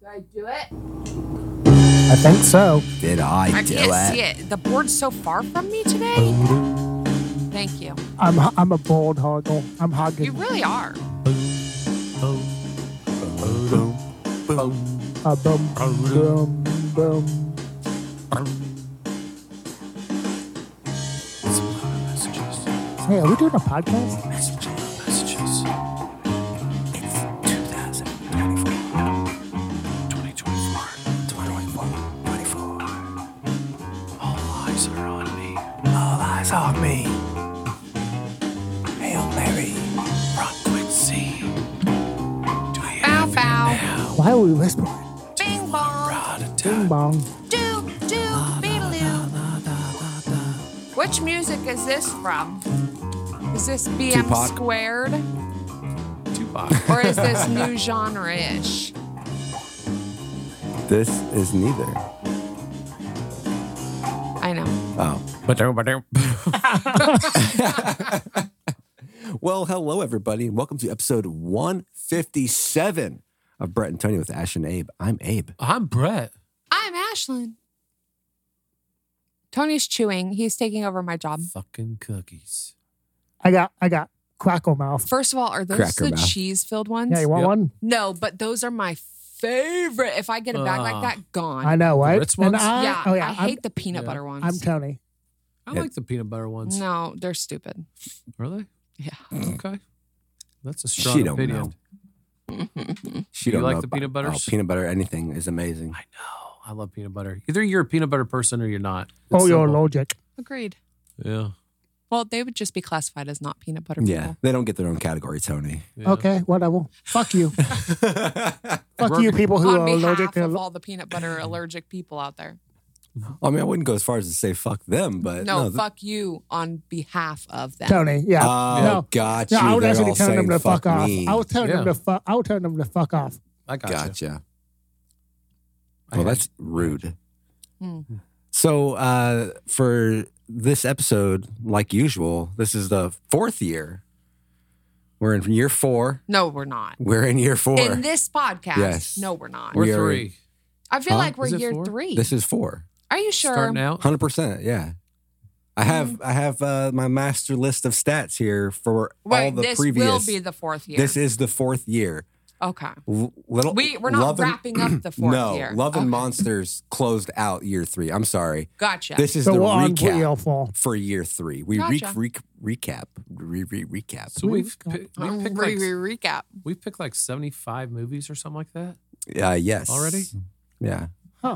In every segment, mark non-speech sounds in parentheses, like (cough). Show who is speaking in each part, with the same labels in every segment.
Speaker 1: Did I do it?
Speaker 2: I think so.
Speaker 3: Did I,
Speaker 4: I
Speaker 3: do
Speaker 4: can't
Speaker 3: it?
Speaker 4: see it. The board's so far from me today. Thank you.
Speaker 2: I'm I'm a bold hoggle. I'm hogging.
Speaker 4: You really are.
Speaker 2: Uh, boom, boom, boom. Hey, are we doing a podcast?
Speaker 4: Bow bow.
Speaker 2: Why are we whispering?
Speaker 4: Bing bong.
Speaker 2: Bing bong.
Speaker 4: Doo doo. Beedaloo. Which music is this from? Is this BM
Speaker 3: Tupac.
Speaker 4: squared?
Speaker 5: Tupac.
Speaker 4: Or is
Speaker 3: (laughs)
Speaker 4: this new genre ish?
Speaker 3: This is neither.
Speaker 4: I know.
Speaker 3: Oh. Well, hello, everybody, and welcome to episode 157 of Brett and Tony with Ash and Abe. I'm Abe.
Speaker 5: I'm Brett.
Speaker 4: I'm Ashlyn. Tony's chewing. He's taking over my job.
Speaker 5: Fucking cookies.
Speaker 2: I got I got crackle mouth.
Speaker 4: First of all, are those
Speaker 3: Cracker
Speaker 4: the
Speaker 3: Barrel.
Speaker 4: cheese filled ones?
Speaker 2: Yeah, you want
Speaker 5: Yep.
Speaker 2: one?
Speaker 4: no, but those are my favorite. If I get a bag like
Speaker 5: Ah.
Speaker 4: that, gone.
Speaker 2: I know, right?
Speaker 5: Ritz ones?
Speaker 2: And I,
Speaker 4: yeah,
Speaker 2: oh yeah,
Speaker 4: I
Speaker 2: am
Speaker 4: hate the peanut
Speaker 5: yeah.
Speaker 4: butter ones.
Speaker 2: I'm Tony.
Speaker 5: I
Speaker 3: Yeah.
Speaker 5: like the peanut butter ones.
Speaker 4: no, they're stupid.
Speaker 5: Are they?
Speaker 4: Yeah.
Speaker 5: Okay. That's a strong
Speaker 3: She don't
Speaker 5: opinion.
Speaker 3: know. She
Speaker 5: You
Speaker 3: don't
Speaker 5: like
Speaker 3: know
Speaker 5: the
Speaker 3: about-
Speaker 5: peanut butters?
Speaker 3: Oh, peanut butter, anything is amazing.
Speaker 5: I know. Oh, I love peanut butter. Either you're a peanut butter person or you're not. It's
Speaker 2: oh, your
Speaker 5: simple.
Speaker 2: logic.
Speaker 4: Agreed.
Speaker 5: Yeah.
Speaker 4: Well, they would just be classified as not peanut butter
Speaker 3: Yeah,
Speaker 4: people.
Speaker 3: they don't get their own category, Tony.
Speaker 5: yeah.
Speaker 2: Okay, whatever. Fuck you. Fuck you, people who
Speaker 4: On
Speaker 2: are allergic
Speaker 4: behalf
Speaker 2: to.
Speaker 4: of all the peanut
Speaker 2: (clears throat)
Speaker 4: butter allergic people out there.
Speaker 3: I mean, I wouldn't go as far as to say fuck them, but
Speaker 4: No,
Speaker 3: th-
Speaker 4: fuck you on behalf of them.
Speaker 2: Tony, yeah.
Speaker 3: Oh,
Speaker 2: no.
Speaker 3: gotcha.
Speaker 2: No, I was
Speaker 3: They're
Speaker 2: actually
Speaker 3: all
Speaker 2: telling them
Speaker 3: saying
Speaker 2: to fuck, off.
Speaker 3: me.
Speaker 2: I was telling them
Speaker 5: Yeah.
Speaker 2: to fuck. I was telling them to fuck off.
Speaker 5: I got gotcha.
Speaker 3: Gotcha.
Speaker 5: you.
Speaker 3: Well, that's rude.
Speaker 4: Hmm.
Speaker 3: So, uh, for this episode, like usual, this is the fourth year. We're in year four.
Speaker 4: No, we're not.
Speaker 3: We're in year four.
Speaker 4: In this podcast,
Speaker 3: Yes.
Speaker 4: no, we're not.
Speaker 5: We're
Speaker 3: We are-
Speaker 5: three.
Speaker 4: I feel
Speaker 3: Huh?
Speaker 4: like we're
Speaker 5: Is it
Speaker 4: year
Speaker 5: four?
Speaker 4: three.
Speaker 3: this is four.
Speaker 4: Are you sure?
Speaker 5: Starting out.
Speaker 3: 100%. Yeah.
Speaker 4: Hmm.
Speaker 3: I have I have uh, my master list of stats here for
Speaker 4: Wait,
Speaker 3: all the
Speaker 4: this
Speaker 3: previous.
Speaker 4: will be the fourth year.
Speaker 3: This is the fourth year.
Speaker 4: okay.
Speaker 3: L- little
Speaker 4: We we're not
Speaker 3: Love and-
Speaker 4: wrapping up the fourth
Speaker 3: no,
Speaker 4: year.
Speaker 3: Love
Speaker 4: Okay.
Speaker 3: and Monsters closed out year three. I'm sorry.
Speaker 4: Gotcha.
Speaker 3: This is
Speaker 2: So um,
Speaker 3: the
Speaker 2: we're on
Speaker 3: recap.
Speaker 2: wheel for.
Speaker 3: for year three. We
Speaker 4: Gotcha.
Speaker 3: re- re- recap, re- re- recap.
Speaker 5: So we've
Speaker 2: We've
Speaker 5: pi-
Speaker 4: Uh,
Speaker 5: we picked
Speaker 4: re-
Speaker 5: like
Speaker 4: re- recap.
Speaker 5: we picked like 75 movies or something like that.
Speaker 3: Uh, yes.
Speaker 5: Already?
Speaker 3: Yeah.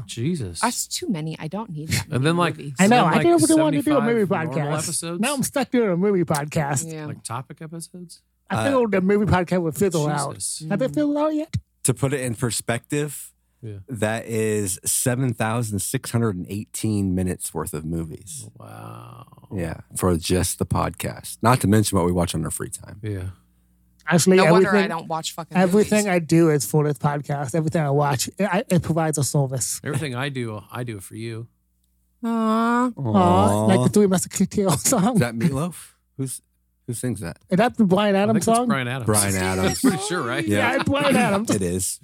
Speaker 5: Jesus.
Speaker 4: That's too many. I don't need that.
Speaker 5: (laughs) And then,
Speaker 4: many
Speaker 5: like-
Speaker 4: movies.
Speaker 2: I know.
Speaker 5: Then,
Speaker 2: I didn't
Speaker 5: like,
Speaker 2: really want to do a
Speaker 5: 75
Speaker 2: movie
Speaker 5: normal
Speaker 2: podcast.
Speaker 5: episodes?
Speaker 2: Now I'm stuck doing a movie podcast.
Speaker 4: Yeah.
Speaker 5: like topic episodes.
Speaker 2: I
Speaker 3: Uh,
Speaker 2: figured the movie podcast would fizzle
Speaker 5: Jesus.
Speaker 2: out. Have it fizzled out yet?
Speaker 3: To put it in perspective,
Speaker 5: Yeah.
Speaker 3: that is 7,618 minutes worth of
Speaker 5: Oh,
Speaker 3: movies.
Speaker 5: Wow.
Speaker 3: Yeah. For just the podcast. Not to mention what we watch on our free time.
Speaker 5: Yeah.
Speaker 2: Actually,
Speaker 4: no wonder I
Speaker 2: everything,
Speaker 4: don't watch fucking
Speaker 2: everything
Speaker 4: movies.
Speaker 2: I do is for this podcast. Everything I watch, it, I- it provides a service.
Speaker 5: Everything I do, I do it for you.
Speaker 4: Aw.
Speaker 2: Aw, like
Speaker 3: Aw.
Speaker 2: the Three Musketeers
Speaker 3: is
Speaker 2: song.
Speaker 3: that Meatloaf? Who's who
Speaker 5: (laughs)
Speaker 3: sings that?
Speaker 2: Is that the Brian
Speaker 5: I think
Speaker 2: Adams
Speaker 5: it's
Speaker 2: song?
Speaker 5: Brian Adams.
Speaker 3: Brian
Speaker 5: (laughs)
Speaker 3: Adams.
Speaker 5: Pretty sure, right?
Speaker 3: Yeah.
Speaker 2: Yeah, it's Brian
Speaker 5: (laughs)
Speaker 2: Adams
Speaker 3: It is.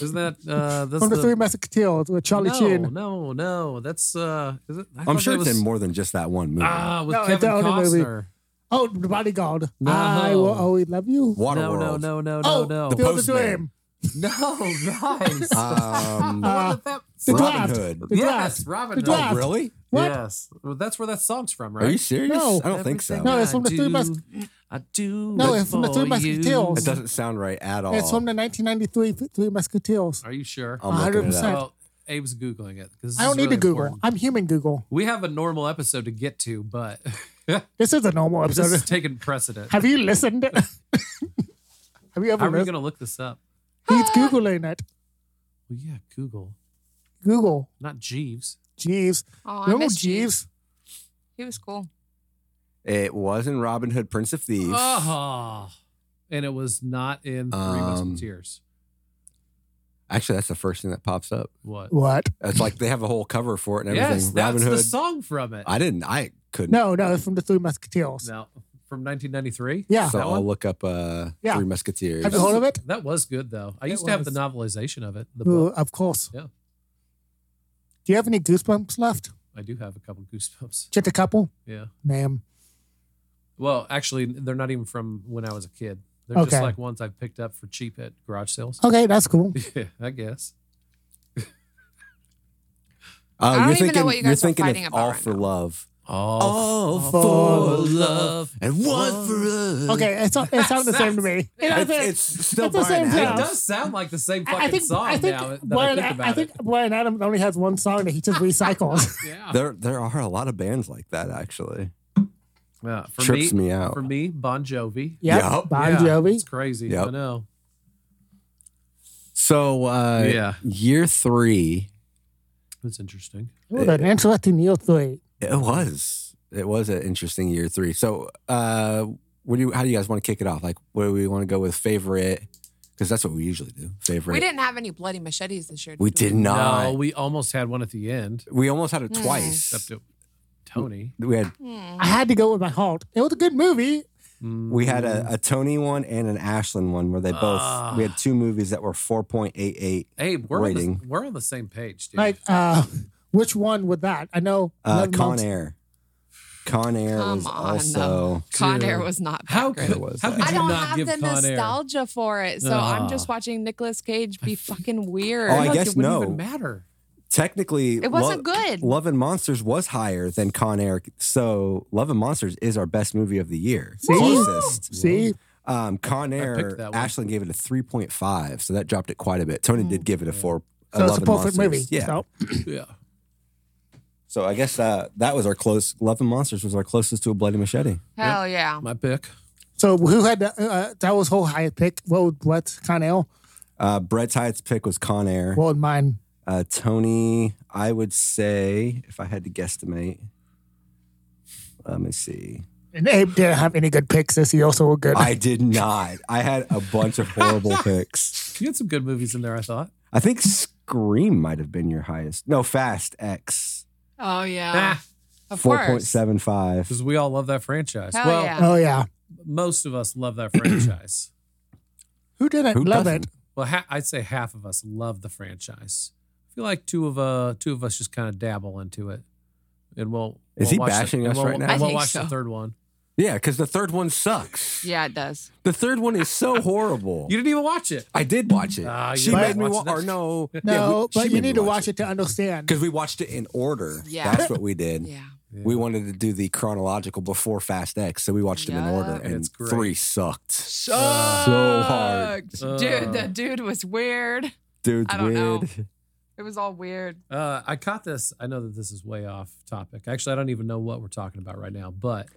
Speaker 5: Isn't that uh that's
Speaker 2: from the,
Speaker 5: the,
Speaker 2: Three Musketeers with Charlie
Speaker 5: no,
Speaker 2: Sheen.
Speaker 5: No, no, that's uh is it I
Speaker 3: I'm
Speaker 5: thought
Speaker 3: sure
Speaker 5: that
Speaker 3: it's
Speaker 5: was,
Speaker 3: in more than just that one movie.
Speaker 5: Ah, with
Speaker 2: No, it's
Speaker 5: Kevin
Speaker 2: the only movie.
Speaker 5: Costner.
Speaker 2: Oh, the bodyguard.
Speaker 5: No.
Speaker 2: I will always love you.
Speaker 5: No,
Speaker 3: Waterworld.
Speaker 5: no, no, no,
Speaker 2: oh,
Speaker 5: no, no.
Speaker 3: The
Speaker 2: Field of
Speaker 3: Postman.
Speaker 2: Dream.
Speaker 5: (laughs) no, nice.
Speaker 3: (laughs) Um,
Speaker 2: Uh, the
Speaker 3: Robin
Speaker 2: draft.
Speaker 3: Hood. Oh,
Speaker 2: The
Speaker 5: yes,
Speaker 2: draft. The
Speaker 5: Robin Hood.
Speaker 2: draft.
Speaker 3: Really?
Speaker 2: What?
Speaker 5: Yes. Well, that's where that song's from, right?
Speaker 3: Are you serious?
Speaker 2: No.
Speaker 3: I don't think so.
Speaker 5: Everything
Speaker 2: No, it's from the
Speaker 5: I
Speaker 2: Three
Speaker 5: do,
Speaker 2: Mus-
Speaker 5: I do.
Speaker 2: No,
Speaker 5: it
Speaker 2: it's from the
Speaker 5: for
Speaker 2: Three
Speaker 5: you.
Speaker 2: Musketeers.
Speaker 3: It doesn't sound right at all.
Speaker 2: It's from the 1993 Three Musketeers.
Speaker 5: Are you sure?
Speaker 3: I'm looking it
Speaker 2: 100%.
Speaker 3: up.
Speaker 5: Well, Abe's googling it. 'cause this
Speaker 2: I don't
Speaker 5: is
Speaker 2: need
Speaker 5: really
Speaker 2: to Google.
Speaker 5: important.
Speaker 2: I'm human Google.
Speaker 5: We have a normal episode to get to, but (laughs)
Speaker 2: This is a normal
Speaker 5: this
Speaker 2: episode.
Speaker 5: is taking precedent.
Speaker 2: Have you
Speaker 5: (laughs)
Speaker 2: listened? Have you
Speaker 5: How
Speaker 2: ever
Speaker 5: are you
Speaker 2: listened?
Speaker 5: going to look this up?
Speaker 2: He's Googling it.
Speaker 5: Well, yeah, Google,
Speaker 2: Google.
Speaker 5: not Jeeves.
Speaker 2: Jeeves.
Speaker 4: Aw, Oh, I
Speaker 2: Remember
Speaker 4: miss Jeeves.
Speaker 2: Jeeves?
Speaker 4: He was cool.
Speaker 3: It was in Robin Hood, Prince of Thieves.
Speaker 5: Oh, and it was not in Three
Speaker 3: Um,
Speaker 5: Musketeers.
Speaker 3: Actually, that's the first thing that pops up.
Speaker 5: What?
Speaker 2: What?
Speaker 3: It's like they have a whole cover for it Um, and everything.
Speaker 5: Yes, that's
Speaker 3: Robin
Speaker 5: the
Speaker 3: Hood.
Speaker 5: song from it.
Speaker 3: I didn't. I couldn't.
Speaker 2: No, no, it's from the Three Musketeers.
Speaker 5: no, from 1993?
Speaker 2: Yeah.
Speaker 3: so
Speaker 5: That
Speaker 3: I'll
Speaker 5: one?
Speaker 3: look up uh,
Speaker 2: Yeah.
Speaker 3: Three Musketeers. Uh,
Speaker 2: Have you heard of it?
Speaker 5: That was good though. I
Speaker 2: It
Speaker 5: used to have the
Speaker 2: was.
Speaker 5: novelization of it. The
Speaker 2: Ooh,
Speaker 5: book.
Speaker 2: of course.
Speaker 5: Yeah.
Speaker 2: Do you have any goosebumps left?
Speaker 5: I do have a couple goosebumps.
Speaker 2: Just a couple?
Speaker 5: Yeah.
Speaker 2: Name.
Speaker 5: Well, actually, they're not even from when I was a kid. They're just
Speaker 2: Okay. Oh.
Speaker 5: like ones I picked up for cheap at garage sales.
Speaker 2: Okay, that's cool.
Speaker 5: (laughs) Yeah, I guess.
Speaker 3: Uh,
Speaker 4: I don't
Speaker 3: you're
Speaker 4: even know
Speaker 3: thinking,
Speaker 4: what you
Speaker 3: are
Speaker 4: guys are
Speaker 3: thinking
Speaker 4: fighting
Speaker 3: of
Speaker 4: about
Speaker 3: All
Speaker 4: right
Speaker 3: for
Speaker 4: now.
Speaker 3: Love.
Speaker 5: Oh,
Speaker 3: for
Speaker 5: love.
Speaker 3: and one for us.
Speaker 2: Okay, it's, it sounds the same to
Speaker 5: (laughs)
Speaker 2: me. It,
Speaker 3: It's,
Speaker 2: it-
Speaker 3: it's still
Speaker 2: it's the same
Speaker 3: Brian
Speaker 5: It
Speaker 2: Yeah.
Speaker 3: Adams.
Speaker 5: does sound like the same fucking
Speaker 2: I think,
Speaker 5: song
Speaker 2: I think,
Speaker 5: now that
Speaker 2: Brian,
Speaker 5: I think about
Speaker 2: I think
Speaker 5: it.
Speaker 2: Brian Adams only has one song that he just recycles.
Speaker 5: Yeah.
Speaker 3: There, there are a lot of bands like that actually.
Speaker 5: Yeah, for
Speaker 3: Trips
Speaker 5: me,
Speaker 3: me out.
Speaker 5: For me, Bon Jovi.
Speaker 2: yep.
Speaker 3: Yup.
Speaker 2: Bon
Speaker 5: (laughs) Yeah,
Speaker 2: Jovi.
Speaker 5: It's crazy.
Speaker 3: Yep.
Speaker 5: I know.
Speaker 3: So uh,
Speaker 5: Yeah.
Speaker 3: year three,
Speaker 5: That's interesting.
Speaker 2: Ooh, an interesting year three.
Speaker 3: it was it was an interesting year three. So uh, what do you, how do you guys want to kick it off? Like, what do we want to go with favorite? Because that's what we usually do. Favorite.
Speaker 4: We didn't have any bloody machetes this year.
Speaker 3: We
Speaker 4: did
Speaker 3: did not.
Speaker 5: No, we almost had one at the end.
Speaker 3: we almost had it
Speaker 4: Hmm.
Speaker 3: twice.
Speaker 5: Except it, Tony.
Speaker 3: We had
Speaker 4: Hmm.
Speaker 2: I had to go with my heart. It was a good movie.
Speaker 3: we had a,
Speaker 5: Mm.
Speaker 3: a Tony one and an Ashland one where they both
Speaker 5: Ah.
Speaker 3: we had two movies that were four point eight eight.
Speaker 5: Hey, we're on, the,
Speaker 3: rating.
Speaker 5: we're on the same page, dude.
Speaker 2: Like, uh, (laughs) which one was that? I know.
Speaker 3: Uh,
Speaker 2: Love
Speaker 3: Con
Speaker 2: Monks-
Speaker 3: Air. Con Air
Speaker 4: Come
Speaker 3: was
Speaker 4: on,
Speaker 3: also
Speaker 4: Con Air
Speaker 5: Dude.
Speaker 4: was not. that
Speaker 5: how
Speaker 4: great.
Speaker 5: could,
Speaker 3: was
Speaker 5: how
Speaker 3: that.
Speaker 5: could you
Speaker 4: I don't
Speaker 5: not
Speaker 4: have
Speaker 5: give
Speaker 4: the
Speaker 5: Con Air?
Speaker 4: nostalgia for it, so
Speaker 5: Ah.
Speaker 4: I'm just watching Nicolas Cage be fucking weird.
Speaker 3: Oh, I
Speaker 5: Like,
Speaker 3: guess
Speaker 5: it wouldn't
Speaker 3: no.
Speaker 5: even matter.
Speaker 3: technically
Speaker 4: it wasn't good.
Speaker 3: Love and Monsters was higher than Con Air, so Love and Monsters is our best movie of the year.
Speaker 2: See?
Speaker 3: Closest.
Speaker 2: See?
Speaker 3: Um, Con Air,
Speaker 5: picked that one.
Speaker 3: Ashlyn gave it a three point five, so that dropped it quite a bit. Tony did give it
Speaker 5: Mm.
Speaker 3: a four.
Speaker 2: So
Speaker 3: uh, Love
Speaker 2: it's a
Speaker 3: and
Speaker 2: perfect
Speaker 3: Monsters.
Speaker 2: movie.
Speaker 3: Yeah.
Speaker 2: So,
Speaker 5: (coughs) Yeah.
Speaker 3: So I guess uh, that was our close. Love and Monsters was our closest to a bloody machete.
Speaker 4: Hell yeah.
Speaker 5: My pick.
Speaker 2: so who had the, uh, that was whole high pick? What was Brett's Con Air?
Speaker 3: Uh, Brett Hyatt's pick was Con Air.
Speaker 2: What was mine?
Speaker 3: Uh, Tony, I would say, if I had to guesstimate, let me see.
Speaker 2: And Abe didn't have any good picks this year, so we're good.
Speaker 3: I did not. I had a bunch
Speaker 2: (laughs)
Speaker 3: of horrible picks.
Speaker 5: You had some good movies in there, I thought.
Speaker 3: I think Scream might have been your highest. No, Fast X,
Speaker 4: Oh yeah.
Speaker 5: Because
Speaker 4: Of course.
Speaker 3: 4.75.
Speaker 5: we all love that franchise.
Speaker 4: Hell
Speaker 5: well,
Speaker 4: yeah.
Speaker 2: oh, yeah.
Speaker 5: most of us love that (coughs) franchise.
Speaker 2: Who didn't
Speaker 3: Who
Speaker 2: love
Speaker 3: doesn't?
Speaker 2: it?
Speaker 5: Well, ha- I'd say half of us love the franchise. I feel like two of uh two of us just kind of dabble into it, and we'll.
Speaker 3: Is
Speaker 5: we'll
Speaker 3: he
Speaker 5: watch the-
Speaker 3: bashing
Speaker 5: and
Speaker 3: us
Speaker 5: we'll-
Speaker 3: right now?
Speaker 5: and
Speaker 4: I
Speaker 5: We'll
Speaker 4: think
Speaker 5: watch the
Speaker 4: so.
Speaker 5: third one.
Speaker 3: Yeah, because the third one sucks.
Speaker 4: Yeah, it does.
Speaker 3: The third one is so horrible.
Speaker 5: You didn't even watch it.
Speaker 3: I did watch it.
Speaker 5: Ah, you
Speaker 3: she
Speaker 5: might
Speaker 3: made me
Speaker 5: watch
Speaker 3: watch
Speaker 5: it
Speaker 3: Or
Speaker 5: next-
Speaker 3: no.
Speaker 2: No, but you need to watch it to understand.
Speaker 3: Because we watched it in order.
Speaker 4: Yeah.
Speaker 3: That's what we did.
Speaker 4: Yeah.
Speaker 3: We wanted to do the chronological before Fast X, so we watched them in
Speaker 4: Yeah.
Speaker 3: order, and
Speaker 5: It's great.
Speaker 3: three sucked.
Speaker 4: So
Speaker 3: hard.
Speaker 4: Dude,
Speaker 5: Ah.
Speaker 4: that dude was weird.
Speaker 3: Dude's
Speaker 4: I don't know.
Speaker 3: weird.
Speaker 4: It was all weird.
Speaker 5: Uh, I caught this. I know that this is way off topic. Actually, I don't even know what we're talking about right now. But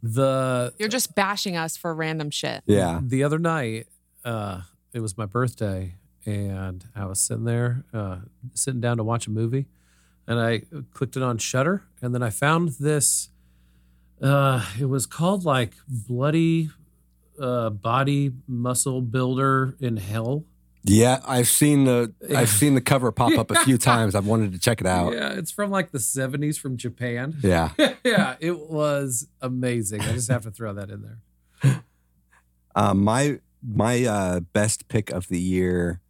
Speaker 5: the
Speaker 4: You're just bashing us for random shit.
Speaker 3: (laughs) Yeah.
Speaker 5: the other night, uh, it was my birthday, and I was sitting there, uh, sitting down to watch a movie, and I clicked it on Shutter, and then I found this. Uh, it was called like bloody uh, body muscle builder in hell.
Speaker 3: Yeah, I've seen the
Speaker 5: Yeah.
Speaker 3: I've seen the cover pop up a few times. I've wanted to check it out. Yeah.
Speaker 5: Yeah, it's from like the '70s from Japan. (laughs) yeah, it was amazing. I just have to throw that in there.
Speaker 3: Uh, my my uh, best pick of the year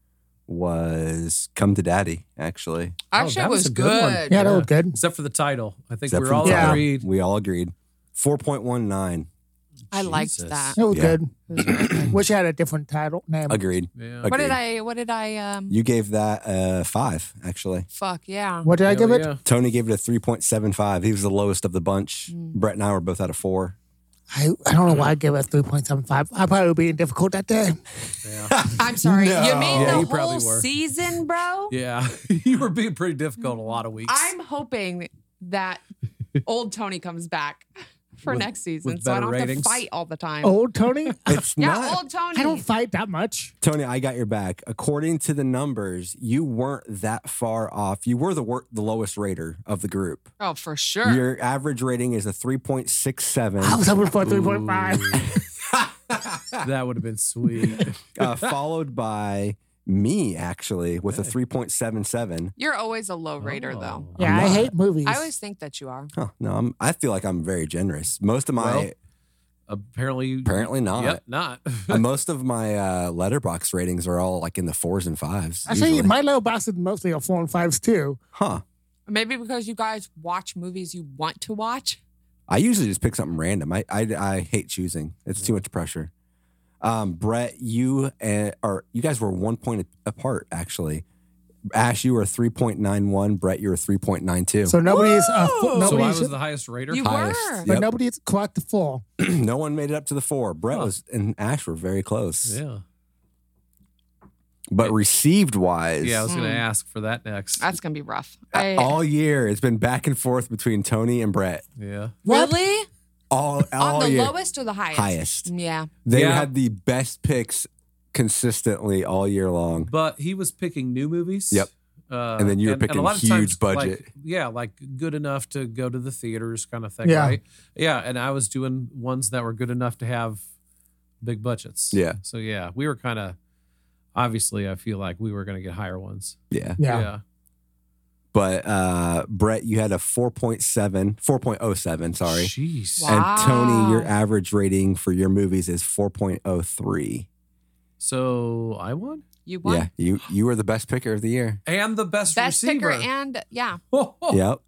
Speaker 3: was Come to Daddy, actually.
Speaker 4: Our
Speaker 5: Oh,
Speaker 4: shit
Speaker 5: that was
Speaker 4: was,
Speaker 5: a
Speaker 4: good.
Speaker 5: good one.
Speaker 2: Yeah, that was
Speaker 5: Yeah.
Speaker 2: good.
Speaker 5: Except for the title, I think
Speaker 3: Except
Speaker 5: we're
Speaker 3: for
Speaker 5: all
Speaker 3: the title.
Speaker 5: agreed.
Speaker 3: We all agreed. Four point one nine.
Speaker 4: I liked
Speaker 5: Jesus.
Speaker 4: that.
Speaker 2: It was
Speaker 3: Yeah. (clears throat)
Speaker 2: good.
Speaker 4: It was really good.
Speaker 2: Wish it had a different title name.
Speaker 3: Agreed.
Speaker 5: Yeah.
Speaker 4: what
Speaker 3: Agreed.
Speaker 4: did I what did I um
Speaker 3: You gave that a five, actually.
Speaker 4: fuck
Speaker 5: (laughs)
Speaker 4: yeah.
Speaker 2: What did I
Speaker 5: Hell
Speaker 2: give it?
Speaker 5: yeah.
Speaker 3: Tony gave it a three point seven five. He was the lowest of the bunch.
Speaker 4: Mm.
Speaker 3: Brett and I were both at a four.
Speaker 2: I, I don't know why I gave it 3.75. I probably would be difficult that day.
Speaker 5: Yeah.
Speaker 4: I'm sorry. You mean the
Speaker 5: Yeah, you
Speaker 4: whole
Speaker 5: probably were.
Speaker 4: season,
Speaker 5: (laughs)
Speaker 4: bro?
Speaker 5: Yeah, you were being pretty difficult a lot of weeks.
Speaker 4: I'm hoping
Speaker 5: (laughs)
Speaker 4: that old Tony comes back for
Speaker 5: With-
Speaker 4: next season,
Speaker 5: with
Speaker 4: so I
Speaker 5: better
Speaker 4: don't
Speaker 5: ratings? Oh,
Speaker 4: have to fight all the time.
Speaker 2: Old Tony?
Speaker 3: It's
Speaker 4: yeah,
Speaker 3: not
Speaker 4: old Tony.
Speaker 2: I don't fight that much.
Speaker 3: Tony, I got your back. According to the numbers, you weren't that far off. You were the wor- the lowest rater of the group.
Speaker 4: oh, for sure.
Speaker 3: Your average rating is
Speaker 2: (laughs)
Speaker 3: a
Speaker 2: I
Speaker 3: 3.67,
Speaker 2: was hoping for 3.5.
Speaker 3: (laughs)
Speaker 5: that would have been sweet. (laughs)
Speaker 3: uh, followed by me actually with
Speaker 5: Okay.
Speaker 3: a 3.77.
Speaker 4: You're always (laughs) a low rater, though.
Speaker 5: Oh.
Speaker 2: Yeah,
Speaker 3: I'm
Speaker 2: I
Speaker 3: not.
Speaker 2: hate movies.
Speaker 4: I always think that you are.
Speaker 3: Huh, no, I'm, I feel like I'm very generous. Most of my
Speaker 5: Well, Apparently,
Speaker 3: Apparently not.
Speaker 5: yep, not.
Speaker 3: And most of my uh, letterbox ratings are all like in the fours and fives.
Speaker 2: Actually,
Speaker 3: usually.
Speaker 2: my little box is mostly a four and fives too.
Speaker 3: huh?
Speaker 4: Maybe because you guys watch movies you want to watch.
Speaker 3: I usually just pick something random. I I, I hate choosing. It's too much pressure. Um, Brett, you and or you guys were one point apart actually. Ash, you were three point nine one. Brett, you were three point nine two.
Speaker 2: So nobody's uh, fo-
Speaker 4: Whoa!
Speaker 5: (laughs) so I
Speaker 2: nobody's,
Speaker 5: was the highest rater.
Speaker 4: You
Speaker 3: Highest.
Speaker 4: were.
Speaker 2: but
Speaker 3: Yep.
Speaker 2: nobody's caught the fall.
Speaker 3: (clears throat) no one made it up to the four. Brett
Speaker 5: Huh.
Speaker 3: was and Ash were very close.
Speaker 5: yeah,
Speaker 3: But received wise,
Speaker 5: yeah. I was gonna
Speaker 4: Hmm.
Speaker 5: ask for that next.
Speaker 4: That's gonna be rough. I,
Speaker 3: all year it's been back and forth between Tony and Brett.
Speaker 5: yeah,
Speaker 2: What?
Speaker 4: really
Speaker 3: All all
Speaker 4: on the
Speaker 3: year.
Speaker 4: lowest or the highest?
Speaker 3: highest.
Speaker 4: Yeah.
Speaker 3: They
Speaker 5: Yeah.
Speaker 3: had the best picks consistently all year long.
Speaker 5: but he was picking new movies.
Speaker 3: Yep.
Speaker 5: Uh,
Speaker 3: And then you were
Speaker 5: a
Speaker 3: picking
Speaker 5: lot of
Speaker 3: huge
Speaker 5: times,
Speaker 3: budget.
Speaker 5: like- yeah, like good enough to go to the theaters, kind of thing,
Speaker 2: Yeah.
Speaker 5: right? Yeah, and I was doing ones that were good enough to have big budgets.
Speaker 3: Yeah.
Speaker 5: So yeah, we were kind of obviously. I feel like we were going to get higher ones.
Speaker 3: Yeah.
Speaker 2: Yeah.
Speaker 3: But uh, Brett, you had a 4.7, 4.07, sorry.
Speaker 5: Jeez.
Speaker 4: Wow.
Speaker 3: And Tony, your
Speaker 4: Wow.
Speaker 3: average rating for your movies is 4.03.
Speaker 5: So I won,
Speaker 4: You won.
Speaker 3: Yeah, you you were the best picker of the year.
Speaker 5: and the best,
Speaker 4: Best
Speaker 5: receiver, Oh,
Speaker 4: picker
Speaker 5: (laughs)
Speaker 4: and yeah.
Speaker 3: Yep.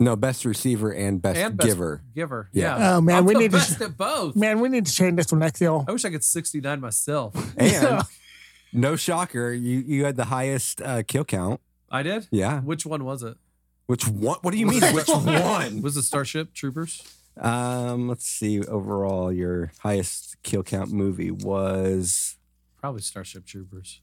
Speaker 3: No, best receiver and best
Speaker 5: and best
Speaker 3: giver.
Speaker 5: giver.
Speaker 3: Yeah.
Speaker 5: Yeah.
Speaker 2: Oh, man,
Speaker 5: I'm
Speaker 2: we
Speaker 5: the
Speaker 2: need to-
Speaker 5: best at
Speaker 2: (laughs)
Speaker 5: both.
Speaker 2: Man, we need to change this for next
Speaker 3: Oh.
Speaker 2: year.
Speaker 5: I wish I could 69 myself. (laughs)
Speaker 3: And no shocker, you you had the highest uh, kill count.
Speaker 5: I did.
Speaker 3: (laughs) Yeah.
Speaker 5: Which one was it?
Speaker 3: Which one? What do you mean?
Speaker 5: (laughs)
Speaker 4: (laughs)
Speaker 3: Which one?
Speaker 5: Was it Starship Troopers?
Speaker 3: Um, let's see. Overall, your highest kill count movie was
Speaker 5: Probably Starship Troopers.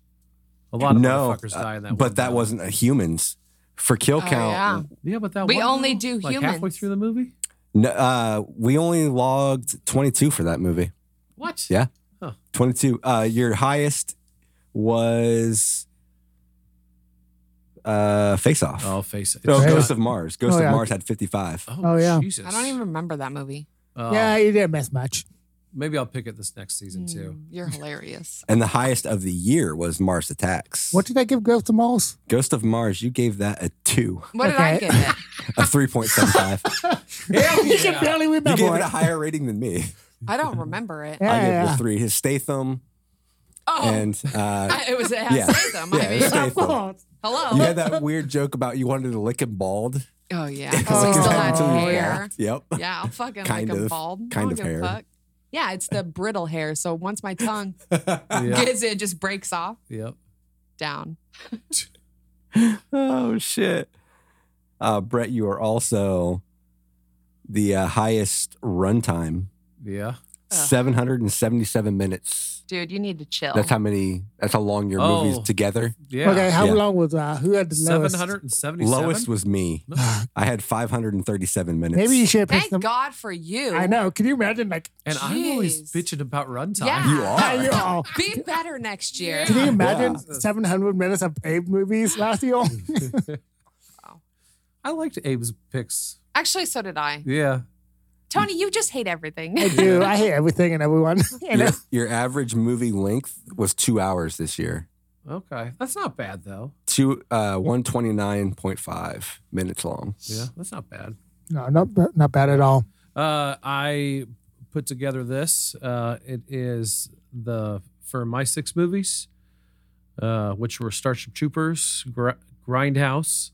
Speaker 5: A lot of
Speaker 3: no,
Speaker 5: motherfuckers
Speaker 3: uh,
Speaker 5: die in that. one
Speaker 3: but that
Speaker 5: battle.
Speaker 3: wasn't a humans for kill
Speaker 4: Oh,
Speaker 3: count.
Speaker 4: yeah.
Speaker 5: Yeah, but that
Speaker 4: We
Speaker 5: one
Speaker 4: only
Speaker 5: though,
Speaker 4: do
Speaker 5: like halfway
Speaker 4: humans.
Speaker 5: through the movie.
Speaker 3: No, uh, we only logged 22 for that movie.
Speaker 5: What?
Speaker 3: Yeah.
Speaker 5: Huh.
Speaker 3: 22. Uh, your highest was uh, Face Off.
Speaker 5: Oh, face. it.
Speaker 3: no,
Speaker 2: Face
Speaker 3: Ghost
Speaker 2: Off.
Speaker 3: of Mars. Ghost
Speaker 2: Oh,
Speaker 3: of
Speaker 2: yeah.
Speaker 3: Mars had 55.
Speaker 5: Oh,
Speaker 2: Oh, yeah.
Speaker 5: Jesus.
Speaker 4: I don't even remember that movie.
Speaker 5: Oh,
Speaker 2: yeah, you didn't miss much.
Speaker 5: Maybe I'll pick it this next season too.
Speaker 4: Mm,
Speaker 3: (laughs)
Speaker 4: You're hilarious.
Speaker 3: And the highest of the year was Mars Attacks.
Speaker 2: What did I give Ghost to (laughs) Malls?
Speaker 3: Ghost of Mars, you gave that a two,
Speaker 4: What did I
Speaker 2: Okay.
Speaker 4: give it?
Speaker 2: (laughs)
Speaker 3: a 3.75.
Speaker 5: Hell
Speaker 2: you can
Speaker 5: yeah.
Speaker 2: barely
Speaker 3: you
Speaker 2: remember.
Speaker 3: gave
Speaker 2: it.
Speaker 3: it a higher rating than me.
Speaker 4: I
Speaker 3: (laughs)
Speaker 4: don't remember it.
Speaker 2: Yeah,
Speaker 3: I gave it
Speaker 2: yeah.
Speaker 3: a three. His Statham
Speaker 4: Oh,
Speaker 3: and uh,
Speaker 4: (laughs) I- it was a half
Speaker 3: yeah.
Speaker 4: Statham.
Speaker 3: Yeah,
Speaker 4: I
Speaker 2: (laughs)
Speaker 3: it was
Speaker 4: mean,
Speaker 3: Statham.
Speaker 4: hello.
Speaker 3: you had that weird joke about you wanted to lick him bald.
Speaker 4: Oh
Speaker 3: (laughs)
Speaker 4: yeah,
Speaker 3: Lick
Speaker 4: because we
Speaker 2: Oh.
Speaker 3: his
Speaker 4: still
Speaker 3: head
Speaker 4: had
Speaker 3: until he was
Speaker 4: hair.
Speaker 3: bald. Yep.
Speaker 4: Yeah, I'll fucking
Speaker 3: Kind
Speaker 4: like a
Speaker 3: of-
Speaker 4: bald.
Speaker 3: kind
Speaker 4: I don't
Speaker 3: of
Speaker 4: give a
Speaker 3: hair.
Speaker 4: Fuck. Yeah, it's the brittle hair. So once my tongue
Speaker 5: Yeah.
Speaker 4: gets it, just breaks off
Speaker 5: Yep.
Speaker 4: down.
Speaker 3: (laughs) oh shit. Uh, Brett, you are also the uh, highest runtime,
Speaker 5: Yeah.
Speaker 4: Ugh.
Speaker 3: seven hundred and seventy-seven minutes.
Speaker 4: Dude, you need to chill.
Speaker 3: That's how many. That's how long your
Speaker 5: Oh.
Speaker 3: movies together.
Speaker 5: Yeah.
Speaker 2: Okay, how
Speaker 3: Yeah.
Speaker 2: long was uh, who had the lowest?
Speaker 5: 777.
Speaker 3: Lowest was me. I had five hundred and thirty-seven minutes.
Speaker 2: Maybe you should pick
Speaker 4: Thank
Speaker 2: some.
Speaker 4: God for you.
Speaker 2: I know. Can you imagine? Like,
Speaker 5: And I'm always
Speaker 4: Jeez.
Speaker 5: bitching about runtime.
Speaker 4: Yeah. You (laughs)
Speaker 3: are.
Speaker 2: how you all.
Speaker 4: Be better next year.
Speaker 2: Can you imagine
Speaker 5: Yeah.
Speaker 2: 700 minutes of Abe movies last
Speaker 3: (laughs)
Speaker 2: year?
Speaker 5: (laughs)
Speaker 4: (laughs)
Speaker 5: I liked Abe's picks.
Speaker 4: Actually, so did I.
Speaker 5: Yeah.
Speaker 4: Tony, you just hate everything. (laughs)
Speaker 2: I do. I hate everything and everyone. (laughs) And
Speaker 3: Your,
Speaker 2: it's-
Speaker 3: your average movie length was two hours this year.
Speaker 5: Okay. That's not bad though.
Speaker 3: Two uh, one twenty-nine point five minutes long.
Speaker 5: Yeah. That's not bad.
Speaker 2: no, not ba- not bad at all.
Speaker 5: Uh, I put together this. Uh, it is the for my six movies, uh, which were Starship Troopers, Gr- Grindhouse,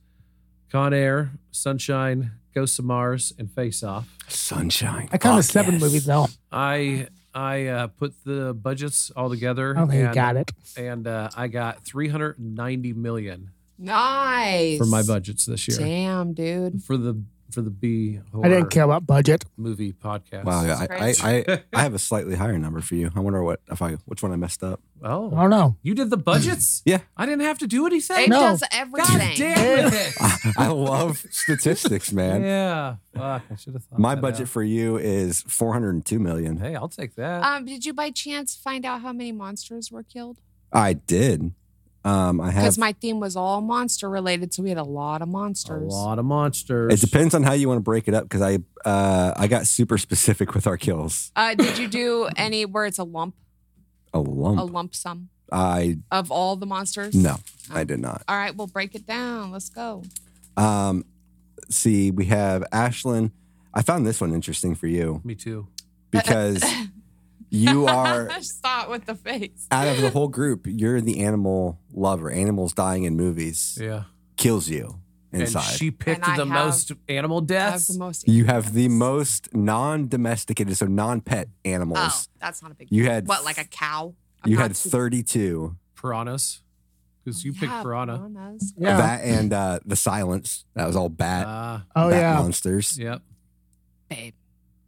Speaker 5: Con Air, Sunshine, Ghosts of Mars, and Face Off.
Speaker 3: Sunshine.
Speaker 2: I counted
Speaker 3: Fuck
Speaker 2: seven
Speaker 3: yes.
Speaker 2: movies though.
Speaker 5: I I uh, put the budgets all together.
Speaker 2: I don't think
Speaker 5: and,
Speaker 2: Oh, you got it.
Speaker 5: And uh, I got 390 million
Speaker 4: nice.
Speaker 5: for my budgets this year
Speaker 4: Damn, dude.
Speaker 5: for the for the B horror
Speaker 2: I didn't care about budget.
Speaker 5: movie podcast.
Speaker 3: Wow, yeah, I,
Speaker 4: That's
Speaker 3: I, I, I have a slightly higher number for you. I wonder what if I which one I messed up. (laughs)
Speaker 5: Oh,
Speaker 2: I don't know.
Speaker 5: You did the budgets?
Speaker 3: (clears throat) Yeah.
Speaker 5: I didn't have to do
Speaker 4: Abe
Speaker 5: anything.
Speaker 2: No.
Speaker 4: does
Speaker 5: God
Speaker 4: everything.
Speaker 5: damn
Speaker 3: (laughs)
Speaker 5: it.
Speaker 3: I love statistics, Ah, man.
Speaker 5: Yeah. Fuck. I should have thought.
Speaker 3: My
Speaker 5: that
Speaker 3: budget for you is 402
Speaker 5: out.
Speaker 3: million.
Speaker 5: Hey, I'll take that.
Speaker 4: Um, did you by chance find out how many monsters were killed?
Speaker 3: I did. Um, I have.
Speaker 4: Because my theme was all monster related, so we had a lot of
Speaker 5: a
Speaker 4: monsters.
Speaker 5: lot of monsters.
Speaker 3: it depends on how you want to break it up because I uh, I got super specific with our kills.
Speaker 4: Uh, did you do (laughs) any where it's a lump,
Speaker 3: A
Speaker 4: a
Speaker 3: lump.
Speaker 4: lump sum
Speaker 3: I
Speaker 4: of all the monsters?
Speaker 3: no, I did not.
Speaker 4: All right, we'll break it down. Let's go.
Speaker 3: Um, see, we have Ashlyn. I found this one interesting for you.
Speaker 5: Me too.
Speaker 4: (laughs)
Speaker 3: because you are
Speaker 4: Stop with the face.
Speaker 3: out of the whole group, you're the animal lover. Animals dying in movies
Speaker 5: Yeah.
Speaker 3: kills you inside.
Speaker 5: And she picked
Speaker 4: And I
Speaker 5: the
Speaker 4: have-
Speaker 5: most animal
Speaker 4: I have
Speaker 5: deaths.
Speaker 4: the most.
Speaker 3: you have the most non-domesticated, so non-pet
Speaker 4: Oh,
Speaker 3: animals.
Speaker 4: that's not a big.
Speaker 3: You had
Speaker 4: what like a cow. I'm
Speaker 3: you
Speaker 4: not
Speaker 3: had
Speaker 4: too-
Speaker 3: 32.
Speaker 5: piranhas. Because you
Speaker 4: Yeah,
Speaker 5: picked piranha.
Speaker 4: piranhas.
Speaker 2: Yeah.
Speaker 3: That and uh, the silence. That was all bat,
Speaker 5: Ah,
Speaker 2: oh
Speaker 3: bat
Speaker 2: yeah.
Speaker 3: monsters.
Speaker 5: yep.
Speaker 3: (laughs)
Speaker 4: babe.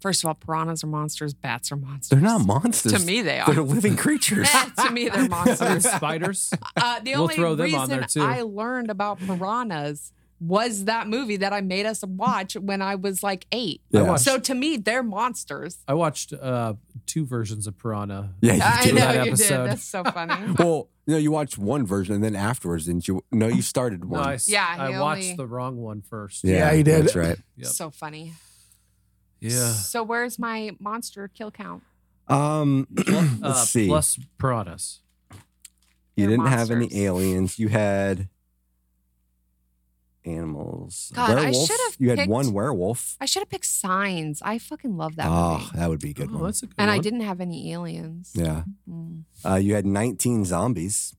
Speaker 4: First of all, piranhas are monsters. Bats are monsters.
Speaker 3: They're not monsters.
Speaker 4: To me, they (laughs)
Speaker 3: They're
Speaker 4: are.
Speaker 3: living creatures.
Speaker 4: Eh, to me, they're
Speaker 5: (laughs)
Speaker 4: monsters.
Speaker 5: Spiders.
Speaker 4: Uh, the
Speaker 5: We'll
Speaker 4: only
Speaker 5: throw them
Speaker 4: reason
Speaker 5: on there, too.
Speaker 4: I learned about piranhas was that movie that I made us watch when I was like eight.
Speaker 3: Yeah.
Speaker 5: I watched,
Speaker 4: So to me, they're monsters.
Speaker 5: I watched uh, two versions of Piranha.
Speaker 3: yeah,
Speaker 4: I
Speaker 3: you do.
Speaker 4: know
Speaker 5: That
Speaker 4: you
Speaker 5: episode.
Speaker 4: did. That's so funny.
Speaker 3: (laughs) Well, no, you watched one version and then afterwards, didn't you? No, you started
Speaker 5: No,
Speaker 3: one.
Speaker 5: I, s-
Speaker 4: Yeah,
Speaker 5: I
Speaker 4: he
Speaker 5: watched
Speaker 4: only-
Speaker 5: the wrong one first.
Speaker 2: Yeah, you did.
Speaker 3: That's right.
Speaker 5: Yep.
Speaker 4: So funny.
Speaker 5: Yeah.
Speaker 4: So where's my monster kill count?
Speaker 3: Um, (clears throat) let's
Speaker 5: Uh,
Speaker 3: see.
Speaker 5: Plus piranhas.
Speaker 3: you
Speaker 4: they're
Speaker 3: didn't have
Speaker 4: monsters.
Speaker 3: any aliens. You had animals.
Speaker 4: God, I
Speaker 3: werewolf.
Speaker 4: should have
Speaker 3: you had
Speaker 4: picked-
Speaker 3: one werewolf.
Speaker 4: I should have picked signs. I fucking love that
Speaker 3: oh,
Speaker 4: movie.
Speaker 3: that would be a good
Speaker 5: oh,
Speaker 3: one.
Speaker 5: that's a good
Speaker 4: And I
Speaker 5: one.
Speaker 4: didn't have any aliens.
Speaker 3: Yeah.
Speaker 4: Mm,
Speaker 3: Uh, you had 19 zombies.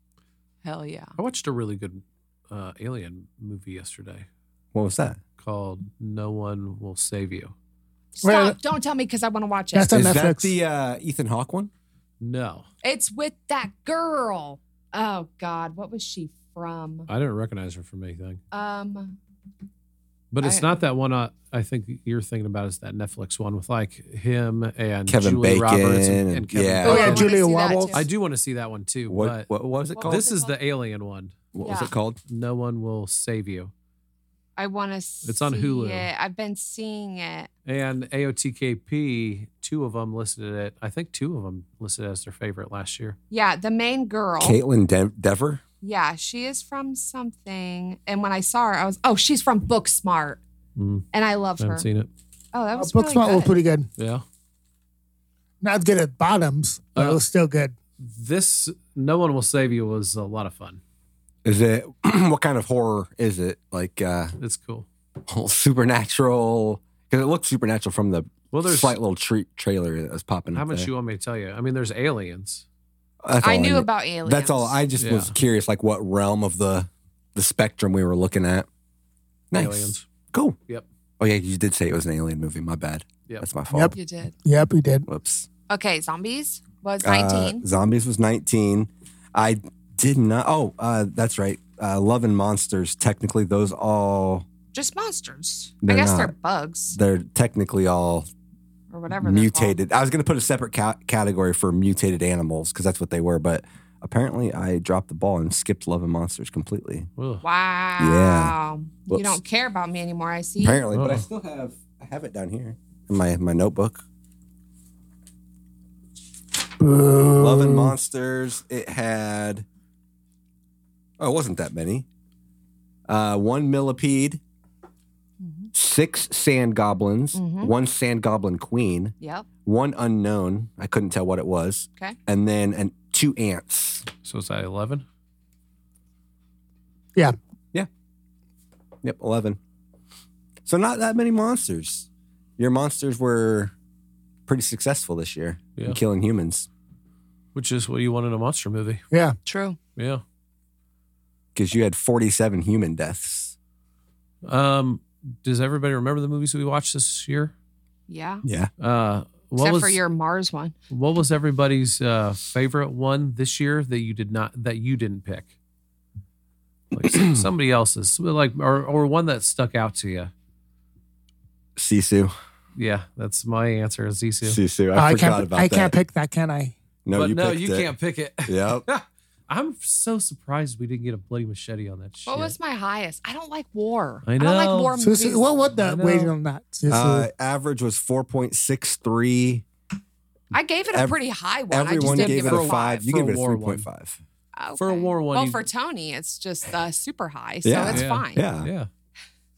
Speaker 4: hell yeah.
Speaker 5: I watched a really good uh, alien movie yesterday
Speaker 3: What was that?
Speaker 5: called No One Will Save You.
Speaker 4: Stop.
Speaker 2: Well,
Speaker 4: don't tell me because I want to watch it.
Speaker 2: that's It's a- on
Speaker 3: Is that
Speaker 2: Netflix.
Speaker 3: the uh, Ethan Hawke one?
Speaker 5: No,
Speaker 4: It's with that girl. Oh God, what was she from?
Speaker 5: I didn't recognize her from anything.
Speaker 4: Um,
Speaker 5: But it's
Speaker 4: I-
Speaker 5: not that one. Uh, I think you're thinking about is that Netflix one with like him and
Speaker 3: Kevin
Speaker 5: Julia Roberts
Speaker 3: Bacon
Speaker 5: and,
Speaker 3: and-
Speaker 5: and Kevin.
Speaker 3: yeah.
Speaker 4: oh,
Speaker 5: Bacon.
Speaker 4: I
Speaker 2: yeah,
Speaker 4: wanna
Speaker 2: Julia
Speaker 4: see that
Speaker 2: Roberts.
Speaker 4: too.
Speaker 5: I do want to see that one too.
Speaker 3: What,
Speaker 5: but
Speaker 3: what, what was it
Speaker 4: What
Speaker 3: called?
Speaker 5: this is
Speaker 4: called?
Speaker 5: the alien one.
Speaker 3: what was
Speaker 4: Yeah.
Speaker 3: it called?
Speaker 5: No one will save you.
Speaker 4: I want to.
Speaker 5: It's on Hulu.
Speaker 4: It. I've been seeing it.
Speaker 5: And AOTKP, two of them listed it. I think two of them listed it as their favorite last year.
Speaker 4: Yeah, the main girl.
Speaker 3: Caitlin De- Dever?
Speaker 4: Yeah, she is from something. And when I saw her, I was, oh, she's from Booksmart,
Speaker 5: Mm,
Speaker 4: and I love
Speaker 5: I haven't
Speaker 4: her.
Speaker 5: seen it.
Speaker 4: Oh, that
Speaker 2: Uh,
Speaker 4: was
Speaker 2: Booksmart
Speaker 4: really
Speaker 2: was
Speaker 4: good.
Speaker 2: pretty good.
Speaker 5: Yeah.
Speaker 2: Not good at bottoms, but
Speaker 3: Uh-huh.
Speaker 5: Uh,
Speaker 2: it was still good.
Speaker 5: This No One Will Save You was a lot of fun.
Speaker 3: Is it, (clears throat) what kind of horror is it? Like uh,
Speaker 5: It's cool.
Speaker 3: (laughs) supernatural? Because it looked supernatural from the
Speaker 5: Well, there's
Speaker 3: slight little treat trailer that was popping
Speaker 5: how
Speaker 3: up.
Speaker 5: much
Speaker 3: there.
Speaker 5: you want me to tell you? I mean, there's aliens.
Speaker 3: That's
Speaker 4: I
Speaker 3: all
Speaker 4: knew
Speaker 3: knew.
Speaker 4: about aliens.
Speaker 3: That's all. I just was
Speaker 5: Yeah.
Speaker 3: curious, like what realm of the the spectrum we were looking at. Nice.
Speaker 5: Aliens.
Speaker 3: Cool.
Speaker 5: Yep.
Speaker 3: Oh yeah, you did say it was an alien movie. My bad.
Speaker 5: Yep.
Speaker 3: That's my fault.
Speaker 4: You did.
Speaker 2: Yep, he did.
Speaker 3: Whoops.
Speaker 4: Okay, zombies was
Speaker 3: Uh,
Speaker 4: 19.
Speaker 3: Zombies was nineteen. I did not. Oh, uh, that's right. Uh, Love and monsters. Technically, those all
Speaker 4: just monsters. I
Speaker 3: They're
Speaker 4: guess they're
Speaker 3: not.
Speaker 4: bugs
Speaker 3: they're technically all
Speaker 4: or whatever. they're called.
Speaker 3: mutated. I was going to put a separate ca- category for mutated animals because that's what they were, but apparently I dropped the ball and skipped Love and Monsters completely.
Speaker 5: Ugh.
Speaker 4: Wow. You
Speaker 3: Whoops.
Speaker 4: don't care about me anymore. I see.
Speaker 3: Apparently, but I
Speaker 5: Oh.
Speaker 3: still have I have it down here in my my notebook. Love and Monsters. It had oh, it wasn't that many. Uh, one millipede,
Speaker 4: Mhm.
Speaker 3: six sand goblins,
Speaker 4: Mhm.
Speaker 3: one sand goblin queen,
Speaker 4: Yep.
Speaker 3: one unknown. I couldn't tell what it was.
Speaker 4: Okay.
Speaker 3: and then and two ants.
Speaker 5: So it's at 11?
Speaker 2: Yeah.
Speaker 3: Yep, eleven. So not that many monsters. Your monsters were pretty successful this year
Speaker 5: Yeah.
Speaker 3: in killing humans
Speaker 5: Which is what you want in a monster movie.
Speaker 2: Yeah.
Speaker 4: True.
Speaker 5: Yeah.
Speaker 3: because you had forty-seven human deaths.
Speaker 5: Um, does everybody remember the movies we watched this year?
Speaker 4: Yeah.
Speaker 3: Yeah,
Speaker 5: Uh, what
Speaker 4: Except
Speaker 5: was
Speaker 4: for your Mars one.
Speaker 5: what was everybody's uh, favorite one this year that you did not that you didn't pick? Like some-
Speaker 3: (clears throat)
Speaker 5: somebody else's, like or or one that stuck out to you.
Speaker 3: Sisu,
Speaker 5: Yeah, that's my answer. Is Sisu.
Speaker 3: Sisu.
Speaker 2: Oh,
Speaker 3: I,
Speaker 2: I
Speaker 3: forgot
Speaker 2: can't.
Speaker 3: about
Speaker 2: I
Speaker 3: that.
Speaker 2: can't pick that, can I?
Speaker 3: No,
Speaker 5: but
Speaker 3: you
Speaker 5: no,
Speaker 3: picked
Speaker 5: you
Speaker 3: it.
Speaker 5: can't pick it.
Speaker 3: Yep.
Speaker 2: (laughs)
Speaker 5: I'm so surprised we didn't get a bloody machete on that shit.
Speaker 4: What was my highest? I don't like war.
Speaker 5: I
Speaker 4: don't
Speaker 5: know.
Speaker 4: like war
Speaker 2: So,
Speaker 4: movies.
Speaker 2: so, what what
Speaker 5: I
Speaker 2: the
Speaker 5: know.
Speaker 2: waiting on that? So, so-
Speaker 3: Uh, average was four point six three.
Speaker 4: I gave it a
Speaker 3: Ev-
Speaker 4: pretty high one. I
Speaker 3: Everyone
Speaker 4: just didn't
Speaker 3: gave
Speaker 4: give
Speaker 3: it a five. You
Speaker 5: for
Speaker 3: gave it a
Speaker 5: war
Speaker 3: three
Speaker 5: one.
Speaker 3: point five.
Speaker 5: For a
Speaker 4: Okay.
Speaker 5: war one,
Speaker 4: Well,
Speaker 5: you-
Speaker 4: for Tony, it's just uh, super high, so
Speaker 3: Yeah.
Speaker 4: it's
Speaker 5: Yeah.
Speaker 4: fine.
Speaker 3: Yeah.
Speaker 5: Yeah,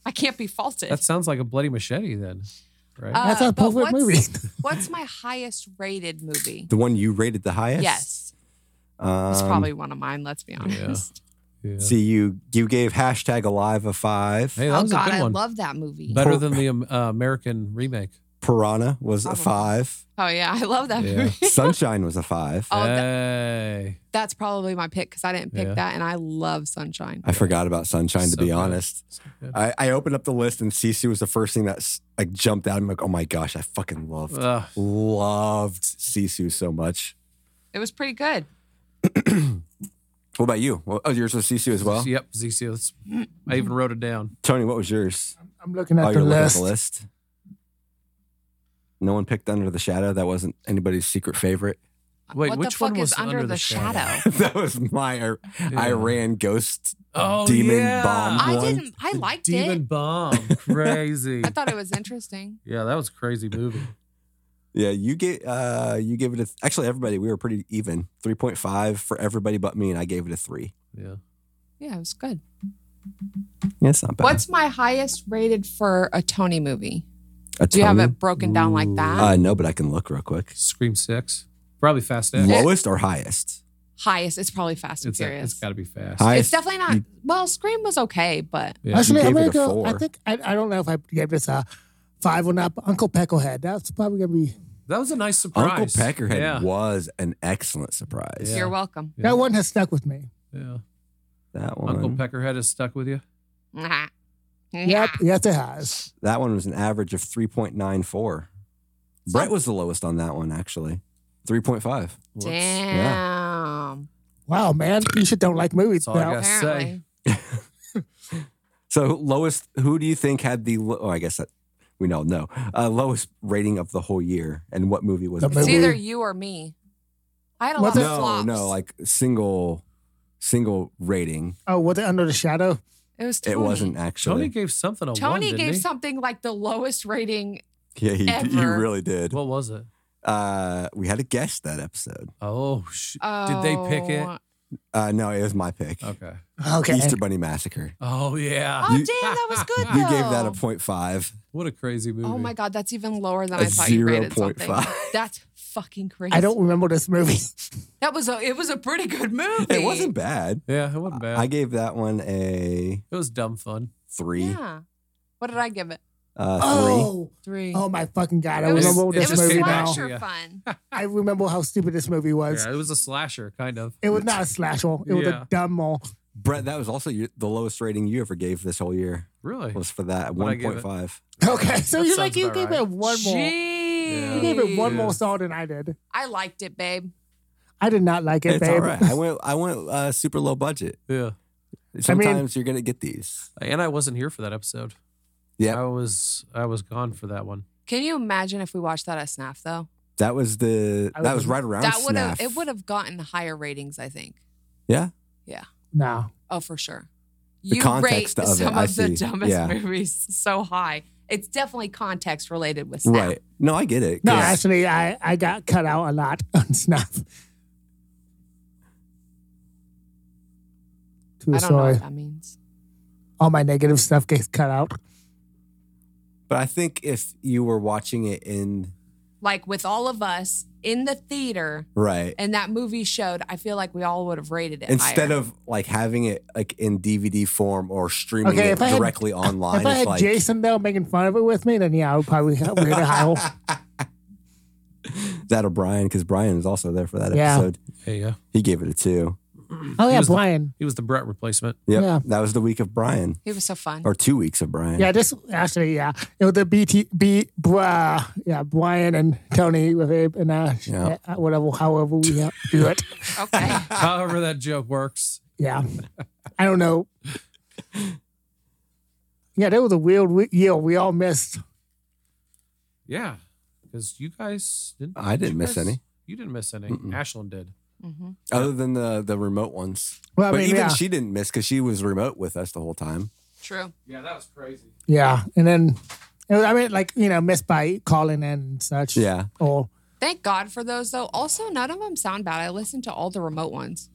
Speaker 4: I can't be faulted.
Speaker 5: that sounds like a bloody machete then, right?
Speaker 4: Uh,
Speaker 2: That's a
Speaker 4: but what's-
Speaker 2: perfect movie.
Speaker 4: (laughs) What's my highest rated movie?
Speaker 3: The one you rated the highest.
Speaker 4: Yes,
Speaker 3: Um,
Speaker 4: it's probably one of mine. Let's be honest.
Speaker 5: yeah.
Speaker 3: See you. You gave hashtag alive a five.
Speaker 5: hey, that
Speaker 4: oh
Speaker 5: was
Speaker 4: God,
Speaker 5: a good
Speaker 4: I
Speaker 5: one.
Speaker 4: love that movie.
Speaker 5: Better than the um, uh, American remake.
Speaker 3: Piranha was a
Speaker 4: Probably.
Speaker 2: (laughs)
Speaker 3: five.
Speaker 4: Oh yeah, I love that
Speaker 5: Yeah.
Speaker 4: movie.
Speaker 3: Sunshine was a five.
Speaker 4: Oh, that-
Speaker 5: hey.
Speaker 4: that's probably my pick because I didn't pick
Speaker 5: Yeah.
Speaker 4: that, and I love Sunshine.
Speaker 3: I forgot about Sunshine to
Speaker 5: So
Speaker 3: be
Speaker 5: good.
Speaker 3: honest.
Speaker 5: So good.
Speaker 3: I, I opened up the list and Sisu was the first thing that s- like jumped out. I'm like, oh my gosh, I fucking loved
Speaker 5: Ugh.
Speaker 3: loved Sisu so much.
Speaker 4: It was pretty good.
Speaker 3: What about you? Well, oh, yours was Sisu as well.
Speaker 5: Yep, Zizio. That's- I even wrote it down.
Speaker 3: Tony, what was yours?
Speaker 2: I'm looking at
Speaker 3: oh,
Speaker 2: the
Speaker 3: you're looking at
Speaker 2: list.
Speaker 3: the list. No one picked Under the Shadow. That wasn't anybody's secret favorite. (laughs)
Speaker 5: Wait,
Speaker 4: what
Speaker 5: which
Speaker 4: the fuck
Speaker 5: one
Speaker 4: is
Speaker 5: was
Speaker 4: under, the, shadow?
Speaker 3: that was my Ir-
Speaker 5: Yeah.
Speaker 3: Iran ghost.
Speaker 5: Oh,
Speaker 3: Demon
Speaker 5: yeah.
Speaker 3: Bomb.
Speaker 4: I
Speaker 3: One.
Speaker 4: didn't. I
Speaker 5: The
Speaker 4: liked
Speaker 5: Demon
Speaker 4: it. (laughs)
Speaker 5: Bomb. Crazy. (laughs)
Speaker 4: I thought it was interesting.
Speaker 5: yeah, that was a crazy movie.
Speaker 3: Yeah, you get uh you give it a actually everybody we were pretty even. 3.5 for everybody but me and I gave it a 3.
Speaker 5: Yeah.
Speaker 4: Yeah, it was good.
Speaker 3: Yeah, it's not bad.
Speaker 4: What's my highest rated for a Tony movie?
Speaker 3: A
Speaker 4: Do you have
Speaker 3: Tony?
Speaker 4: it broken down like
Speaker 5: Ooh.
Speaker 4: that?
Speaker 3: Uh, no, but I can look real quick.
Speaker 5: Scream Six. Probably Fast X.
Speaker 3: Lowest or highest?
Speaker 4: Highest. It's probably Fast and
Speaker 5: It's, a-
Speaker 4: Furious.
Speaker 5: it's got to be fast.
Speaker 3: Hi-
Speaker 4: it's definitely not. Well, Scream was okay, but
Speaker 5: Yeah.
Speaker 2: Actually,
Speaker 3: You
Speaker 2: I'm
Speaker 3: gave
Speaker 2: gonna
Speaker 3: it a
Speaker 2: go. I
Speaker 3: four.
Speaker 2: think I, I don't know if I gave this a five or not. But Uncle Pecklehead. That's probably gonna be
Speaker 5: That was a nice surprise.
Speaker 3: Uncle Peckerhead
Speaker 5: Yeah.
Speaker 3: was an excellent surprise.
Speaker 5: Yeah.
Speaker 4: you're welcome.
Speaker 5: Yeah.
Speaker 2: that one has stuck with me.
Speaker 5: yeah.
Speaker 3: That one.
Speaker 5: Uncle Peckerhead is stuck with you.
Speaker 4: Nah.
Speaker 2: Yep, yes, it has.
Speaker 3: that one was an average of 3.94. Brett was the lowest on that one actually. 3.5.
Speaker 5: Whoops.
Speaker 4: Damn.
Speaker 2: Wow, man, you should don't like movies.
Speaker 5: That's all I
Speaker 2: pal.
Speaker 5: got. say.
Speaker 4: Apparently.
Speaker 3: So lowest who do you think had the lo- oh I guess that we know no. Uh, lowest rating of the whole year and what movie was
Speaker 2: The
Speaker 3: it?
Speaker 2: movie.
Speaker 4: It's
Speaker 2: Maybe.
Speaker 4: either you or me. I had a
Speaker 2: What's
Speaker 4: lot
Speaker 2: it-
Speaker 4: of
Speaker 3: no,
Speaker 4: flops.
Speaker 3: no, like single single rating.
Speaker 2: Oh, was it Under the Shadow?
Speaker 4: it was. Tony.
Speaker 3: It wasn't
Speaker 5: Tony
Speaker 3: actually.
Speaker 5: gave something a one,
Speaker 4: Tony
Speaker 5: didn't
Speaker 4: gave
Speaker 5: he?
Speaker 4: something like the lowest rating.
Speaker 3: (laughs) yeah, he, he
Speaker 4: Ever.
Speaker 3: really did.
Speaker 5: What was it?
Speaker 3: Uh, we had a guest that episode.
Speaker 5: Oh, sh-
Speaker 4: Oh,
Speaker 5: did they pick it?
Speaker 3: Uh, no, it was my pick.
Speaker 5: Okay.
Speaker 2: Okay,
Speaker 3: Easter Bunny Massacre.
Speaker 5: Oh yeah.
Speaker 4: Oh
Speaker 3: You-
Speaker 4: damn, that was good.
Speaker 3: (laughs) You gave that
Speaker 4: though.
Speaker 3: a point five.
Speaker 5: What a crazy movie.
Speaker 4: Oh my god, that's even lower than
Speaker 3: A
Speaker 4: I thought you rated something.
Speaker 3: 0.5.
Speaker 4: That's fucking crazy.
Speaker 2: I don't remember this movie.
Speaker 4: That was a. It was a pretty good movie.
Speaker 3: It wasn't bad.
Speaker 5: Yeah, it wasn't bad.
Speaker 3: I gave that one a
Speaker 5: it was dumb fun.
Speaker 3: three.
Speaker 4: Yeah. What did I give it?
Speaker 3: Uh, three.
Speaker 2: Oh,
Speaker 4: Three.
Speaker 2: oh my fucking god! I
Speaker 4: it was,
Speaker 2: remember
Speaker 5: what
Speaker 4: it
Speaker 2: this
Speaker 4: was
Speaker 2: movie now.
Speaker 4: slasher
Speaker 5: Yeah.
Speaker 4: fun.
Speaker 2: I remember how stupid this movie was.
Speaker 5: Yeah, it was a slasher kind of.
Speaker 2: It was not a slasher. It was
Speaker 5: Yeah.
Speaker 2: a dumb mole. (laughs)
Speaker 3: Brett, that was also your, the lowest rating you ever gave this whole year.
Speaker 5: Really?
Speaker 3: Was for that
Speaker 5: What'd I
Speaker 3: one
Speaker 5: give
Speaker 3: point
Speaker 5: it?
Speaker 3: five.
Speaker 2: Okay, so
Speaker 5: That
Speaker 2: you
Speaker 5: sounds
Speaker 2: like you
Speaker 5: about
Speaker 2: gave
Speaker 5: right.
Speaker 2: it one more. You gave it one more star than I did.
Speaker 4: I liked it, babe.
Speaker 2: I did not like it,
Speaker 3: It's
Speaker 2: babe.
Speaker 3: all right. I went. I went uh, super low budget.
Speaker 5: Yeah.
Speaker 3: Sometimes you're gonna get these.
Speaker 5: And I wasn't here for that episode.
Speaker 3: Yep.
Speaker 5: I was I was gone for that one.
Speaker 4: Can you imagine if we watched that at Snaf though?
Speaker 3: That was the.
Speaker 2: I
Speaker 3: that was
Speaker 2: would've-
Speaker 3: right around.
Speaker 4: that would have
Speaker 3: Snaf.
Speaker 4: it would have gotten higher ratings, I think.
Speaker 3: Yeah.
Speaker 2: No,
Speaker 4: Oh, for sure.
Speaker 3: The
Speaker 4: you rate
Speaker 3: context of it,
Speaker 4: some
Speaker 3: I
Speaker 4: of the
Speaker 3: see.
Speaker 4: dumbest
Speaker 3: Yeah.
Speaker 4: movies so high. It's definitely context related with Snap.
Speaker 3: Right. No, I get it.
Speaker 2: no.
Speaker 3: 'cause-
Speaker 2: Actually, I I got cut out a lot (laughs) on Snap. True
Speaker 4: I don't know
Speaker 2: story.
Speaker 4: what that means.
Speaker 2: All my negative stuff gets cut out.
Speaker 3: But I think if you were watching it in
Speaker 4: Like with all of us in the theater
Speaker 3: right
Speaker 4: and that movie showed, I feel like we all would have rated it
Speaker 3: instead
Speaker 4: higher.
Speaker 3: of like having it like in DVD form or streaming
Speaker 2: Okay,
Speaker 3: it
Speaker 2: if I had-
Speaker 3: directly online,
Speaker 2: if I
Speaker 3: it's
Speaker 2: had
Speaker 3: like
Speaker 2: Jason there making fun of it with me, then yeah, I would probably (laughs) we're in a
Speaker 3: (laughs)
Speaker 2: howl.
Speaker 3: that or Brian because Brian is also there for that
Speaker 2: Yeah.
Speaker 3: episode.
Speaker 5: Yeah, yeah.
Speaker 3: He gave it a two.
Speaker 2: Oh
Speaker 5: He
Speaker 2: yeah,
Speaker 5: was the-
Speaker 2: Brian.
Speaker 5: He was the Brett replacement. (laughs)
Speaker 3: Yep.
Speaker 2: Yeah.
Speaker 3: That was the week of Brian
Speaker 4: He was so fun.
Speaker 3: or two weeks of Brian.
Speaker 2: Yeah, this actually, yeah, it was the BT, B, blah, yeah, Brian and Tony with Abe and uh,
Speaker 3: Yeah.
Speaker 2: uh, whatever, however we yeah, do it.
Speaker 4: Okay.
Speaker 3: (laughs)
Speaker 5: However that joke works.
Speaker 2: Yeah, I don't know. Yeah, that was a weird we- year we all missed.
Speaker 5: Yeah. Because you guys didn't
Speaker 3: I didn't
Speaker 5: you
Speaker 3: miss
Speaker 5: guys-
Speaker 3: any.
Speaker 5: You didn't miss any.
Speaker 3: Mm-mm.
Speaker 5: Ashland did.
Speaker 4: hmm
Speaker 3: Other than the the remote ones,
Speaker 2: Well, I
Speaker 3: but
Speaker 2: mean,
Speaker 3: even
Speaker 2: yeah,
Speaker 3: she didn't miss because she was remote with us the whole time.
Speaker 4: True.
Speaker 5: Yeah, that was crazy.
Speaker 2: yeah, and then it was, I mean, like you know, missed by calling in and such.
Speaker 3: Yeah.
Speaker 2: or
Speaker 4: Thank God for those though. Also, none of them sound bad. I listened to all the remote ones.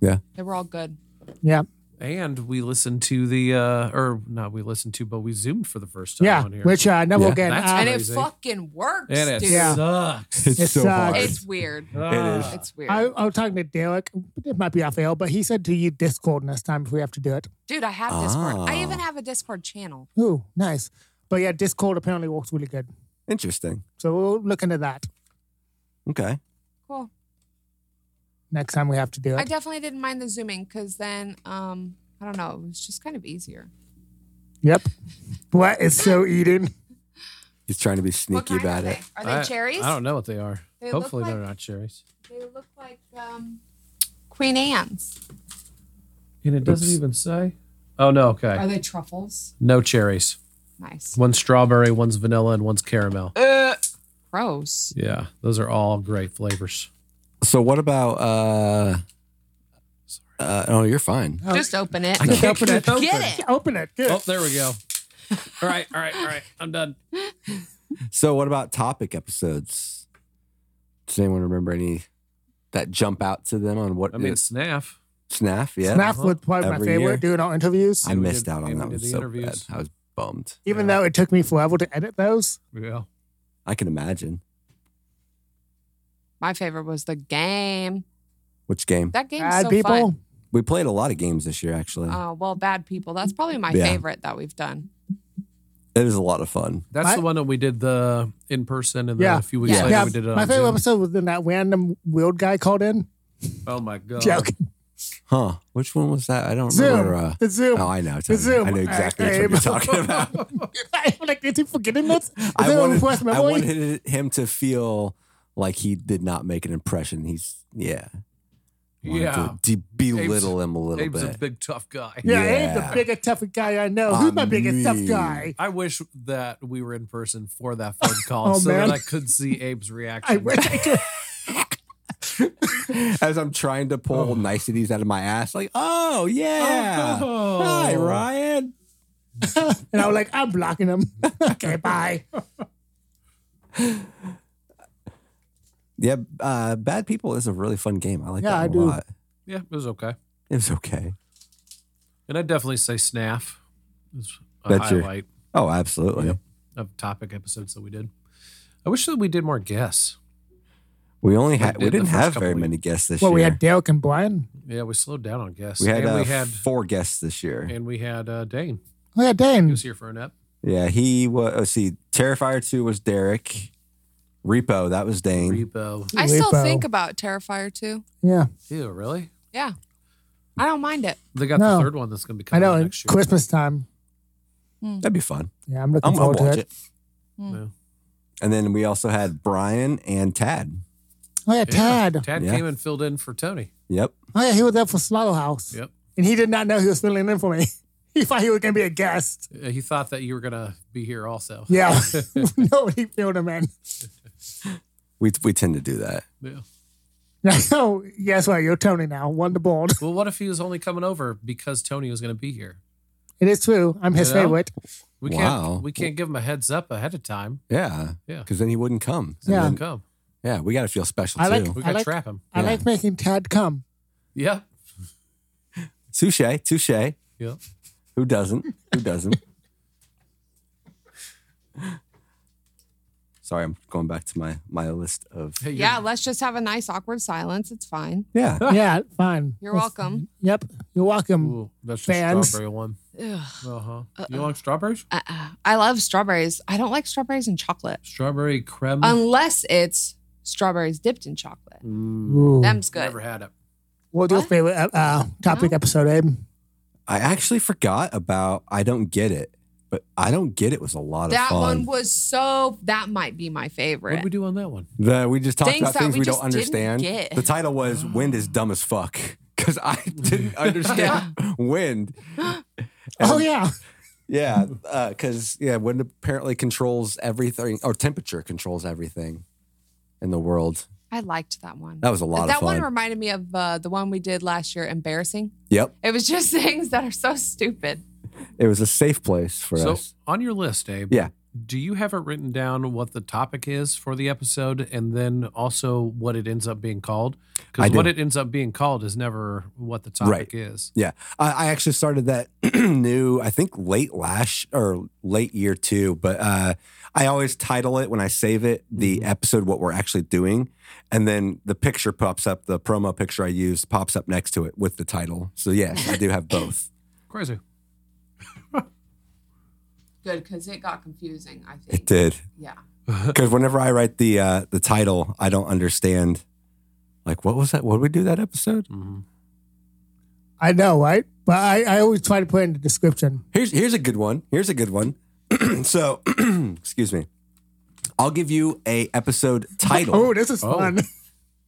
Speaker 3: Yeah.
Speaker 4: They were all good.
Speaker 2: yeah,
Speaker 5: And we listened to the uh or not we listened to, but we zoomed for the first time
Speaker 2: yeah,
Speaker 5: on here.
Speaker 2: which uh, never
Speaker 3: Yeah.
Speaker 2: again.
Speaker 5: That's
Speaker 2: uh,
Speaker 4: And it
Speaker 5: Crazy.
Speaker 4: fucking works,
Speaker 5: and it
Speaker 4: dude.
Speaker 2: Yeah.
Speaker 5: sucks.
Speaker 3: It's
Speaker 2: It
Speaker 3: so
Speaker 2: sucks.
Speaker 3: hard.
Speaker 4: It's weird.
Speaker 5: Ah.
Speaker 4: It's weird.
Speaker 2: I, I was talking to Derek. It might be off air, but he said to you Discord next time if we have to do it.
Speaker 4: Dude, I have Discord. I
Speaker 3: Ah.
Speaker 4: even have a Discord channel.
Speaker 2: Ooh, nice. But yeah, Discord apparently works really good.
Speaker 3: Interesting.
Speaker 2: So we'll look into that
Speaker 3: Okay.
Speaker 4: Cool.
Speaker 2: next time we have to do
Speaker 4: I
Speaker 2: it.
Speaker 4: definitely didn't mind the zooming because then, um, I don't know, it was just kind of easier.
Speaker 2: Yep. What is
Speaker 4: (laughs)
Speaker 2: so eating?
Speaker 3: He's trying to be
Speaker 4: What
Speaker 3: sneaky
Speaker 4: kind
Speaker 3: about
Speaker 4: are
Speaker 3: it.
Speaker 4: They? Are they
Speaker 5: I-
Speaker 4: cherries?
Speaker 5: I don't know what they are.
Speaker 4: They look
Speaker 5: Hopefully, they're
Speaker 4: like-
Speaker 5: not cherries.
Speaker 4: They look like um, Queen Anne's.
Speaker 5: And it doesn't
Speaker 3: Oops.
Speaker 5: even say. Oh no. Okay.
Speaker 4: they truffles?
Speaker 5: No cherries.
Speaker 4: Nice.
Speaker 5: One's strawberry, one's vanilla, and one's caramel.
Speaker 4: Uh, gross.
Speaker 5: Yeah, those are all great flavors.
Speaker 3: So what about? uh uh, oh, you're fine.
Speaker 4: Just open it.
Speaker 5: can't
Speaker 2: open it.
Speaker 5: open.
Speaker 4: Get it.
Speaker 2: Open it. Good.
Speaker 5: Oh, there we go. All right, all right, all right. I'm done.
Speaker 3: So, what about topic episodes? Does anyone remember any that jump out to them on what?
Speaker 5: I mean,
Speaker 3: is-
Speaker 5: Snaff.
Speaker 3: Snaff, yeah.
Speaker 2: Snaff was probably my
Speaker 3: Every
Speaker 2: favorite
Speaker 3: year.
Speaker 2: doing all interviews.
Speaker 3: I
Speaker 5: And we
Speaker 3: missed
Speaker 5: did-
Speaker 3: out on
Speaker 5: and we
Speaker 3: that
Speaker 5: did
Speaker 3: one
Speaker 5: the
Speaker 3: so
Speaker 5: interviews.
Speaker 3: bad. I was bummed.
Speaker 2: Even
Speaker 5: Yeah.
Speaker 2: though it took me forever to edit those.
Speaker 5: Yeah.
Speaker 3: I can imagine
Speaker 4: (laughs) My favorite was the game.
Speaker 3: which game
Speaker 4: That game's
Speaker 2: Bad
Speaker 4: so
Speaker 2: people.
Speaker 3: we played. A lot of games this year, actually.
Speaker 4: fun. Uh, well, bad people. That's probably my
Speaker 3: Yeah.
Speaker 4: favorite that we've done.
Speaker 3: it was a lot of fun.
Speaker 5: That's
Speaker 2: My-
Speaker 5: the one that we did the in person, and then
Speaker 2: Yeah.
Speaker 5: a few weeks
Speaker 4: Yeah.
Speaker 5: later
Speaker 2: Yeah,
Speaker 5: we did it on
Speaker 2: my favorite
Speaker 5: Zoom.
Speaker 2: episode was when that random weird guy called in.
Speaker 5: Oh my god!
Speaker 2: Joke.
Speaker 3: Huh? Which one was that? I don't remember.
Speaker 2: Zoom.
Speaker 3: Uh,
Speaker 2: The Zoom.
Speaker 3: oh, I know.
Speaker 2: The
Speaker 3: Tony.
Speaker 2: Zoom.
Speaker 3: I know exactly which one you're
Speaker 5: (laughs)
Speaker 3: talking about.
Speaker 2: I'm (laughs) like, is he forgetting
Speaker 3: (laughs)
Speaker 2: this? Is
Speaker 3: I
Speaker 2: that a
Speaker 3: wanted,
Speaker 2: repressed
Speaker 3: I
Speaker 2: memory?
Speaker 3: wanted him to feel like he did not make an impression. He's yeah. Wanted
Speaker 5: yeah,
Speaker 3: To de- belittle him a little
Speaker 5: Abe's
Speaker 3: bit.
Speaker 5: a big tough guy.
Speaker 2: yeah, Abe's the
Speaker 3: Yeah.
Speaker 2: biggest, toughest guy I know. Who's my
Speaker 3: I
Speaker 2: biggest tough
Speaker 3: mean-
Speaker 2: guy?
Speaker 5: I wish that we were in person for that
Speaker 2: (laughs)
Speaker 5: phone call
Speaker 2: Oh,
Speaker 5: so
Speaker 2: man.
Speaker 5: that I could see Abe's reaction.
Speaker 2: (laughs) (laughs) I wish
Speaker 5: (laughs)
Speaker 2: I could.
Speaker 3: (laughs)
Speaker 2: (laughs)
Speaker 3: As I'm trying to pull niceties out of my ass, like, oh yeah,
Speaker 5: Oh.
Speaker 3: hi Ryan.
Speaker 2: And I was like, I'm blocking him. (laughs) okay, bye.
Speaker 3: Yeah, uh, Bad People is a really fun game. I like
Speaker 2: Yeah,
Speaker 3: that
Speaker 2: I
Speaker 3: one a
Speaker 2: do.
Speaker 3: lot.
Speaker 5: Yeah, it was okay,
Speaker 3: It was okay.
Speaker 5: and I would definitely say Snaff is a
Speaker 3: That's your-
Speaker 5: highlight
Speaker 3: Oh, absolutely.
Speaker 5: Yep. of topic episodes that we did. I wish that we did more guests.
Speaker 3: We only
Speaker 5: We
Speaker 3: had we
Speaker 5: did the
Speaker 3: didn't
Speaker 5: first
Speaker 3: have
Speaker 5: couple
Speaker 3: very
Speaker 5: weeks.
Speaker 3: many guests this
Speaker 2: Well,
Speaker 3: year.
Speaker 2: we had Derek and Brian.
Speaker 5: Yeah, we slowed down on guests.
Speaker 3: we had,
Speaker 5: and
Speaker 3: uh,
Speaker 5: we had
Speaker 3: four guests this year.
Speaker 5: and we had uh, Dane.
Speaker 2: Oh, yeah,
Speaker 5: He
Speaker 2: Dane.
Speaker 5: was here for an ep.
Speaker 3: Yeah, he was. Oh, see, Terrifier Two was Derek. Repo, that was Dane.
Speaker 5: Repo.
Speaker 4: I still
Speaker 2: Repo.
Speaker 4: think about Terrifier 2.
Speaker 2: Yeah,
Speaker 5: Ew, really?
Speaker 4: Yeah. I don't mind it.
Speaker 5: They got
Speaker 2: No.
Speaker 5: the third one that's going to be
Speaker 2: I
Speaker 5: coming
Speaker 2: know.
Speaker 5: out
Speaker 2: and
Speaker 5: next year.
Speaker 2: Christmas time.
Speaker 3: That'd be fun.
Speaker 2: Yeah, I'm looking
Speaker 3: I'm gonna
Speaker 2: forward
Speaker 3: watch
Speaker 2: to it.
Speaker 3: it.
Speaker 4: Hmm.
Speaker 5: Yeah.
Speaker 3: And then we also had Brian and Tad.
Speaker 2: Oh yeah,
Speaker 5: Yeah.
Speaker 2: Tad.
Speaker 5: Tad
Speaker 3: Yeah.
Speaker 5: came and filled in for Tony.
Speaker 3: Yep.
Speaker 2: Oh yeah, he was there for Slaughterhouse.
Speaker 5: Yep.
Speaker 2: And he did not know he was filling in for me. (laughs) He thought he was gonna be a guest.
Speaker 5: Uh, He thought that you were going to be here also.
Speaker 2: Yeah. (laughs) Nobody filled him in. (laughs)
Speaker 3: We we tend to do that.
Speaker 5: Yeah.
Speaker 2: No, guess what? You're Tony now. Won the board.
Speaker 5: Well, what if he was only coming over because Tony was going to be here?
Speaker 2: It is true. I'm his
Speaker 5: You know?
Speaker 2: favorite.
Speaker 5: We
Speaker 3: Wow.
Speaker 5: can't. We can't give him a heads up ahead of time.
Speaker 3: Yeah.
Speaker 5: Yeah.
Speaker 3: Because then he wouldn't come. And
Speaker 2: Yeah.
Speaker 5: Don't
Speaker 3: then-
Speaker 5: Come.
Speaker 3: yeah. We got to feel special
Speaker 2: I like-
Speaker 3: too.
Speaker 5: We got to
Speaker 2: like-
Speaker 5: trap him.
Speaker 2: I
Speaker 3: Yeah.
Speaker 2: like making Tad come.
Speaker 5: Yeah.
Speaker 3: Touche. Touche.
Speaker 5: Yeah.
Speaker 3: Who doesn't? Who doesn't? (laughs) Sorry, I'm going back to my my list of.
Speaker 5: Hey, you're-
Speaker 4: Yeah, let's just have a nice awkward silence. It's fine.
Speaker 3: Yeah.
Speaker 2: yeah, fine.
Speaker 4: You're
Speaker 2: That's-
Speaker 4: welcome.
Speaker 2: Yep. You're welcome.
Speaker 5: Ooh, that's the
Speaker 2: Fans.
Speaker 5: strawberry one.
Speaker 4: Ugh.
Speaker 5: Uh huh. You like strawberries?
Speaker 4: Uh-uh. I love strawberries. I don't like strawberries and chocolate
Speaker 5: Strawberry creme.
Speaker 3: Mm-hmm.
Speaker 4: unless it's strawberries dipped in chocolate.
Speaker 5: Mm,
Speaker 2: Ooh.
Speaker 4: Them's good.
Speaker 5: never had it.
Speaker 2: What's your
Speaker 4: What?
Speaker 2: favorite uh, uh, topic
Speaker 4: No.
Speaker 2: episode, Abe?
Speaker 3: I actually forgot about. I don't get it, but I don't get it was a lot
Speaker 4: that
Speaker 3: of fun.
Speaker 4: one was so. That might be my
Speaker 5: What
Speaker 4: favorite.
Speaker 5: did we do on that one?
Speaker 3: That we just talked
Speaker 4: Things
Speaker 3: about
Speaker 4: that
Speaker 3: things
Speaker 4: we
Speaker 3: we,
Speaker 4: just
Speaker 3: don't
Speaker 4: didn't
Speaker 3: understand.
Speaker 4: get.
Speaker 3: The title was "Wind is dumb as fuck" because I
Speaker 4: (laughs)
Speaker 3: didn't understand wind.
Speaker 2: Oh yeah.
Speaker 3: Yeah, because yeah, wind apparently controls everything, or temperature controls everything in the world.
Speaker 4: I liked that one.
Speaker 3: That was a lot
Speaker 4: that
Speaker 3: of
Speaker 4: one
Speaker 3: fun.
Speaker 4: reminded me of uh, the one we did last year. Embarrassing.
Speaker 3: yep,
Speaker 4: It was (laughs) just things that are so stupid.
Speaker 3: it was a safe place for
Speaker 5: So
Speaker 3: us.
Speaker 5: on your list, Abe.
Speaker 3: Yeah.
Speaker 5: Do you have it written down what the topic is for the episode, and then also what it ends up being called?
Speaker 3: I
Speaker 5: Because
Speaker 3: do.
Speaker 5: what it ends up being called is never what the topic
Speaker 3: Right.
Speaker 5: is.
Speaker 3: Yeah, I, I actually started that (clears throat) new. I think late last or late year two, but uh, I always title it when I save it the episode what we're actually doing, and then the picture pops up. The promo picture I used pops up next to it with the title. So yes, I do have both.
Speaker 5: Crazy.
Speaker 4: good because it got confusing, I think.
Speaker 3: It did.
Speaker 4: Yeah.
Speaker 3: Because whenever I write the uh, the title, I don't understand. Like, what was that? What did we do that episode?
Speaker 5: Mhm.
Speaker 2: I know, right? But I, I always try to put in the description.
Speaker 3: Here's here's a good one. Here's a good one. (clears throat) so, (clears throat) excuse me. I'll give you a episode title,
Speaker 2: Oh, this is
Speaker 5: Oh.
Speaker 2: fun.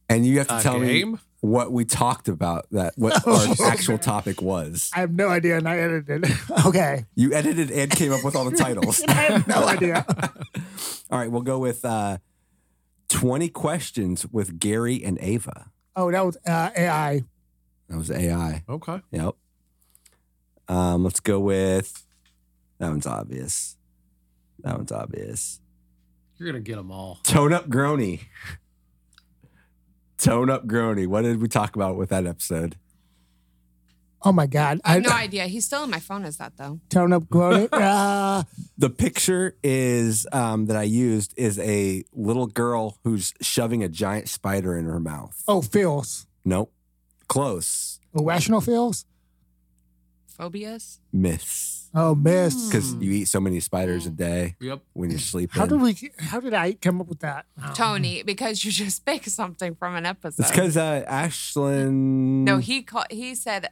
Speaker 3: and you have to
Speaker 5: A
Speaker 3: tell me
Speaker 5: game?
Speaker 3: what we talked about. That
Speaker 5: (laughs)
Speaker 3: what our actual topic was.
Speaker 2: I have no idea, and I edited. (laughs) okay,
Speaker 3: You edited and came up with all the titles.
Speaker 2: (laughs) I have
Speaker 3: (laughs)
Speaker 2: no idea.
Speaker 3: all right, we'll go with uh, twenty questions with Gary and Ava.
Speaker 2: Oh, that was uh, AI.
Speaker 3: That was AI.
Speaker 5: Okay.
Speaker 3: Yep. Um, let's go with that one's obvious. That one's obvious.
Speaker 5: You're gonna get them all.
Speaker 3: Tone up Grony. (laughs) Tone up Grony. What did we talk about with that episode?
Speaker 2: Oh my God, I
Speaker 4: No idea. He's still in my phone, is that though?
Speaker 2: tone up growing. Uh,
Speaker 3: The picture is um, that I used is a little girl who's shoving a giant spider in her mouth.
Speaker 2: oh, feels
Speaker 3: Nope. Close.
Speaker 2: irrational feels.
Speaker 4: Phobias?
Speaker 3: Myths.
Speaker 2: Oh,
Speaker 4: Hmm.
Speaker 2: miss.
Speaker 3: Because you eat so many spiders a day
Speaker 5: Yep.
Speaker 3: when you're sleeping.
Speaker 2: How did we? How did I come up with that?
Speaker 4: Tony, because you just (laughs) picked something from an episode.
Speaker 3: it's because uh, Ashlyn.
Speaker 4: no, he called, he said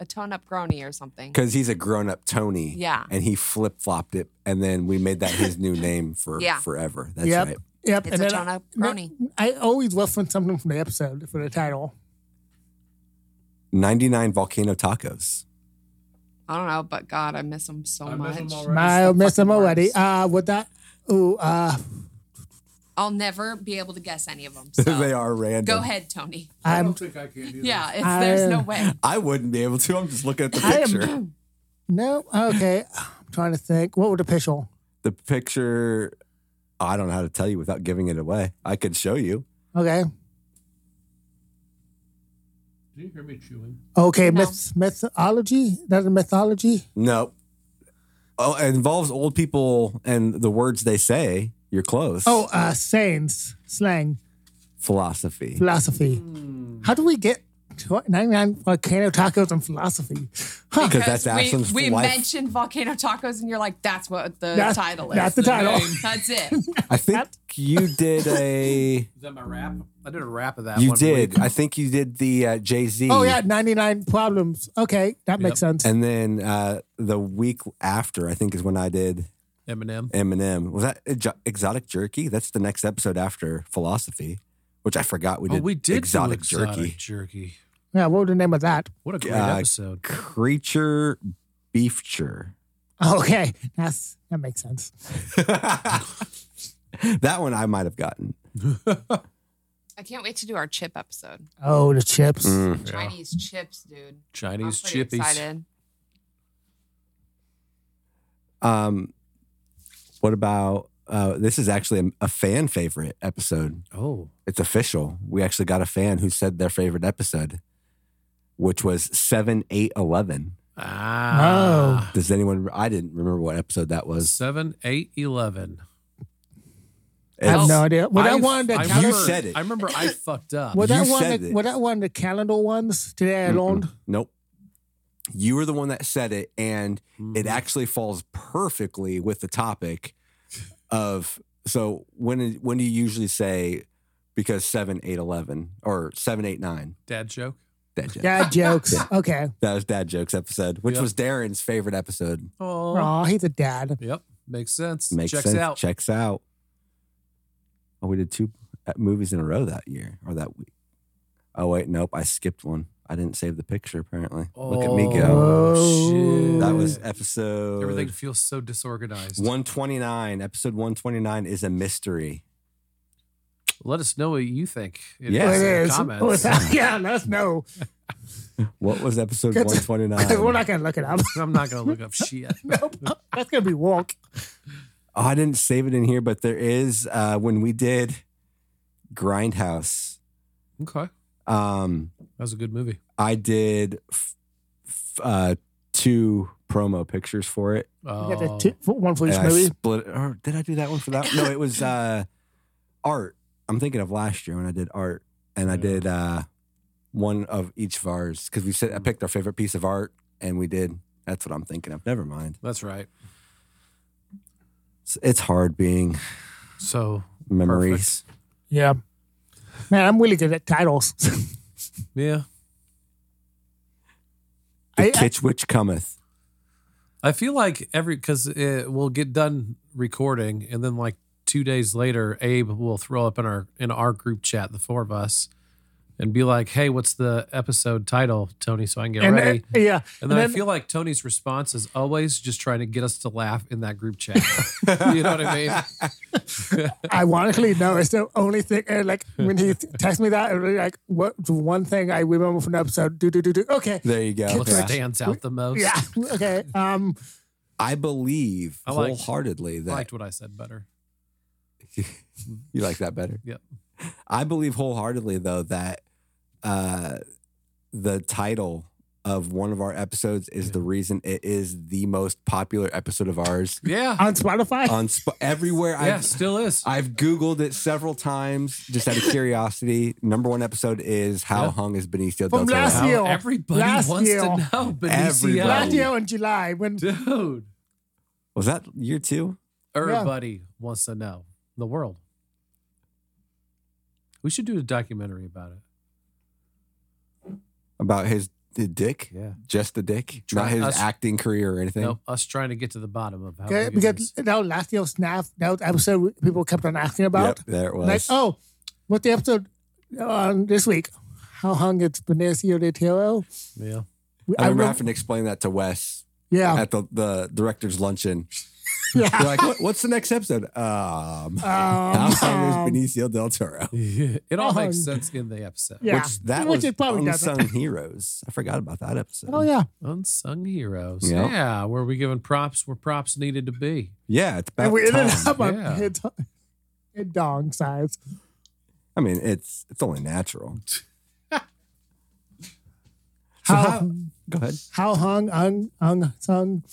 Speaker 4: a tone up grony or something.
Speaker 3: because he's a grown up Tony.
Speaker 4: Yeah.
Speaker 3: And he flip flopped it. And then we made that his new
Speaker 4: (laughs)
Speaker 3: name for
Speaker 4: Yeah.
Speaker 3: forever. That's
Speaker 2: Yep.
Speaker 3: right.
Speaker 2: Yep.
Speaker 4: It's a tone up grony.
Speaker 2: I always reference something from the episode for the title.
Speaker 3: 99 Volcano Tacos. (laughs)
Speaker 4: I don't know, but God, I miss him so
Speaker 5: I miss
Speaker 4: much.
Speaker 5: him already.
Speaker 2: My
Speaker 5: It's the
Speaker 2: miss them
Speaker 5: fucking
Speaker 2: already.
Speaker 5: worst.
Speaker 2: Uh, with that. Ooh. Uh,
Speaker 4: I'll never be able to guess any of them. So.
Speaker 3: (laughs) they are random.
Speaker 4: Go ahead,
Speaker 5: (laughs)
Speaker 4: Tony.
Speaker 5: I
Speaker 3: Um,
Speaker 2: I'm.
Speaker 5: don't think I can. Either.
Speaker 4: Yeah, it's, there's no
Speaker 2: I'm-
Speaker 3: (laughs)
Speaker 4: way.
Speaker 3: I wouldn't be able to. I'm just looking at the
Speaker 2: I am-
Speaker 3: picture.
Speaker 2: No.
Speaker 5: (laughs)
Speaker 2: Okay. I'm trying to think. What would the official?
Speaker 3: the picture, I don't know how to tell you without giving it away. I could show you.
Speaker 2: Okay.
Speaker 5: Do you hear me chewing?
Speaker 2: Okay.
Speaker 4: No.
Speaker 2: Myth. Mythology. That's a mythology.
Speaker 3: No. Oh, it involves old people and the words they say. You're close.
Speaker 2: Oh, uh, sayings, slang,
Speaker 3: philosophy.
Speaker 2: philosophy.
Speaker 3: Hmm.
Speaker 2: How do we get tw- 99 volcano tacos and philosophy? Huh.
Speaker 3: Because that's Ashlyn's
Speaker 4: we, we
Speaker 3: wife.
Speaker 4: mentioned volcano tacos, and you're like, "That's what the
Speaker 2: That's-
Speaker 4: title is."
Speaker 2: that's the title.
Speaker 4: name. (laughs) That's it.
Speaker 2: (laughs)
Speaker 3: I think you did a.
Speaker 5: Is (laughs) that my rap? Mm. I did a rap of that.
Speaker 3: You
Speaker 5: one
Speaker 3: did.
Speaker 5: week.
Speaker 3: I think you did the uh, Jay Z.
Speaker 2: Oh, yeah, 99 problems. Okay, that makes sense.
Speaker 3: And then uh, the week after, I think, is when I did
Speaker 5: Eminem.
Speaker 3: Eminem. Was that exo- exotic jerky? That's the next episode after philosophy, which I forgot we
Speaker 5: oh,
Speaker 3: did.
Speaker 5: we did do
Speaker 3: exotic,
Speaker 5: exotic
Speaker 3: jerky.
Speaker 5: jerky.
Speaker 2: yeah, what was the name of that? (laughs)
Speaker 5: What a great
Speaker 3: Uh,
Speaker 5: episode.
Speaker 3: Creature beefture.
Speaker 2: Okay, that's that makes sense.
Speaker 3: that one I might have gotten.
Speaker 4: I can't wait to do our chip episode.
Speaker 2: Oh, the chips.
Speaker 5: Yeah.
Speaker 4: Chinese chips, dude.
Speaker 5: Chinese
Speaker 4: I'm pretty
Speaker 5: chippies.
Speaker 4: excited.
Speaker 3: Um, what about uh, this? Is actually a, a fan favorite episode.
Speaker 5: Oh,
Speaker 3: It's official. We actually got a fan who said their favorite episode, which was seven eight eleven.
Speaker 5: ah,
Speaker 3: Does anyone? I didn't remember what episode that was.
Speaker 5: seven, eight, eleven.
Speaker 2: I have
Speaker 3: It's-
Speaker 2: no idea. Was that
Speaker 5: I've-
Speaker 2: one of the
Speaker 5: I
Speaker 2: calendar?
Speaker 3: You said it.
Speaker 5: I remember
Speaker 3: (laughs)
Speaker 5: I fucked up.
Speaker 2: Was that
Speaker 3: You
Speaker 2: one?
Speaker 3: said
Speaker 2: That,
Speaker 3: it.
Speaker 2: was that one of the calendar ones today alone?
Speaker 3: Nope. You were the one that said it, and it
Speaker 5: Mhm.
Speaker 3: actually falls perfectly with the topic of so when when do you usually say because seven eight eleven or seven eight nine
Speaker 5: Dad joke.
Speaker 3: dad
Speaker 5: (laughs)
Speaker 3: joke
Speaker 2: Dad jokes. Okay.
Speaker 3: that was dad jokes episode which
Speaker 5: Yep.
Speaker 3: was Darren's favorite episode
Speaker 5: Oh,
Speaker 2: Oh, he's a dad.
Speaker 5: yep. Makes sense.
Speaker 3: makes
Speaker 5: Checks
Speaker 3: sense
Speaker 5: out.
Speaker 3: checks out oh we did two uh, movies in a row that year or that week oh wait nope I skipped one I didn't save the picture apparently look at me go
Speaker 5: Oh, shit.
Speaker 3: that was episode
Speaker 5: Everything feels so disorganized.
Speaker 3: 129 episode 129 is a mystery
Speaker 5: Let us know what you think. in
Speaker 3: Yes.
Speaker 5: the
Speaker 2: it is. (laughs)
Speaker 5: Comments.
Speaker 2: yeah, let's know.
Speaker 3: what was episode
Speaker 2: Good.
Speaker 5: Um,
Speaker 2: (laughs)
Speaker 3: 129
Speaker 2: We're not gonna look it up.
Speaker 5: I'm not gonna look up shit.
Speaker 2: That's gonna be walk.
Speaker 3: oh, i didn't save it in here but there is uh when we did grindhouse
Speaker 5: (laughs) Okay, that
Speaker 3: um
Speaker 5: was a good movie.
Speaker 3: i did f- f- uh two promo pictures for it
Speaker 2: You got the
Speaker 5: Oh,
Speaker 2: two- one for each
Speaker 3: and I
Speaker 2: movie.
Speaker 3: split or did i do that one for that no it
Speaker 2: (laughs)
Speaker 3: was uh art i'm thinking of last year when i did art and i
Speaker 5: Yeah.
Speaker 3: did uh one of each of ours because we said i picked our favorite piece of art and we did that's what i'm thinking of never mind
Speaker 5: that's right.
Speaker 3: It's, it's hard being
Speaker 5: So
Speaker 3: memories.
Speaker 2: Yeah. Man, I'm really good at titles. (laughs)
Speaker 5: yeah,
Speaker 2: I,
Speaker 3: The
Speaker 2: I,
Speaker 3: kitch which cometh.
Speaker 5: I feel like every because we'll get done recording, and then like two days later, Abe will throw up in our in our group chat, the four of us, and be like, "Hey, what's the episode title, Tony?" So I can get
Speaker 2: and,
Speaker 5: ready.
Speaker 2: uh, yeah.
Speaker 5: And then, I feel like Tony's response is always just trying to get us to laugh in that group chat. you know what I mean?
Speaker 2: ironically, no, it's the only thing. And like when
Speaker 5: (laughs)
Speaker 2: he th- texted me that, it was like, what the one thing I remember from the episode? Do do do do. Okay,
Speaker 3: There you go.
Speaker 5: What
Speaker 3: Yeah.
Speaker 5: stands out the most?
Speaker 2: yeah, (laughs) okay. Um,
Speaker 3: I believe
Speaker 5: I like-
Speaker 3: wholeheartedly
Speaker 5: I
Speaker 3: that
Speaker 5: liked what I said better.
Speaker 3: you like that better.
Speaker 5: Yep.
Speaker 3: I believe wholeheartedly though that uh the title of one of our episodes is the reason it is the most popular episode of
Speaker 2: (laughs)
Speaker 3: ours
Speaker 5: Yeah.
Speaker 2: on Spotify,
Speaker 3: on sp- everywhere
Speaker 5: yeah, still is.
Speaker 3: I've I've googled it several times just out
Speaker 2: (laughs)
Speaker 3: of curiosity. Number one episode is how
Speaker 5: Yeah.
Speaker 3: hung is Benicio
Speaker 2: From
Speaker 3: del Toro.
Speaker 2: last
Speaker 5: How
Speaker 2: year.
Speaker 5: everybody
Speaker 2: Last
Speaker 5: wants
Speaker 2: year.
Speaker 5: to know
Speaker 3: Everybody.
Speaker 2: last
Speaker 5: Benicio.
Speaker 2: year in July when
Speaker 5: Dude.
Speaker 3: Was that year two?
Speaker 5: Everybody wants to know. The world. We should do a documentary about it.
Speaker 3: About his the dick,
Speaker 5: Yeah.
Speaker 3: just the dick,
Speaker 5: Try
Speaker 3: not his
Speaker 5: us-
Speaker 3: acting career or anything.
Speaker 5: No, us trying to get to the bottom of how
Speaker 2: okay,
Speaker 5: big it
Speaker 2: because
Speaker 5: is.
Speaker 2: no, last year snap that was the episode people kept on asking about.
Speaker 3: Yep, there it was.
Speaker 2: Like, oh, what the episode on this week? How hung it's Benicio del Toro?
Speaker 3: (laughs)
Speaker 5: Yeah.
Speaker 2: We-
Speaker 3: I remember
Speaker 2: remem-
Speaker 3: having to explain that to Wes
Speaker 2: yeah,
Speaker 3: at the, the director's luncheon.
Speaker 2: yeah.
Speaker 3: They're
Speaker 2: (laughs)
Speaker 3: like, what, what's the next episode? Um, how
Speaker 2: Um,
Speaker 3: hung
Speaker 2: um,
Speaker 3: is Benicio del Toro?
Speaker 5: It all makes
Speaker 2: Um,
Speaker 5: sense in the episode.
Speaker 2: yeah.
Speaker 3: Which that
Speaker 2: Which
Speaker 3: was
Speaker 2: it probably
Speaker 3: unsung
Speaker 2: doesn't. (laughs)
Speaker 3: heroes. I forgot about that episode.
Speaker 2: oh yeah,
Speaker 5: Unsung heroes.
Speaker 3: Yeah.
Speaker 5: Yeah. Where we giving props where props needed to be.
Speaker 3: yeah, it's about
Speaker 2: and we ended (laughs)
Speaker 3: time.
Speaker 2: up on
Speaker 5: Yeah.
Speaker 2: head, head dong size.
Speaker 3: I mean, it's it's only
Speaker 2: (laughs)
Speaker 3: natural. So
Speaker 2: How-
Speaker 3: go ahead.
Speaker 2: How hung, hung, hung, sung.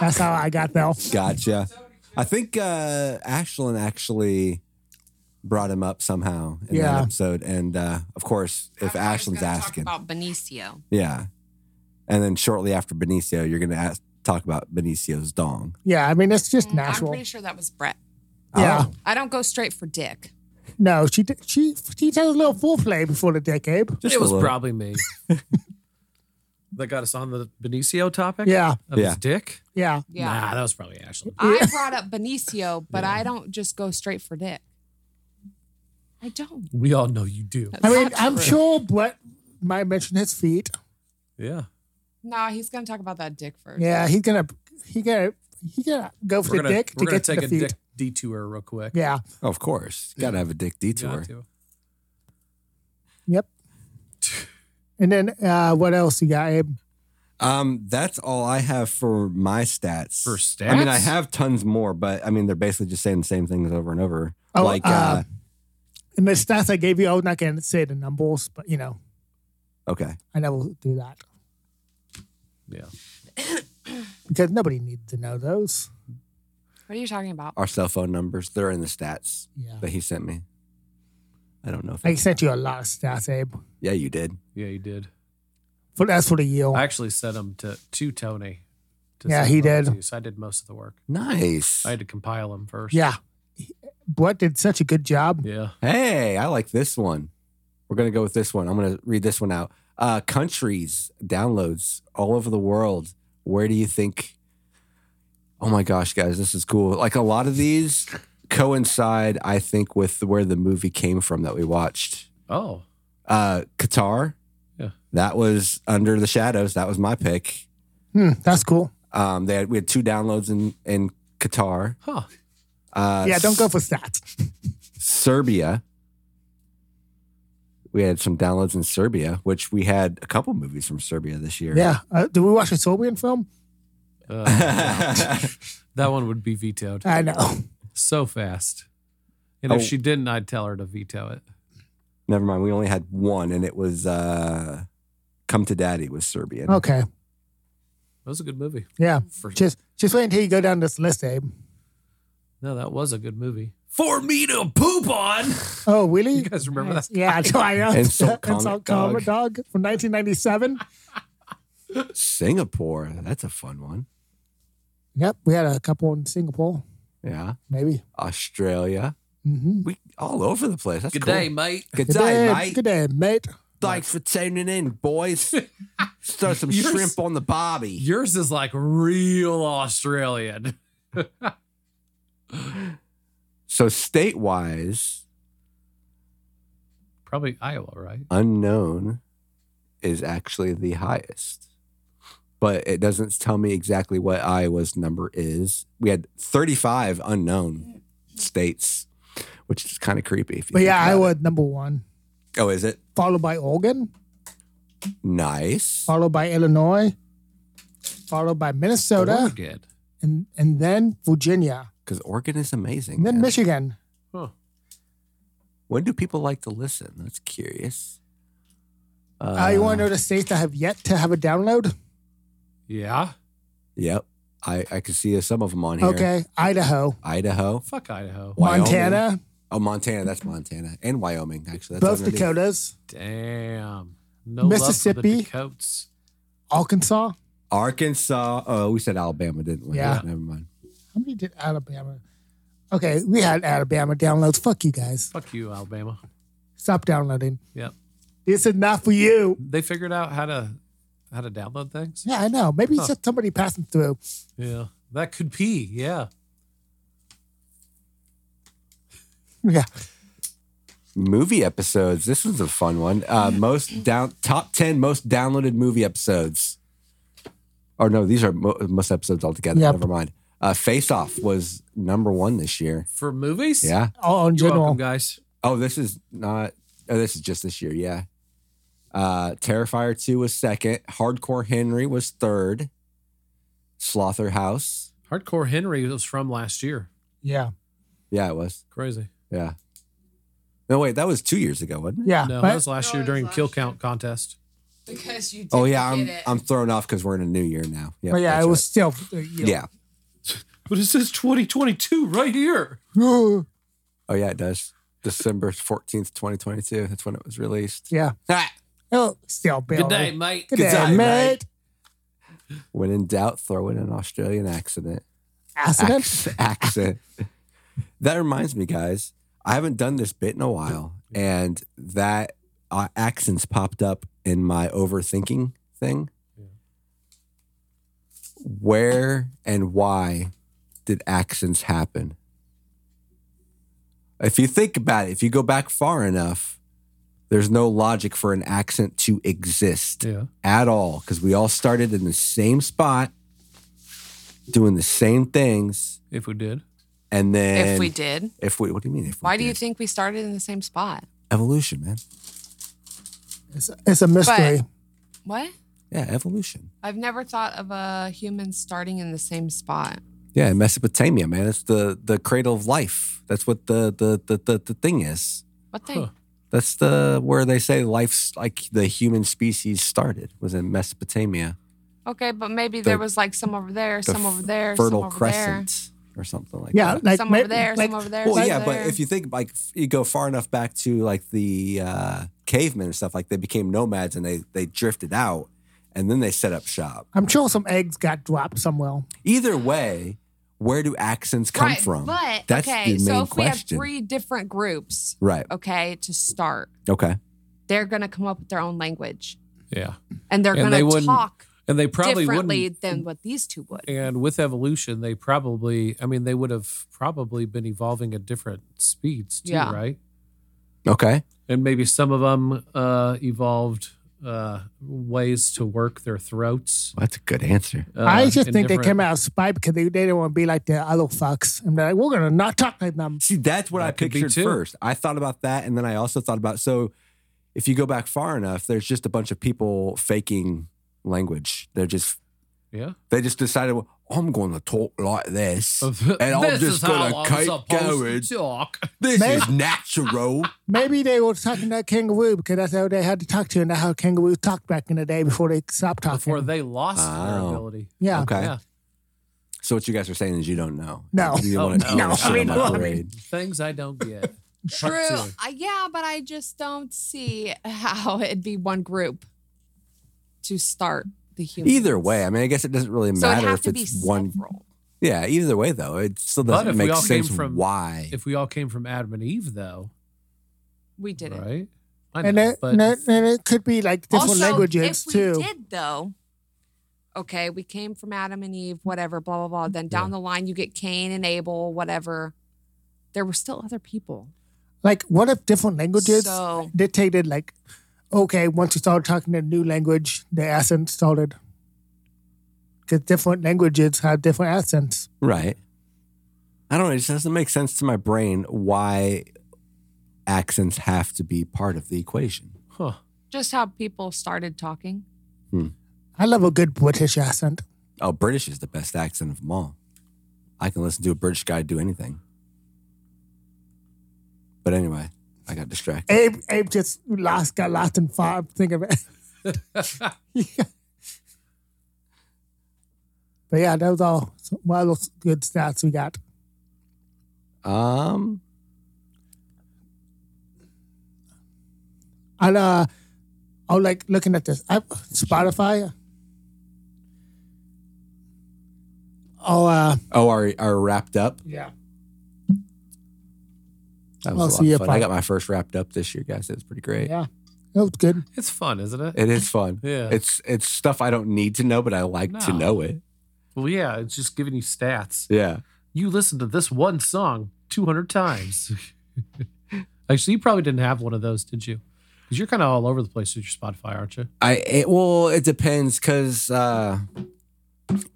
Speaker 2: That's how I got there.
Speaker 3: Gotcha. I think uh, Ashlyn actually brought him up somehow in
Speaker 2: Yeah.
Speaker 3: that episode, and uh, of course, if
Speaker 4: I was
Speaker 3: Ashlyn's
Speaker 4: gonna
Speaker 3: asking,
Speaker 4: talk about Benicio.
Speaker 3: yeah, and then shortly after Benicio, you're gonna ask, talk about Benicio's dong.
Speaker 2: Yeah, I mean, it's just
Speaker 4: Mm, I'm
Speaker 2: natural.
Speaker 4: pretty sure that was Brett.
Speaker 2: Yeah.
Speaker 3: Oh,
Speaker 4: I don't go straight for dick.
Speaker 2: No, she did- she she does a little foreplay before the dick, Abe.
Speaker 3: just
Speaker 5: it
Speaker 3: a
Speaker 5: was
Speaker 3: little.
Speaker 5: probably
Speaker 3: (laughs)
Speaker 5: me. that got us on the Benicio topic?
Speaker 2: Yeah,
Speaker 5: Of
Speaker 3: Yeah.
Speaker 5: his dick?
Speaker 2: yeah.
Speaker 4: Yeah.
Speaker 5: Nah, that was probably Ashley.
Speaker 4: I brought up Benicio,
Speaker 3: (laughs)
Speaker 4: but I don't just go straight for dick. I don't.
Speaker 5: We all know you do.
Speaker 2: I mean,
Speaker 4: That's not
Speaker 2: I'm
Speaker 4: true.
Speaker 2: sure Brett might mention his feet.
Speaker 5: Yeah.
Speaker 4: No, he's gonna talk about that dick first.
Speaker 2: Yeah, he's gonna he gonna he gonna go for
Speaker 5: We're
Speaker 2: the
Speaker 5: gonna,
Speaker 2: dick
Speaker 5: we're
Speaker 2: to
Speaker 5: gonna
Speaker 2: get to
Speaker 5: take
Speaker 2: the
Speaker 5: a
Speaker 2: feet.
Speaker 5: dick detour real quick.
Speaker 2: Yeah.
Speaker 3: Of course, gotta have a dick
Speaker 5: Got
Speaker 3: detour.
Speaker 5: to.
Speaker 2: Yep. And then uh, what else you got, Abe?
Speaker 3: Um, that's all I have for my stats.
Speaker 5: For
Speaker 3: I mean, I
Speaker 5: stats?
Speaker 3: have tons more, but I mean, they're basically just saying the same things over and over.
Speaker 2: Oh,
Speaker 3: like,
Speaker 2: uh,
Speaker 3: uh,
Speaker 2: And the stats I gave you, I was not gonna say the numbers, but you know,
Speaker 3: okay,
Speaker 2: I never do that
Speaker 5: Yeah.
Speaker 2: because nobody needs to know those.
Speaker 4: What are you talking about?
Speaker 3: our cell phone numbers, they're in the stats
Speaker 2: Yeah.
Speaker 3: that he sent me. I don't know if
Speaker 2: I sent you a lot of stats, Abe.
Speaker 3: Yeah, you did.
Speaker 5: Yeah, you did.
Speaker 2: For that's for the year.
Speaker 5: I actually sent them to to Tony. To
Speaker 2: Yeah,
Speaker 5: send
Speaker 2: he
Speaker 5: them
Speaker 2: did.
Speaker 5: to, so I did most of the work.
Speaker 3: Nice.
Speaker 5: I had to compile them first.
Speaker 2: yeah. Brett did such a good job.
Speaker 5: Yeah.
Speaker 3: hey, I like this one. We're going to go with this one. I'm going to read this one out. Uh, countries, downloads all over the world. Where do you think? Oh my gosh, guys, this is cool. Like a lot of these coincide, I think, with where the movie came from that we watched.
Speaker 5: Oh.
Speaker 3: Uh, Qatar.
Speaker 5: Yeah.
Speaker 3: That was Under the Shadows. That was my pick.
Speaker 2: Hmm, that's cool.
Speaker 3: Um, they had, we had two downloads in, in Qatar.
Speaker 5: Huh.
Speaker 3: Uh,
Speaker 2: yeah, don't go for stats.
Speaker 3: Serbia. We had some downloads in Serbia, which we had a couple movies from Serbia this year.
Speaker 2: Yeah. Uh, did we watch a Serbian film?
Speaker 5: (laughs) Uh, that one would be vetoed
Speaker 2: I know. (laughs)
Speaker 5: so fast. And if
Speaker 3: Oh.
Speaker 5: she didn't, I'd tell her to veto it.
Speaker 3: (laughs) Never mind. We only had one, and it was uh, Come to Daddy was Serbian.
Speaker 2: Okay.
Speaker 5: That was a good movie.
Speaker 2: Yeah.
Speaker 5: For
Speaker 2: Just just wait until you go down this list, Abe.
Speaker 5: No, that was a good movie. For me to poop on.
Speaker 2: Oh, really?
Speaker 5: You guys remember that?
Speaker 2: (laughs) Yeah, so I know.
Speaker 3: Insult Comic
Speaker 2: (laughs) Insult Comic Dog from 1997.
Speaker 3: Singapore. That's a fun one.
Speaker 2: yep, we had a couple in Singapore.
Speaker 3: Yeah.
Speaker 2: Maybe.
Speaker 3: Australia.
Speaker 2: Mm-hmm.
Speaker 3: We all over the place. That's
Speaker 5: Good
Speaker 3: cool.
Speaker 5: day, mate.
Speaker 3: Good,
Speaker 2: Good
Speaker 3: day,
Speaker 2: day,
Speaker 3: mate.
Speaker 2: Good day, mate.
Speaker 3: Thanks for tuning in,
Speaker 5: (laughs)
Speaker 3: boys. Throw some
Speaker 5: Yours-
Speaker 3: shrimp on the barbie.
Speaker 5: Yours is like real Australian.
Speaker 3: So state wise,
Speaker 5: Probably Iowa, right?
Speaker 3: unknown is actually the highest. But it doesn't tell me exactly what Iowa's number is. We had 35 unknown states, which is kind of creepy. If you
Speaker 2: But
Speaker 3: think
Speaker 2: yeah,
Speaker 3: about
Speaker 2: Iowa number one,
Speaker 3: it. Oh, is it?
Speaker 2: followed by Oregon,
Speaker 3: Nice.
Speaker 2: followed by Illinois, followed by Minnesota,
Speaker 5: Oregon.
Speaker 2: and and then Virginia,
Speaker 3: Because Oregon is amazing.
Speaker 2: and then
Speaker 3: man.
Speaker 2: Michigan.
Speaker 5: Huh.
Speaker 3: When do people like to listen? That's curious. Uh,
Speaker 2: Uh, you want to know the states that have yet to have a download?
Speaker 5: Yeah.
Speaker 3: Yep. I, I can see some of them on here.
Speaker 2: Okay, Idaho,
Speaker 3: Idaho.
Speaker 5: Fuck Idaho.
Speaker 3: Wyoming.
Speaker 2: Montana,
Speaker 3: Oh, Montana. That's Montana. And Wyoming, actually. That's
Speaker 2: both
Speaker 3: underneath.
Speaker 2: Dakotas,
Speaker 5: Damn. No
Speaker 2: Mississippi.
Speaker 5: Mississippi. Love for the Dakotas.
Speaker 2: Arkansas.
Speaker 3: Arkansas. Oh, we said Alabama, didn't we?
Speaker 2: Yeah.
Speaker 3: Never mind.
Speaker 2: How many did Alabama? Okay, we had Alabama downloads. Fuck you guys.
Speaker 5: Fuck you, Alabama.
Speaker 2: Stop downloading.
Speaker 5: Yep.
Speaker 2: This is not for you.
Speaker 5: They figured out how to how to download things.
Speaker 2: Yeah, I know. Maybe it's
Speaker 5: Huh.
Speaker 2: just somebody passing through.
Speaker 5: Yeah. That could be. Yeah.
Speaker 2: Yeah.
Speaker 3: Movie episodes. This was a fun one. Uh, most down top ten most downloaded movie episodes. Or no, these are mo- most episodes altogether.
Speaker 2: Yep.
Speaker 3: Never mind. Uh, Face Off was number one this year.
Speaker 5: For movies?
Speaker 3: Yeah.
Speaker 2: All in
Speaker 5: You're
Speaker 2: general.
Speaker 5: welcome, guys.
Speaker 3: Oh, this is not. Oh, this is just this year. Yeah. Uh, Terrifier two was second. Hardcore Henry was third. Slaughter House.
Speaker 5: Hardcore Henry was from last year.
Speaker 2: Yeah.
Speaker 3: Yeah, it was.
Speaker 5: Crazy.
Speaker 3: Yeah. No, wait, that was two years ago, wasn't it?
Speaker 2: Yeah.
Speaker 5: No,
Speaker 2: but-
Speaker 5: that was last
Speaker 4: No,
Speaker 5: year
Speaker 4: it was
Speaker 5: during
Speaker 4: last
Speaker 5: kill
Speaker 4: year.
Speaker 5: count contest.
Speaker 4: Because you did
Speaker 3: Oh yeah, I'm
Speaker 4: get it.
Speaker 3: I'm thrown off because we're in a new year now. Yeah,
Speaker 2: but Oh, yeah, it was still. uh, you know.
Speaker 3: Yeah.
Speaker 5: But it says 2022 right here.
Speaker 3: Oh yeah, it does. December fourteenth, twenty twenty two. That's when it was released.
Speaker 2: (gasps)
Speaker 3: (laughs)
Speaker 2: Yeah.
Speaker 3: Ah,
Speaker 2: Oh, still
Speaker 5: Good
Speaker 2: barely.
Speaker 5: day, mate.
Speaker 2: Good,
Speaker 3: Good
Speaker 2: day,
Speaker 3: day,
Speaker 2: mate.
Speaker 3: when in doubt, throw in an Australian accident.
Speaker 2: Accident.
Speaker 3: Ac- accent. that reminds me, guys. I haven't done this bit in a while, and that uh, accents popped up in my overthinking thing. Where and why did accents happen? If you think about it, if you go back far enough, there's no logic for an accent to exist
Speaker 5: Yeah.
Speaker 3: at all because we all started in the same spot, doing the same things,
Speaker 5: If we did.
Speaker 3: and then
Speaker 4: if we did,
Speaker 3: if we, what do you mean? If we
Speaker 4: why do you
Speaker 3: did?
Speaker 4: think we started in the same spot?
Speaker 3: evolution, man?
Speaker 2: It's, it's a mystery.
Speaker 4: What?
Speaker 3: Yeah, evolution.
Speaker 4: I've never thought of a human starting in the same spot.
Speaker 3: Yeah, in Mesopotamia, man. It's the the cradle of life. That's what the the the the, the thing is.
Speaker 4: What thing?
Speaker 5: Huh.
Speaker 3: That's the where they say life's like the human species started was in Mesopotamia.
Speaker 4: Okay, but maybe there was like some over there,
Speaker 3: The
Speaker 4: some
Speaker 3: f-
Speaker 4: over there,
Speaker 3: fertile
Speaker 4: some over
Speaker 3: crescent or something like
Speaker 2: yeah.
Speaker 3: that.
Speaker 4: there,
Speaker 2: Like,
Speaker 4: some
Speaker 2: ma-
Speaker 4: over there,
Speaker 2: like,
Speaker 4: some over there.
Speaker 3: Well,
Speaker 4: some
Speaker 3: yeah,
Speaker 4: over
Speaker 3: but
Speaker 4: there.
Speaker 3: if you think like f- you go far enough back to like the uh, cavemen and stuff, like they became nomads and they they drifted out and then they set up shop.
Speaker 2: I'm sure some eggs got dropped somewhere.
Speaker 3: Either way, where do accents come
Speaker 4: right,
Speaker 3: from?
Speaker 4: But
Speaker 3: That's
Speaker 4: okay,
Speaker 3: the main
Speaker 4: so if
Speaker 3: question.
Speaker 4: we have three different groups,
Speaker 3: right.
Speaker 4: okay, to start,
Speaker 3: Okay.
Speaker 4: they're gonna come up with their own language,
Speaker 5: Yeah.
Speaker 4: and they're
Speaker 5: And
Speaker 4: gonna
Speaker 5: they wouldn't-
Speaker 4: talk
Speaker 5: And they probably
Speaker 4: differently
Speaker 5: wouldn't.
Speaker 4: than what these two would.
Speaker 5: And with evolution, they probably, I mean, they would have probably been evolving at different speeds too,
Speaker 4: Yeah.
Speaker 5: right?
Speaker 3: Okay.
Speaker 5: And maybe some of them uh, evolved uh, ways to work their throats.
Speaker 3: Well, that's a good answer.
Speaker 5: Uh,
Speaker 2: I just
Speaker 5: in
Speaker 2: think they
Speaker 5: different-
Speaker 2: came out of spite because they, they didn't want to be like the other fucks. And they're like, we're going to not talk like them.
Speaker 3: See, that's what
Speaker 5: That
Speaker 3: I
Speaker 5: could be
Speaker 3: pictured
Speaker 5: too.
Speaker 3: first. I thought about that, and then I also thought about so if you go back far enough, there's just a bunch of people faking language. They're just
Speaker 5: Yeah.
Speaker 3: they just decided, well, I'm going to talk like this, (laughs) and I'm
Speaker 5: This
Speaker 3: just
Speaker 5: is
Speaker 3: going
Speaker 5: how
Speaker 3: to
Speaker 5: I'm
Speaker 3: keep
Speaker 5: supposed
Speaker 3: going.
Speaker 5: to
Speaker 2: (laughs)
Speaker 5: talk.
Speaker 3: This
Speaker 2: Man.
Speaker 3: is natural.
Speaker 2: Maybe they were talking to kangaroo because that's how they had to talk to, and that's how kangaroos talked back in the day before they stopped talking.
Speaker 5: Before they lost their
Speaker 3: Oh.
Speaker 5: ability.
Speaker 2: yeah.
Speaker 3: Okay.
Speaker 5: Yeah.
Speaker 3: So what you guys are saying is you don't know.
Speaker 2: No.
Speaker 3: You
Speaker 5: Oh,
Speaker 3: want to
Speaker 5: no.
Speaker 3: no.
Speaker 5: No,
Speaker 3: shit
Speaker 2: I
Speaker 3: on
Speaker 2: mean,
Speaker 3: my
Speaker 2: no, I
Speaker 3: parade.
Speaker 5: Things I
Speaker 4: (laughs)
Speaker 5: don't get.
Speaker 4: True.
Speaker 5: two.
Speaker 4: Uh, yeah, but I just don't see (laughs) how it'd be one group to start the human.
Speaker 3: Either way, I mean, I guess it doesn't really
Speaker 4: so it'd
Speaker 3: matter
Speaker 4: have
Speaker 3: if
Speaker 4: to be
Speaker 3: it's one.
Speaker 4: several.
Speaker 3: Yeah, either way though, it still
Speaker 5: But
Speaker 3: doesn't
Speaker 5: if we
Speaker 3: make
Speaker 5: all came
Speaker 3: sense
Speaker 5: from-
Speaker 3: why.
Speaker 5: If we all came from Adam and Eve, though,
Speaker 4: We did it.
Speaker 5: right? I know,
Speaker 2: And it,
Speaker 5: but
Speaker 2: and
Speaker 5: (laughs)
Speaker 2: it- and it could be like different
Speaker 4: also,
Speaker 2: languages
Speaker 4: if we
Speaker 2: too.
Speaker 4: did though, okay, we came from Adam and Eve, whatever, blah blah blah. Then down the line, you get Cain and Abel, whatever. There were still other people.
Speaker 2: Like, what if different languages
Speaker 4: So-
Speaker 2: dictated like, okay, once you start talking a new language, the accent started. Because different languages have different accents.
Speaker 3: Right. I don't know. It just doesn't make sense to my brain why accents have to be part of the equation.
Speaker 5: huh?
Speaker 4: Just how people started talking.
Speaker 2: I love a good British accent.
Speaker 3: Oh, British is the best accent of them all. I can listen to a British guy do anything. But anyway, I got distracted.
Speaker 2: Abe, Abe just lost, got lost in thought. Think of it. (laughs) But yeah, that was all. So, well, those good stats we got.
Speaker 3: Um,
Speaker 2: And uh, I was like looking at this app, Spotify. Oh, uh,
Speaker 3: oh, are are wrapped up?
Speaker 2: yeah.
Speaker 3: That
Speaker 2: I'll
Speaker 3: was
Speaker 2: see
Speaker 3: a
Speaker 2: you
Speaker 3: lot of fun. I
Speaker 2: probably-
Speaker 3: got my first wrapped up this year, guys. It was pretty great.
Speaker 2: Yeah. That was good.
Speaker 5: (laughs) It's fun, isn't it?
Speaker 3: It is fun.
Speaker 5: Yeah.
Speaker 3: It's it's stuff I don't need to know, but I like to
Speaker 5: No.
Speaker 3: know it.
Speaker 5: well, yeah, it's just giving you stats.
Speaker 3: Yeah.
Speaker 5: You listened to this one song 200 times. Actually, you probably didn't have one of those, did you? Because you're kind of all over the place with your Spotify, aren't you?
Speaker 3: I it, well, it depends because, uh,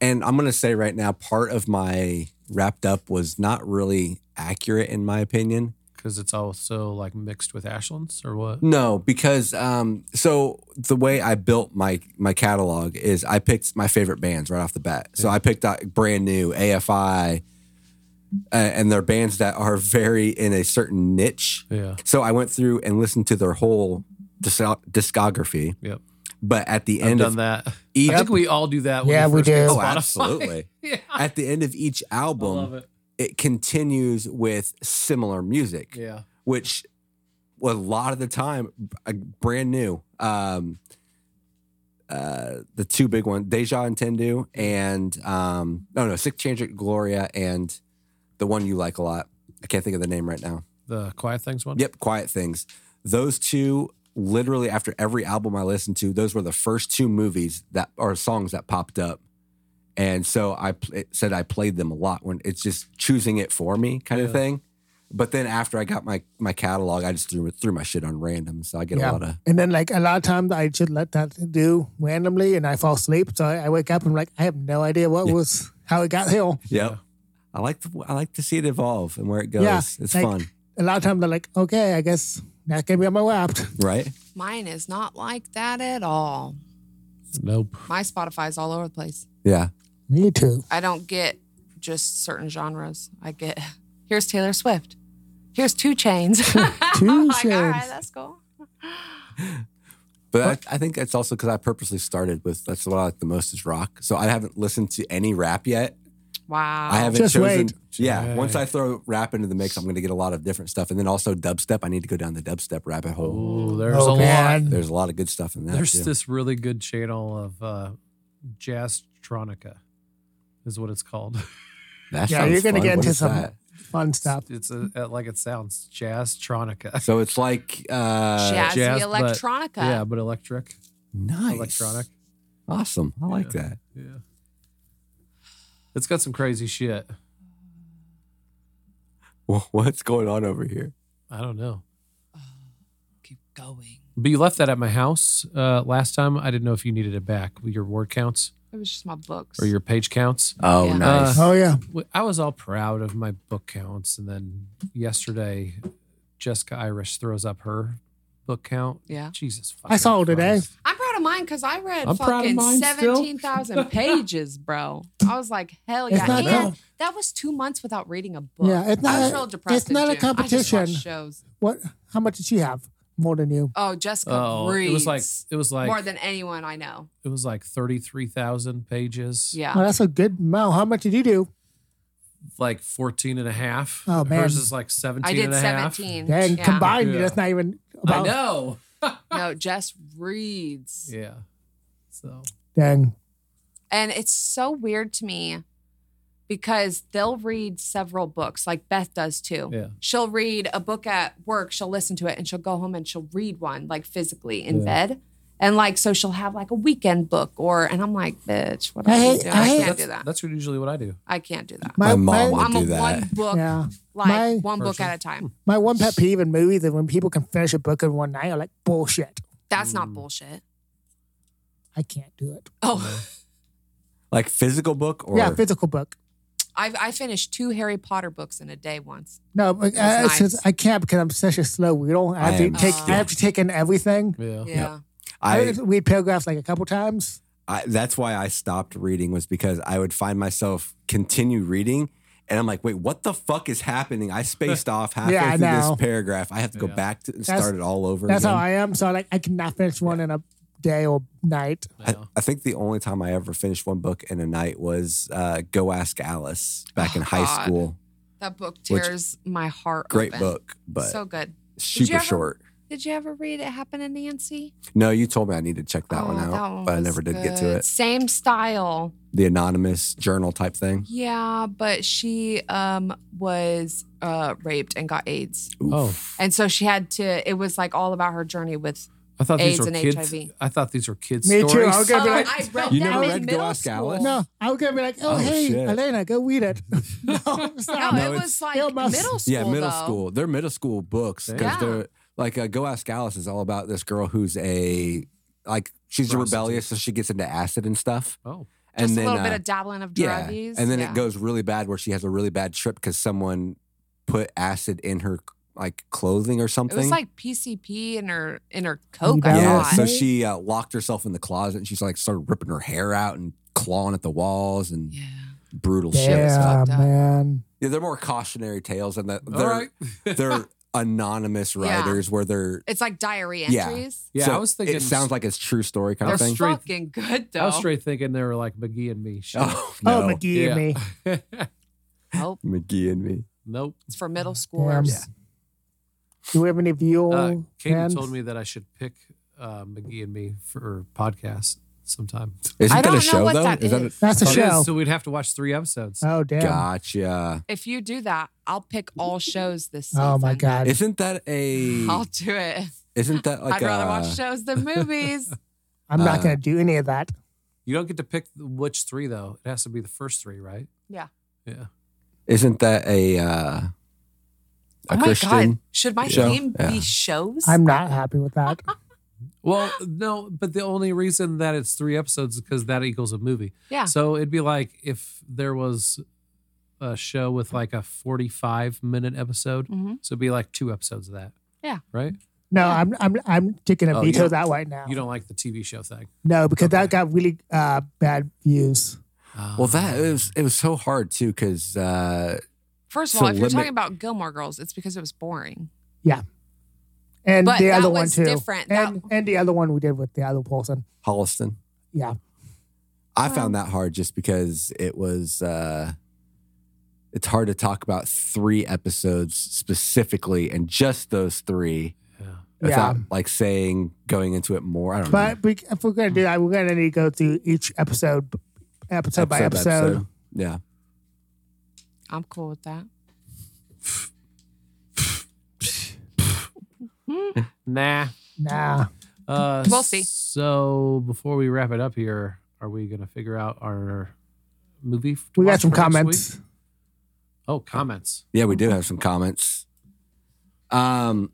Speaker 3: and I'm gonna say right now, part of my wrapped up was not really accurate in my opinion.
Speaker 5: Because it's also like mixed with Ashland's or what?
Speaker 3: No, because um, so the way I built my my catalog is I picked my favorite bands right off the bat. So I picked out brand new AFI, uh, and they're bands that are very in a certain niche.
Speaker 5: Yeah.
Speaker 3: So I went through and listened to their whole disco- discography.
Speaker 5: Yep.
Speaker 3: But at the
Speaker 5: I've
Speaker 3: end
Speaker 5: done
Speaker 3: of
Speaker 5: that.
Speaker 3: each
Speaker 5: I think we all do that. when
Speaker 2: Yeah, we
Speaker 5: first get
Speaker 2: do.
Speaker 3: Oh,
Speaker 5: Spotify.
Speaker 3: absolutely.
Speaker 5: (laughs) yeah.
Speaker 3: at the end of each
Speaker 5: I love
Speaker 3: album,
Speaker 5: it.
Speaker 3: it continues with similar music,
Speaker 5: Yeah.
Speaker 3: which a lot of the time, uh, brand new. Um, uh, the two big ones, Deja and Tendu, and um, no, no, Six Changer Gloria, and the one you like a lot. I can't think of the name right now.
Speaker 5: The Quiet Things one?
Speaker 3: Yep, Quiet Things. Those two, literally after every album I listened to, those were the first two movies that or songs that popped up. And so I pl- it said I played them a lot when it's just choosing it for me kind
Speaker 5: Yeah.
Speaker 3: of thing. But then after I got my my catalog, I just threw threw my shit on random, so I get
Speaker 2: Yeah.
Speaker 3: a lot of
Speaker 2: And then, like, a lot of times I just let that do randomly and I fall asleep. So I, I wake up and I'm like, I have no idea what was, how it got here.
Speaker 3: yeah. I like to I like to see it evolve and where it goes.
Speaker 2: Yeah,
Speaker 3: it's
Speaker 2: like-
Speaker 3: fun,
Speaker 2: A lot of times they're like, okay, I guess that's going to be on my wrapped.
Speaker 3: right?
Speaker 4: Mine is not like that at all.
Speaker 5: Nope.
Speaker 4: My Spotify's all over the place.
Speaker 3: Yeah,
Speaker 2: (laughs) Me too.
Speaker 4: I don't get just certain genres. I get here's Taylor Swift. Here's Two Chains. (laughs)
Speaker 5: (laughs)
Speaker 4: Two like, all right,
Speaker 2: Chainz.
Speaker 4: that's cool.
Speaker 3: but I, I think it's also because I purposely started with that's what I like the most is rock. So I haven't listened to any rap yet.
Speaker 4: Wow.
Speaker 3: I haven't
Speaker 2: Just
Speaker 3: chosen.
Speaker 2: wait.
Speaker 3: Yeah,
Speaker 5: Right.
Speaker 3: once I throw rap into the mix, I'm going to get a lot of different stuff, and then also dubstep. I need to go down the dubstep rabbit hole.
Speaker 5: Oh, there's
Speaker 2: Oh,
Speaker 5: a lot.
Speaker 2: man.
Speaker 3: There's a lot of good stuff in that.
Speaker 5: There's
Speaker 3: too.
Speaker 5: this really good channel of uh, Jazztronica, is what it's called.
Speaker 3: That
Speaker 2: Yeah, you're
Speaker 3: sounds
Speaker 2: gonna
Speaker 3: fun.
Speaker 2: get
Speaker 3: What
Speaker 2: into
Speaker 3: is
Speaker 2: some-
Speaker 3: that?
Speaker 2: Fun stuff.
Speaker 5: It's a, uh, like it sounds, Jazztronica.
Speaker 3: So it's like uh,
Speaker 4: Jazzy
Speaker 5: jazz, but-
Speaker 4: electronica.
Speaker 5: Yeah, but electric,
Speaker 3: nice,
Speaker 5: electronic.
Speaker 3: awesome. I like that.
Speaker 5: Yeah, it's got some crazy shit.
Speaker 3: Wha- What's going on over here?
Speaker 5: I don't know,
Speaker 4: Keep going.
Speaker 5: but you left that at my house uh, last time. I didn't know if you needed it back. Your word counts
Speaker 4: It was just my books.
Speaker 5: or your page counts.
Speaker 3: Oh,
Speaker 4: Yeah.
Speaker 3: nice.
Speaker 2: Oh, yeah.
Speaker 5: w- I was all proud of my book counts, and then yesterday, Jessica Irish throws up her book count.
Speaker 4: Yeah.
Speaker 5: Jesus,
Speaker 2: I saw
Speaker 5: fucking
Speaker 2: it today.
Speaker 5: Christ.
Speaker 4: I'm proud of mine because I read
Speaker 5: I'm proud of
Speaker 4: fucking
Speaker 5: mine still.
Speaker 4: 17,000 pages, bro. I was like, hell
Speaker 2: It's
Speaker 4: yeah.
Speaker 2: not
Speaker 4: And
Speaker 2: bad.
Speaker 4: that was two months without reading a book.
Speaker 2: Yeah, it's
Speaker 4: I was
Speaker 2: not-
Speaker 4: real depressed.
Speaker 2: it's
Speaker 4: in
Speaker 2: not a
Speaker 4: June. I just
Speaker 2: competition.
Speaker 4: watched shows.
Speaker 2: What? How much did she have? More than you.
Speaker 4: Oh, Jessica
Speaker 5: Oh, it was like
Speaker 4: reads
Speaker 5: it was
Speaker 4: more
Speaker 5: like
Speaker 4: than anyone I know.
Speaker 5: it was like thirty three thousand pages.
Speaker 2: Oh,
Speaker 4: Yeah.
Speaker 2: that's a good amount. How much did you do?
Speaker 5: like 14 and a half.
Speaker 2: Oh, man.
Speaker 5: Hers is like 17
Speaker 4: I did
Speaker 5: and a half.
Speaker 4: 17.
Speaker 2: Dang,
Speaker 4: yeah.
Speaker 2: combined,
Speaker 5: Yeah.
Speaker 2: that's not even
Speaker 5: I
Speaker 2: about.
Speaker 5: know.
Speaker 4: No, Jess reads.
Speaker 5: Yeah. So
Speaker 2: Dang.
Speaker 4: And it's so weird to me because they'll read several books, like Beth does too.
Speaker 5: Yeah.
Speaker 4: She'll read a book at work, she'll listen to it, and she'll go home and she'll read one, like physically in bed. And like, so she'll have like a weekend book, or, and I'm like, bitch, what am I,
Speaker 2: I-
Speaker 4: gonna do? I,
Speaker 2: I-
Speaker 4: can't
Speaker 5: That's,
Speaker 4: do that.
Speaker 5: that's usually what I do.
Speaker 4: I can't do that.
Speaker 3: My mom would
Speaker 4: I'm a
Speaker 3: do that.
Speaker 4: one book,
Speaker 2: Yeah.
Speaker 4: like
Speaker 2: My-
Speaker 4: one book
Speaker 5: Person.
Speaker 4: at a time.
Speaker 2: My one pet peeve in movies is when people can finish a book in one night. I'm like, bullshit.
Speaker 4: That's
Speaker 5: Hmm.
Speaker 4: not bullshit.
Speaker 2: I can't do it.
Speaker 4: Oh, (laughs)
Speaker 3: Like physical book or
Speaker 2: yeah, physical book.
Speaker 4: I, I finished two Harry Potter books in a day once.
Speaker 2: No, but, uh,
Speaker 4: That's
Speaker 2: it's just-
Speaker 4: nice.
Speaker 2: I can't because I'm such a slow weedle. I
Speaker 3: I
Speaker 2: have to
Speaker 3: am
Speaker 2: take.
Speaker 4: too.
Speaker 2: I have to take in everything.
Speaker 5: Yeah.
Speaker 4: Yeah.
Speaker 2: I,
Speaker 3: I,
Speaker 2: read paragraphs like a couple times.
Speaker 3: I that's why I stopped reading was because I would find myself continue reading and I'm like, wait, what the fuck is happening? I spaced off halfway
Speaker 2: (laughs) Yeah, I
Speaker 3: through
Speaker 2: know.
Speaker 3: this paragraph. I have to go
Speaker 5: Yeah.
Speaker 3: back to and
Speaker 2: That's-
Speaker 3: start it all over
Speaker 2: That's
Speaker 3: again.
Speaker 2: how I am. So like, I cannot finish one in a day or night.
Speaker 5: yeah.
Speaker 3: I, I think the only time I ever finished one book in a night was uh, Go Ask Alice back in
Speaker 4: Oh,
Speaker 3: high
Speaker 4: God.
Speaker 3: school.
Speaker 4: That book
Speaker 3: Which-
Speaker 4: tears my heart
Speaker 3: Great
Speaker 4: open.
Speaker 3: book, but
Speaker 4: so good. you
Speaker 3: super
Speaker 4: ever-
Speaker 3: short.
Speaker 4: Did you ever read It Happened in Nancy?
Speaker 3: No, you told me I need to check that
Speaker 4: Oh,
Speaker 3: one out,
Speaker 4: that one
Speaker 3: but I
Speaker 4: was
Speaker 3: never did get to
Speaker 4: good.
Speaker 3: it.
Speaker 4: Same style.
Speaker 3: The anonymous journal type thing.
Speaker 4: Yeah, but she um was uh raped and got AIDS.
Speaker 5: Oh,
Speaker 4: And so she had to it was like all about her journey with
Speaker 5: I thought
Speaker 4: AIDS
Speaker 5: these were
Speaker 4: and
Speaker 5: kids.
Speaker 4: HIV.
Speaker 5: I thought these were kids.
Speaker 2: Me too.
Speaker 5: stories.
Speaker 2: I'll go- Yeah,
Speaker 4: Oh, (laughs)
Speaker 2: but like-
Speaker 4: I read
Speaker 3: You
Speaker 4: that
Speaker 3: never
Speaker 4: in
Speaker 3: read Go
Speaker 4: middle
Speaker 3: Ask
Speaker 4: school.
Speaker 2: (laughs)
Speaker 3: Alice?
Speaker 2: No, I was gonna be like, oh,
Speaker 3: Oh,
Speaker 2: hey,
Speaker 3: shit.
Speaker 2: Elena, go weed it. (laughs) no, I'm
Speaker 4: No,
Speaker 2: sorry.
Speaker 3: No,
Speaker 4: it
Speaker 3: it's-
Speaker 4: was like
Speaker 2: It must-
Speaker 4: middle school.
Speaker 3: Yeah, middle
Speaker 4: though.
Speaker 3: school. They're middle school books because
Speaker 4: Yeah.
Speaker 3: they're like uh, Go Ask Alice is all about this girl who's a like she's
Speaker 5: Prostitute.
Speaker 3: rebellious, so she gets into acid and stuff,
Speaker 5: Oh,
Speaker 4: Just
Speaker 3: and
Speaker 4: a
Speaker 3: then
Speaker 4: little bit
Speaker 3: uh,
Speaker 4: of dabbling of
Speaker 3: yeah,
Speaker 4: druggies.
Speaker 3: and then
Speaker 4: Yeah.
Speaker 3: it goes really bad where she has a really bad trip because someone put acid in her like clothing or
Speaker 4: It
Speaker 3: something.
Speaker 4: was like PCP in her in her coke.
Speaker 2: Yeah.
Speaker 4: I
Speaker 3: yeah,
Speaker 4: thought.
Speaker 3: so she uh, locked herself in the closet and she's like started ripping her hair out and clawing at the walls and
Speaker 4: yeah.
Speaker 3: brutal (laughs) shit. So,
Speaker 2: Yeah,
Speaker 4: fucked up.
Speaker 2: man.
Speaker 3: yeah, they're more cautionary tales and that
Speaker 5: all
Speaker 3: they're
Speaker 5: right. (laughs)
Speaker 3: they're anonymous
Speaker 4: Yeah.
Speaker 3: writers where they're
Speaker 4: It's like diary
Speaker 3: Yeah.
Speaker 4: entries.
Speaker 5: Yeah,
Speaker 3: So
Speaker 5: I was thinking.
Speaker 3: it sounds like it's true story kind
Speaker 4: They're
Speaker 3: of thing.
Speaker 5: straight-
Speaker 4: fucking good
Speaker 5: I
Speaker 4: though.
Speaker 5: was straight thinking they were like McGee and me. Shit.
Speaker 3: (laughs) Oh,
Speaker 2: Oh,
Speaker 3: no.
Speaker 2: McGee
Speaker 5: Yeah.
Speaker 2: and me.
Speaker 4: Nope.
Speaker 3: McGee and me.
Speaker 5: nope.
Speaker 4: It's for middle schoolers.
Speaker 2: Yeah. Do we have any view?
Speaker 5: Uh, Katie
Speaker 2: fans?
Speaker 5: told me that I should pick uh, McGee and me for podcast sometime.
Speaker 3: Isn't
Speaker 4: I
Speaker 3: that
Speaker 4: don't
Speaker 3: a
Speaker 4: know
Speaker 3: show
Speaker 4: what
Speaker 3: though?
Speaker 4: that
Speaker 3: that
Speaker 4: is.
Speaker 2: That's a
Speaker 5: It is,
Speaker 2: show.
Speaker 5: so we'd have to watch three episodes.
Speaker 2: Oh damn.
Speaker 3: a gotcha?
Speaker 4: If you do that, I'll pick all shows this season.
Speaker 2: Oh my god.
Speaker 3: Isn't that
Speaker 4: I'll
Speaker 3: a?
Speaker 4: do it.
Speaker 3: Isn't that like
Speaker 4: I'd rather watch
Speaker 3: a?
Speaker 4: shows than
Speaker 3: (laughs)
Speaker 4: movies.
Speaker 2: I'm not
Speaker 3: uh,
Speaker 2: gonna do any of that.
Speaker 5: You don't get to pick which three though. It has to be the first three, right?
Speaker 4: Yeah.
Speaker 5: Yeah.
Speaker 3: Isn't that a? uh
Speaker 4: oh
Speaker 3: A
Speaker 4: my god.
Speaker 3: Christian?
Speaker 4: Should my
Speaker 3: show?
Speaker 4: name
Speaker 3: Yeah.
Speaker 4: be shows?
Speaker 2: I'm not happy with (laughs) that.
Speaker 4: (gasps)
Speaker 5: Well, no, but the only reason that it's three episodes is because that equals a movie.
Speaker 4: yeah.
Speaker 5: So it'd be like if there was a show with like a 45 minute episode.
Speaker 4: Mhm.
Speaker 5: So it'd be like two episodes of that.
Speaker 4: Yeah.
Speaker 5: Right?
Speaker 2: No, I'm I'm I'm taking a
Speaker 5: Oh, you
Speaker 2: veto
Speaker 5: don't-
Speaker 2: that right now.
Speaker 5: You don't like the TV show thing.
Speaker 2: No, because
Speaker 5: Okay.
Speaker 2: that got really uh, bad views.
Speaker 4: Oh,
Speaker 3: Well,
Speaker 5: Um,
Speaker 3: that it was it was so hard too because uh,
Speaker 4: First of
Speaker 3: So
Speaker 4: all, if you're
Speaker 3: limit-
Speaker 4: talking about Gilmore Girls, it's because it was boring.
Speaker 2: And
Speaker 4: But
Speaker 2: the
Speaker 4: that
Speaker 2: other
Speaker 4: was
Speaker 2: one too.
Speaker 4: different. That-
Speaker 2: And and the other one we did with the other person.
Speaker 3: Holliston.
Speaker 2: Yeah.
Speaker 3: I found that hard just because it was uh it's hard to talk about three episodes specifically and just those three
Speaker 5: Yeah.
Speaker 3: without
Speaker 2: Yeah.
Speaker 3: like saying going into it more. I don't know.
Speaker 2: But we, if we're gonna do that, we're gonna need to go through each episode, episode, by
Speaker 3: Episode by
Speaker 2: episode.
Speaker 3: episode. Yeah.
Speaker 4: I'm cool with that.
Speaker 5: Nah.
Speaker 2: Nah,
Speaker 5: Uh,
Speaker 4: We'll see.
Speaker 5: So before we wrap it up here, are we going to figure out our movie? to
Speaker 2: we
Speaker 5: watch
Speaker 2: got some
Speaker 5: for next
Speaker 2: comments.
Speaker 5: week? Oh, comments.
Speaker 3: Yeah, we do have some comments. Um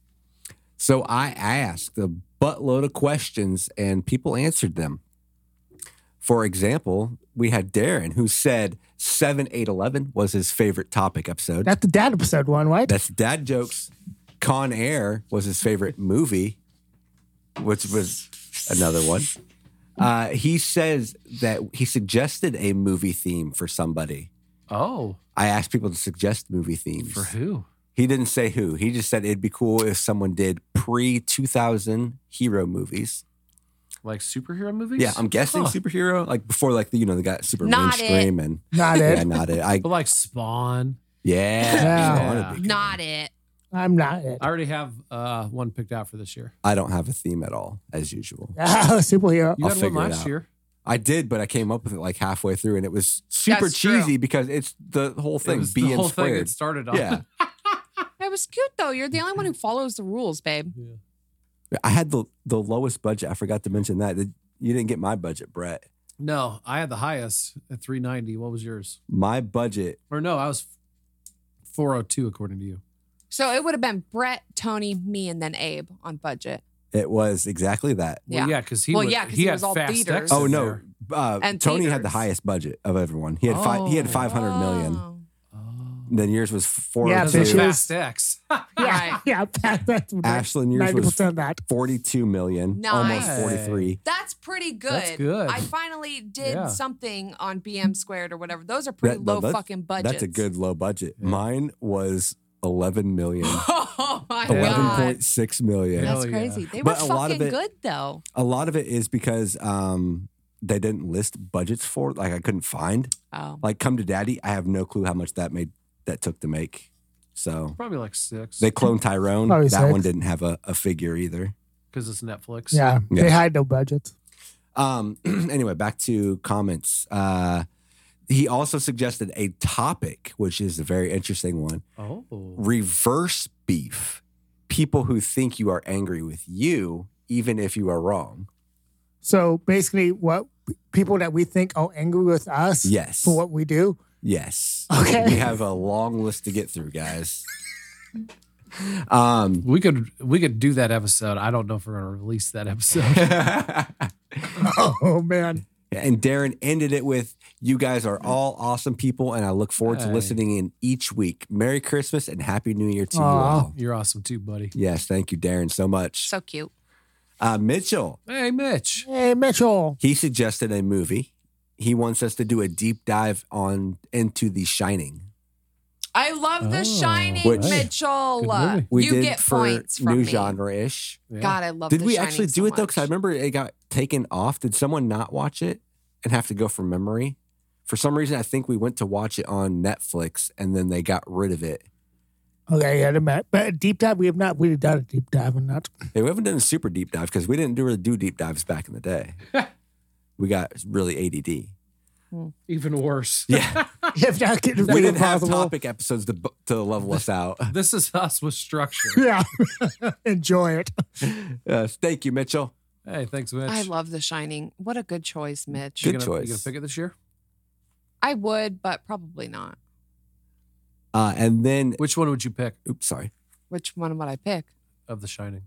Speaker 3: (clears throat) so I asked a buttload of questions and people answered them. For example, we had Darren who said 7811 was his favorite topic episode.
Speaker 2: That's the dad episode one, right?
Speaker 3: That's dad jokes. Con Air was his favorite movie, which was another one. Uh, he says that he suggested a movie theme for somebody.
Speaker 5: Oh,
Speaker 3: I asked people to suggest movie
Speaker 5: for
Speaker 3: themes.
Speaker 5: who?
Speaker 3: He didn't say who. He just said it'd be cool if someone did pre 2000 hero movies.
Speaker 5: Like superhero movies?
Speaker 3: Yeah, I'm guessing
Speaker 5: Huh.
Speaker 3: superhero, like before, like the, you know, they got super
Speaker 4: Not
Speaker 3: mainstream and
Speaker 2: Not
Speaker 3: yeah,
Speaker 2: it.
Speaker 3: not it.
Speaker 2: (laughs)
Speaker 3: I
Speaker 5: But like Spawn.
Speaker 3: yeah,
Speaker 2: Yeah.
Speaker 3: I wanna be-
Speaker 4: Not it.
Speaker 2: I'm not it.
Speaker 5: I already have uh, one picked out for this year.
Speaker 3: I don't have a theme at all, as usual.
Speaker 2: Oh, (laughs) superhero.
Speaker 5: You (laughs) had one
Speaker 3: I'll figure it
Speaker 5: last
Speaker 3: out.
Speaker 5: year.
Speaker 3: I did, but I came up with it like halfway through, and it was super
Speaker 4: That's true.
Speaker 3: cheesy because it's the whole
Speaker 5: It
Speaker 3: thing
Speaker 5: was
Speaker 3: being
Speaker 5: the whole thing
Speaker 3: squared.
Speaker 5: it started on.
Speaker 3: (laughs) yeah,
Speaker 4: It was cute though. You're the only one who follows the rules, babe.
Speaker 3: I had the the lowest budget. I forgot to mention that. That- You didn't get my budget, Brett.
Speaker 5: No, I had the highest at 390. What was yours?
Speaker 3: My budget.
Speaker 5: Or no, I was 402 according to you.
Speaker 4: So it would have been Brett, Tony, me, and then Abe on budget.
Speaker 3: It was exactly that.
Speaker 5: Well,
Speaker 4: Yeah.
Speaker 5: yeah, because he
Speaker 4: Well,
Speaker 5: was,
Speaker 4: yeah, 'cause
Speaker 5: he,
Speaker 4: he
Speaker 5: had
Speaker 4: was all
Speaker 5: fast
Speaker 4: theaters.
Speaker 5: X in
Speaker 3: Oh no,
Speaker 5: there.
Speaker 3: uh,
Speaker 4: And
Speaker 3: Tony had the
Speaker 4: theaters.
Speaker 3: highest budget of everyone. He had five. He had
Speaker 5: Oh.
Speaker 3: five hundred million.
Speaker 4: Oh.
Speaker 3: Then yours was four. oh
Speaker 2: Yeah,
Speaker 5: That was
Speaker 2: bitches.
Speaker 5: a fast X.
Speaker 4: Right.
Speaker 2: (laughs) yeah, that, that's
Speaker 3: Ashlyn, yours
Speaker 2: ninety
Speaker 3: was
Speaker 2: percent that.
Speaker 3: forty-two million, almost
Speaker 4: Nice.
Speaker 3: forty-three.
Speaker 4: That's pretty good.
Speaker 5: That's good.
Speaker 4: I finally did
Speaker 5: Yeah.
Speaker 4: something on BM squared or whatever. Those are pretty
Speaker 3: That- no,
Speaker 4: low
Speaker 3: that's-
Speaker 4: fucking budgets.
Speaker 3: That's
Speaker 4: (laughs)
Speaker 3: a good low budget.
Speaker 5: Yeah.
Speaker 3: Mine was eleven million.
Speaker 4: Oh my
Speaker 3: Eleven
Speaker 4: god.
Speaker 3: point six million.
Speaker 5: Yeah.
Speaker 4: That's
Speaker 5: Hell
Speaker 4: crazy. They
Speaker 3: But
Speaker 4: were
Speaker 3: a lot of
Speaker 4: fucking
Speaker 3: it-
Speaker 4: good though.
Speaker 3: A lot of it is because um, they didn't list budgets for. it. Like I couldn't find.
Speaker 4: Oh.
Speaker 3: Like Come to Daddy, I have no clue how much that made. That took to make. So
Speaker 5: Probably like six
Speaker 3: they cloned Tyrone.
Speaker 2: Probably
Speaker 3: that
Speaker 2: six.
Speaker 3: one didn't have a, a figure either.
Speaker 5: because it's Netflix.
Speaker 2: Yeah,
Speaker 3: Yeah.
Speaker 2: they had no budget.
Speaker 3: Um, (clears throat) anyway, back to comments. Uh, he also suggested a topic, which is a very interesting one.
Speaker 5: Oh.
Speaker 3: reverse beef people who think you are angry with you even if you are wrong
Speaker 2: So basically, what people that we think are angry with us
Speaker 3: yes
Speaker 2: for what we do. (laughs)
Speaker 3: yes
Speaker 2: Okay.
Speaker 3: we have a long list to get through guys (laughs) um (laughs)
Speaker 5: We could we could do that episode. I don't know if we're gonna release that episode. (laughs)
Speaker 2: Oh man,
Speaker 3: and darren ended it with you guys are all awesome people and i look forward to
Speaker 5: Hey.
Speaker 3: listening in each week merry christmas and happy new year to you
Speaker 2: Aw.
Speaker 3: all
Speaker 5: You're awesome too, buddy.
Speaker 3: yes thank you darren so much
Speaker 4: So cute.
Speaker 3: uh mitchell
Speaker 5: Hey, Mitch.
Speaker 2: hey Mitchell,
Speaker 3: He suggested a movie. He wants us to do a deep dive on into The Shining.
Speaker 4: I love the
Speaker 5: Oh,
Speaker 4: shining
Speaker 3: Which-
Speaker 4: Mitchell. Uh,
Speaker 5: Good movie.
Speaker 3: We
Speaker 4: you
Speaker 3: did
Speaker 4: get
Speaker 3: for
Speaker 4: points from me.
Speaker 3: new genre ish.
Speaker 5: Yeah.
Speaker 4: God, I love
Speaker 3: Did
Speaker 4: The
Speaker 3: we
Speaker 4: Shining
Speaker 3: actually
Speaker 4: so
Speaker 3: do it though? Because I
Speaker 4: much.
Speaker 3: remember it got taken off. Did someone not watch it and have to go from memory? For some reason, I think we went to watch it on Netflix and then they got rid of it.
Speaker 2: okay, yeah, the ma- but deep dive we have not really done a deep dive on that.
Speaker 3: Hey, we haven't done a super deep dive because we didn't do really do deep dives back in
Speaker 2: (laughs)
Speaker 3: the day. we got really ADD.
Speaker 5: Even worse.
Speaker 3: Yeah,
Speaker 2: (laughs) If that could
Speaker 3: we
Speaker 2: really
Speaker 3: didn't have
Speaker 2: possible.
Speaker 3: topic episodes to bu- to level us
Speaker 2: (laughs)
Speaker 3: out.
Speaker 5: This is us with
Speaker 3: (laughs)
Speaker 5: structure.
Speaker 2: Yeah, enjoy it.
Speaker 3: Uh, thank you, Mitchell.
Speaker 5: hey, thanks, Mitch.
Speaker 4: I love The Shining. What a good choice, Mitch.
Speaker 5: you
Speaker 3: Good
Speaker 5: gonna,
Speaker 3: choice.
Speaker 5: You gonna pick it this year?
Speaker 4: I would, but probably not.
Speaker 3: Uh, and then,
Speaker 5: Which one would you pick
Speaker 3: oops, sorry.
Speaker 4: Which one would I pick?
Speaker 5: of The Shining?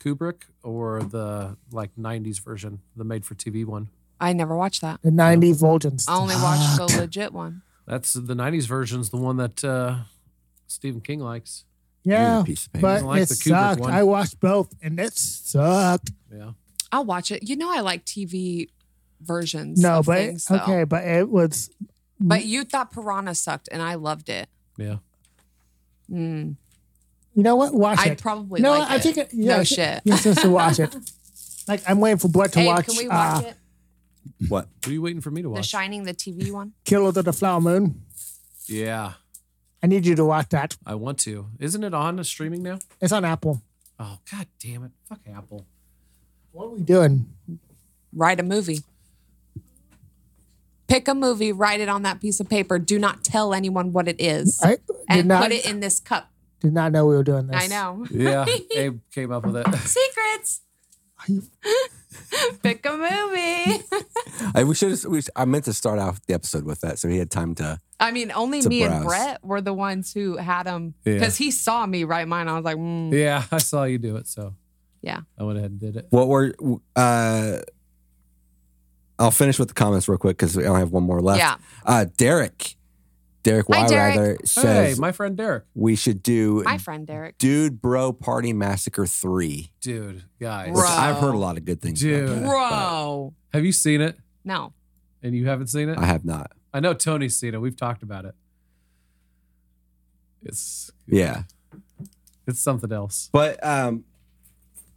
Speaker 5: Kubrick or the like '90s version, the made-for-TV one?
Speaker 4: I never watched that.
Speaker 2: The ninety Vulgans.
Speaker 4: I only watched the legit one.
Speaker 5: That's the '90s version's the one that uh, Stephen King likes.
Speaker 2: Yeah,
Speaker 3: piece
Speaker 2: but
Speaker 3: of
Speaker 5: Doesn't like
Speaker 2: it
Speaker 5: the Kubrick
Speaker 2: sucked.
Speaker 5: one.
Speaker 2: I watched both, and it sucked.
Speaker 5: Yeah.
Speaker 4: I'll watch it. You know, I like TV versions.
Speaker 2: No,
Speaker 4: of
Speaker 2: but
Speaker 4: things, though.
Speaker 2: okay, but it was
Speaker 4: But you thought Piranha sucked, and I loved it.
Speaker 5: Yeah.
Speaker 4: Mm.
Speaker 2: You know what? Watch
Speaker 4: I'd
Speaker 2: it.
Speaker 4: probably
Speaker 2: No,
Speaker 4: like
Speaker 2: I
Speaker 4: it.
Speaker 2: think it, yeah,
Speaker 4: no
Speaker 2: I think
Speaker 4: shit.
Speaker 2: You're supposed to
Speaker 4: (laughs)
Speaker 2: watch it. Like I'm waiting for Brett to
Speaker 4: Abe,
Speaker 2: watch,
Speaker 4: can we watch
Speaker 2: uh,
Speaker 4: it?
Speaker 3: What?
Speaker 5: What are you waiting for me to
Speaker 4: The
Speaker 5: watch?
Speaker 4: Shining, the TV one.
Speaker 2: Killer of the Flower Moon.
Speaker 5: yeah,
Speaker 2: I need you to watch that.
Speaker 5: I want to. Isn't it on streaming now?
Speaker 2: It's on Apple.
Speaker 5: Oh god damn it! Fuck Apple.
Speaker 2: What are we doing?
Speaker 4: Write a movie. Pick a movie, write it on that piece of paper. Do not tell anyone what it is,
Speaker 2: I did
Speaker 4: and
Speaker 2: not
Speaker 4: put it in this cup.
Speaker 2: did not know we were doing this.
Speaker 4: I know. (laughs)
Speaker 5: Yeah, Abe came up with it.
Speaker 4: Secrets. (laughs) Pick a movie.
Speaker 3: I, we should. have- We, I meant to start off the episode with that, so he had time to.
Speaker 4: I mean, only
Speaker 3: It's a
Speaker 4: me
Speaker 3: browse.
Speaker 4: and Brett were the ones who had him
Speaker 5: Yeah.
Speaker 4: because he saw me write mine. I was like, mm.
Speaker 5: Yeah, (laughs) I saw you do it, so
Speaker 4: yeah.
Speaker 5: I went ahead and did it.
Speaker 3: What were? Uh, I'll finish with the comments real quick because we only have one more left.
Speaker 4: Yeah.
Speaker 3: Uh, Derek, Derek,
Speaker 4: Hi,
Speaker 3: why
Speaker 4: Derek.
Speaker 3: rather
Speaker 5: Hey,
Speaker 3: says
Speaker 5: my friend Derek,
Speaker 3: we should do
Speaker 4: My friend Derek.
Speaker 3: Dude Bro Party Massacre Three.
Speaker 5: dude, guys,
Speaker 3: Which
Speaker 4: Bro.
Speaker 3: I've heard a lot of good things. about
Speaker 5: Dude.
Speaker 3: that,
Speaker 4: Bro.
Speaker 5: have you seen it?
Speaker 4: No.
Speaker 5: And you haven't seen it?
Speaker 3: but I have not.
Speaker 5: I know Tony's seen it. We've talked about it. It's
Speaker 3: Yeah,
Speaker 5: it's something else.
Speaker 3: but um,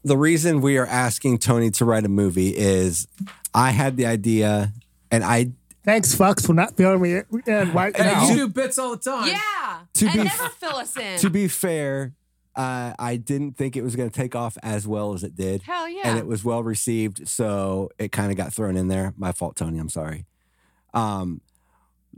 Speaker 3: the reason we are asking Tony to write a movie is I had the idea, and I
Speaker 2: Thanks, Fox, for not filling me
Speaker 4: (sighs)
Speaker 2: in right
Speaker 5: Hey,
Speaker 2: now.
Speaker 5: you do bits all the time.
Speaker 4: Yeah.
Speaker 3: To
Speaker 4: and
Speaker 3: be-
Speaker 4: never fill us in.
Speaker 3: to be fair, Uh, I didn't think it was going to take off as well as it did.
Speaker 4: Hell yeah.
Speaker 3: and it was well received. So it kind of got thrown in there. My fault, Tony. I'm sorry. Um,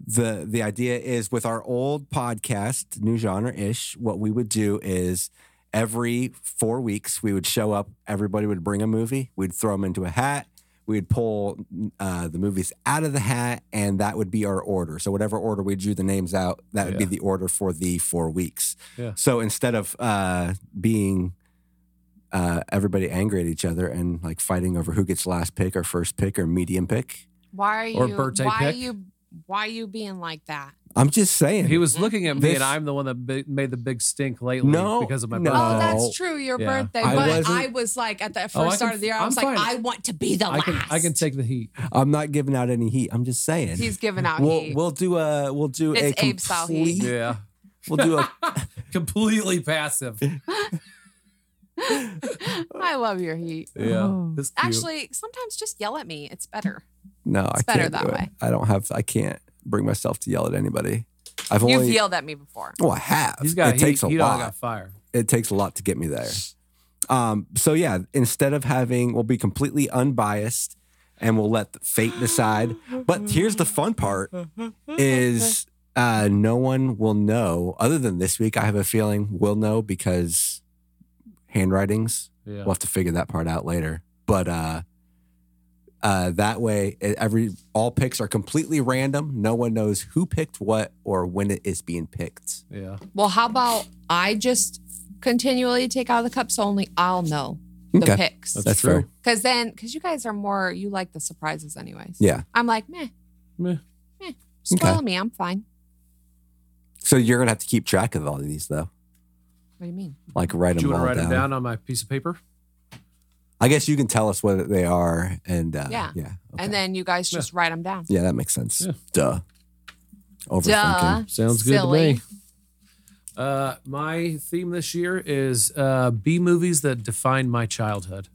Speaker 3: the the idea is with our old podcast, new genre ish. What we would do is every four weeks we would show up. Everybody would bring a movie. We'd throw them into a hat. We'd pull uh, the movies out of the hat, and that would be our order. So whatever order we drew the names out, that would be
Speaker 5: Yeah.
Speaker 3: the order for the four weeks.
Speaker 5: Yeah.
Speaker 3: So instead of uh, being uh, everybody angry at each other and like fighting over who gets last pick or first pick or medium pick.
Speaker 4: why are you?
Speaker 5: Or birthday
Speaker 4: why are
Speaker 5: pick.
Speaker 4: you? Why are you being like that?
Speaker 3: I'm just saying.
Speaker 5: He was looking at me,
Speaker 3: This-
Speaker 5: and I'm the one that bi- made the big stink lately
Speaker 3: No,
Speaker 5: because of my
Speaker 3: no.
Speaker 5: birthday.
Speaker 4: Oh,
Speaker 3: Oh,
Speaker 4: that's true. Your
Speaker 5: yeah.
Speaker 4: birthday,
Speaker 3: I
Speaker 4: but
Speaker 3: wasn't-
Speaker 4: I was like at the first
Speaker 5: Oh, I
Speaker 4: start
Speaker 5: can-
Speaker 4: of the year. I
Speaker 5: I'm
Speaker 4: was like,
Speaker 5: fine.
Speaker 4: I want to be the
Speaker 5: I
Speaker 4: last.
Speaker 5: can I can take the heat.
Speaker 3: I'm not giving out any heat. I'm just saying.
Speaker 4: (laughs) He's giving out
Speaker 3: we'll
Speaker 4: heat.
Speaker 3: we'll do a we'll do a
Speaker 4: It's Abe style heat.
Speaker 3: complete-
Speaker 5: Yeah,
Speaker 3: we'll do
Speaker 4: (laughs)
Speaker 3: a
Speaker 5: completely passive. Yeah,
Speaker 4: I love your heat.
Speaker 5: That's cute.
Speaker 4: Actually, sometimes just yell at me. It's better.
Speaker 3: no. I
Speaker 4: It's better
Speaker 3: can't
Speaker 4: that
Speaker 3: do it.
Speaker 4: way.
Speaker 3: I don't have. I can't bring myself to yell at anybody. I've
Speaker 4: You've
Speaker 3: only.
Speaker 4: yelled at me before.
Speaker 3: oh, I have.
Speaker 5: he's got
Speaker 3: it
Speaker 5: heat.
Speaker 3: takes a
Speaker 5: he
Speaker 3: lot.
Speaker 5: got fire.
Speaker 3: it takes a lot to get me there. Um, so yeah, instead of having, we'll be completely unbiased and we'll let fate decide. But here's the fun part
Speaker 4: (laughs)
Speaker 5: Mm-hmm.
Speaker 3: is uh, no one will know other than this week. I have a feeling we'll know because handwritings,
Speaker 5: Yeah.
Speaker 3: we'll have to figure that part out later. But, uh, uh, that way, e- every all picks are completely random. No one knows who picked what or when it is being picked.
Speaker 5: Yeah.
Speaker 4: Well, how about I just continually take out the cups so only I'll know the
Speaker 3: Okay.
Speaker 4: picks.
Speaker 5: That's
Speaker 3: That's
Speaker 5: true.
Speaker 3: fair.
Speaker 4: Because then, because you guys are more, you like the surprises, anyways.
Speaker 3: Yeah.
Speaker 4: I'm like, meh,
Speaker 5: Meh.
Speaker 4: meh. Spoil me. I'm fine.
Speaker 3: So you're gonna have to keep track of all of these, though.
Speaker 4: What do you mean?
Speaker 3: Like write
Speaker 5: Do
Speaker 3: them
Speaker 5: you want
Speaker 3: all
Speaker 5: to write
Speaker 3: down.
Speaker 5: it down on my piece of paper?
Speaker 3: I guess you can tell us what they are, and uh, yeah,
Speaker 4: Yeah.
Speaker 3: yeah, okay.
Speaker 4: And then you guys just write them down.
Speaker 3: yeah, that makes sense.
Speaker 5: Yeah.
Speaker 3: Duh.
Speaker 4: Duh.
Speaker 3: Overthinking.
Speaker 5: Sounds good
Speaker 4: Silly.
Speaker 5: to me. Uh, my theme this year is uh, B movies that define my childhood.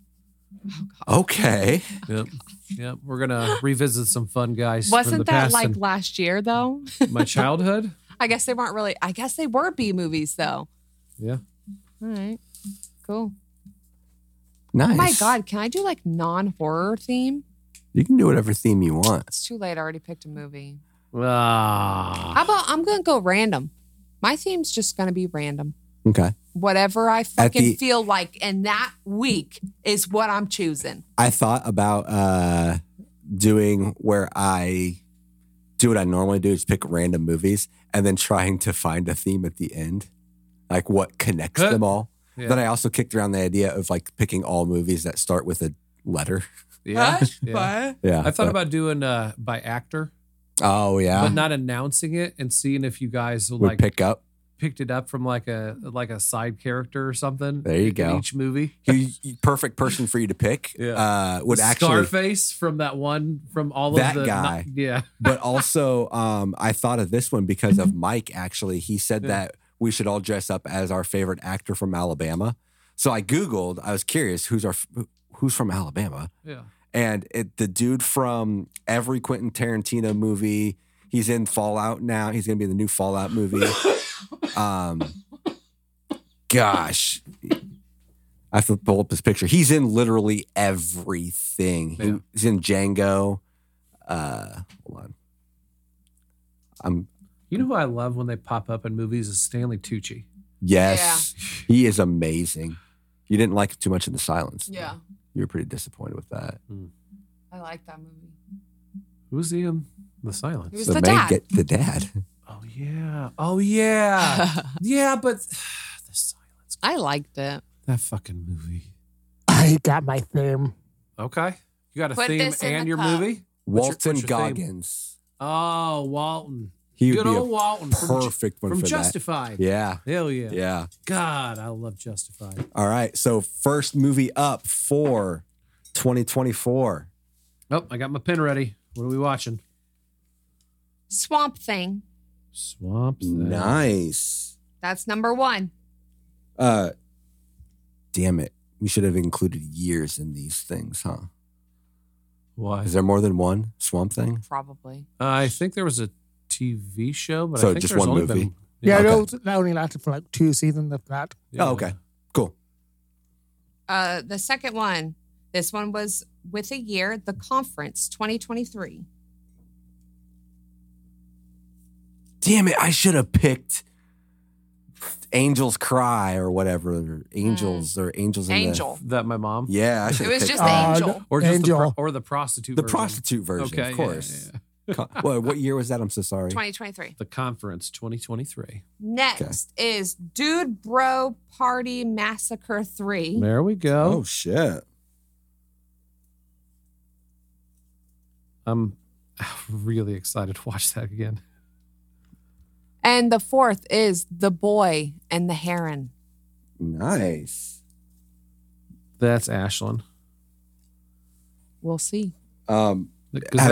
Speaker 3: Okay.
Speaker 5: Yep. Yep. We're gonna revisit some fun guys. from the
Speaker 4: Wasn't that
Speaker 5: past
Speaker 4: like
Speaker 5: and
Speaker 4: last year though? (laughs)
Speaker 5: my childhood?
Speaker 4: I guess they weren't really. I guess they were B movies though.
Speaker 5: Yeah.
Speaker 4: All right, cool.
Speaker 3: Nice.
Speaker 4: Oh my god, can I do like non horror theme?
Speaker 3: You can do whatever theme you want.
Speaker 4: It's too late. I already picked a movie.
Speaker 5: Ah.
Speaker 4: How about I'm gonna go random. My theme's just gonna be random.
Speaker 3: Okay.
Speaker 4: Whatever I fucking
Speaker 3: the-
Speaker 4: feel like, and that week is what I'm choosing.
Speaker 3: I thought about uh, doing where I do what I normally do, just pick random movies, and then trying to find a theme at the end, like what connects
Speaker 5: Huh.
Speaker 3: them all.
Speaker 5: Yeah.
Speaker 3: Then I also kicked around the idea of like picking all movies that start with a letter.
Speaker 5: (laughs) yeah.
Speaker 4: Huh?
Speaker 5: yeah.
Speaker 3: Yeah.
Speaker 5: I thought
Speaker 3: but-
Speaker 5: about doing uh, by actor,
Speaker 3: Oh yeah.
Speaker 5: but not announcing it and seeing if you guys
Speaker 3: Would
Speaker 5: like (laughs)
Speaker 3: pick up.
Speaker 5: picked it up from like a like a side character or something.
Speaker 3: There you
Speaker 5: in
Speaker 3: go.
Speaker 5: Each movie.
Speaker 3: you, you- perfect person for you to pick
Speaker 5: Yeah.
Speaker 3: uh, would actually,
Speaker 5: Scarface from that one from all
Speaker 3: That
Speaker 5: of the
Speaker 3: guy.
Speaker 5: yeah.
Speaker 3: but also um, I thought of this one because of Mike. Actually, he said
Speaker 5: Yeah.
Speaker 3: that we should all dress up as our favorite actor from Alabama. So I googled. I was curious who's our who's from Alabama,
Speaker 5: Yeah.
Speaker 3: and it, the dude from every Quentin Tarantino movie. He's in Fallout now. He's gonna be in the new
Speaker 4: (laughs)
Speaker 3: Fallout movie. um, gosh, I have to pull up his picture. He's in literally everything. He-
Speaker 5: Yeah.
Speaker 3: he's in Django. Uh, hold on. I'm
Speaker 5: You know who I love when they pop up in movies is Stanley Tucci.
Speaker 3: yes, he is amazing. You didn't like it too much in the silence. though.
Speaker 4: Yeah,
Speaker 3: you were pretty disappointed with that.
Speaker 4: I like that movie.
Speaker 5: Who's he in The Silence?
Speaker 4: He was the,
Speaker 3: main
Speaker 4: dad.
Speaker 3: get- the dad.
Speaker 5: oh yeah. Oh yeah.
Speaker 4: Uh,
Speaker 5: yeah, but (sighs) The Silence.
Speaker 4: (laughs) I liked it.
Speaker 5: That fucking movie.
Speaker 2: I got my theme.
Speaker 5: Okay. You got a
Speaker 4: Put
Speaker 5: theme
Speaker 4: this in
Speaker 5: and
Speaker 4: the
Speaker 5: your
Speaker 4: cup.
Speaker 5: movie? What's your-
Speaker 3: Walton
Speaker 5: what's your theme?
Speaker 3: Goggins.
Speaker 5: Oh, Walton.
Speaker 3: He would
Speaker 5: Good
Speaker 3: be
Speaker 5: old
Speaker 3: a
Speaker 5: Walton from,
Speaker 3: perfect one
Speaker 5: from
Speaker 3: for
Speaker 5: Justified.
Speaker 3: that. Yeah,
Speaker 5: Hell yeah.
Speaker 3: yeah.
Speaker 5: God, I love Justified.
Speaker 3: All right. So first movie up for 2024.
Speaker 5: Oh, I got my pen ready. What are we watching?
Speaker 4: Swamp Thing.
Speaker 5: Swamp Thing.
Speaker 3: Nice.
Speaker 4: That's number one.
Speaker 3: Uh damn it. We should have included years in these things, huh?
Speaker 5: Why?
Speaker 3: Is there more than one swamp thing?
Speaker 4: Probably.
Speaker 5: I think there was a TV show, but
Speaker 3: So
Speaker 5: I think
Speaker 3: just
Speaker 5: there's
Speaker 3: one
Speaker 5: only
Speaker 3: movie.
Speaker 5: been
Speaker 2: Yeah,
Speaker 3: Okay.
Speaker 2: those that only lasted for like two seasons of that.
Speaker 5: Yeah.
Speaker 3: Oh, okay. Cool.
Speaker 4: Uh, the second one, this one was with a year, The Conference 2023.
Speaker 3: Damn it. I should have picked Angels Cry or whatever. Or Angels or Angels in the-
Speaker 4: Angel.
Speaker 5: That my mom.
Speaker 3: yeah. I
Speaker 4: It
Speaker 3: should
Speaker 4: was just the
Speaker 2: that. Uh,
Speaker 4: angel.
Speaker 5: Or just the
Speaker 2: Angel.
Speaker 5: pro- or the prostitute.
Speaker 3: the
Speaker 5: version.
Speaker 3: prostitute version,
Speaker 5: Okay, yeah,
Speaker 3: of course.
Speaker 5: yeah, yeah.
Speaker 3: Co- well, (laughs) what year was that? I'm so sorry.
Speaker 4: 2023.
Speaker 5: The conference 2023.
Speaker 4: Next is Dude Bro Party Massacre 3.
Speaker 5: There we go.
Speaker 3: Oh, shit.
Speaker 5: I'm (laughs) really excited to watch that again.
Speaker 4: And the fourth is The Boy and the Heron.
Speaker 3: Nice.
Speaker 5: That's Ashlyn.
Speaker 4: We'll see.
Speaker 3: Um,
Speaker 5: 'Cause
Speaker 3: have,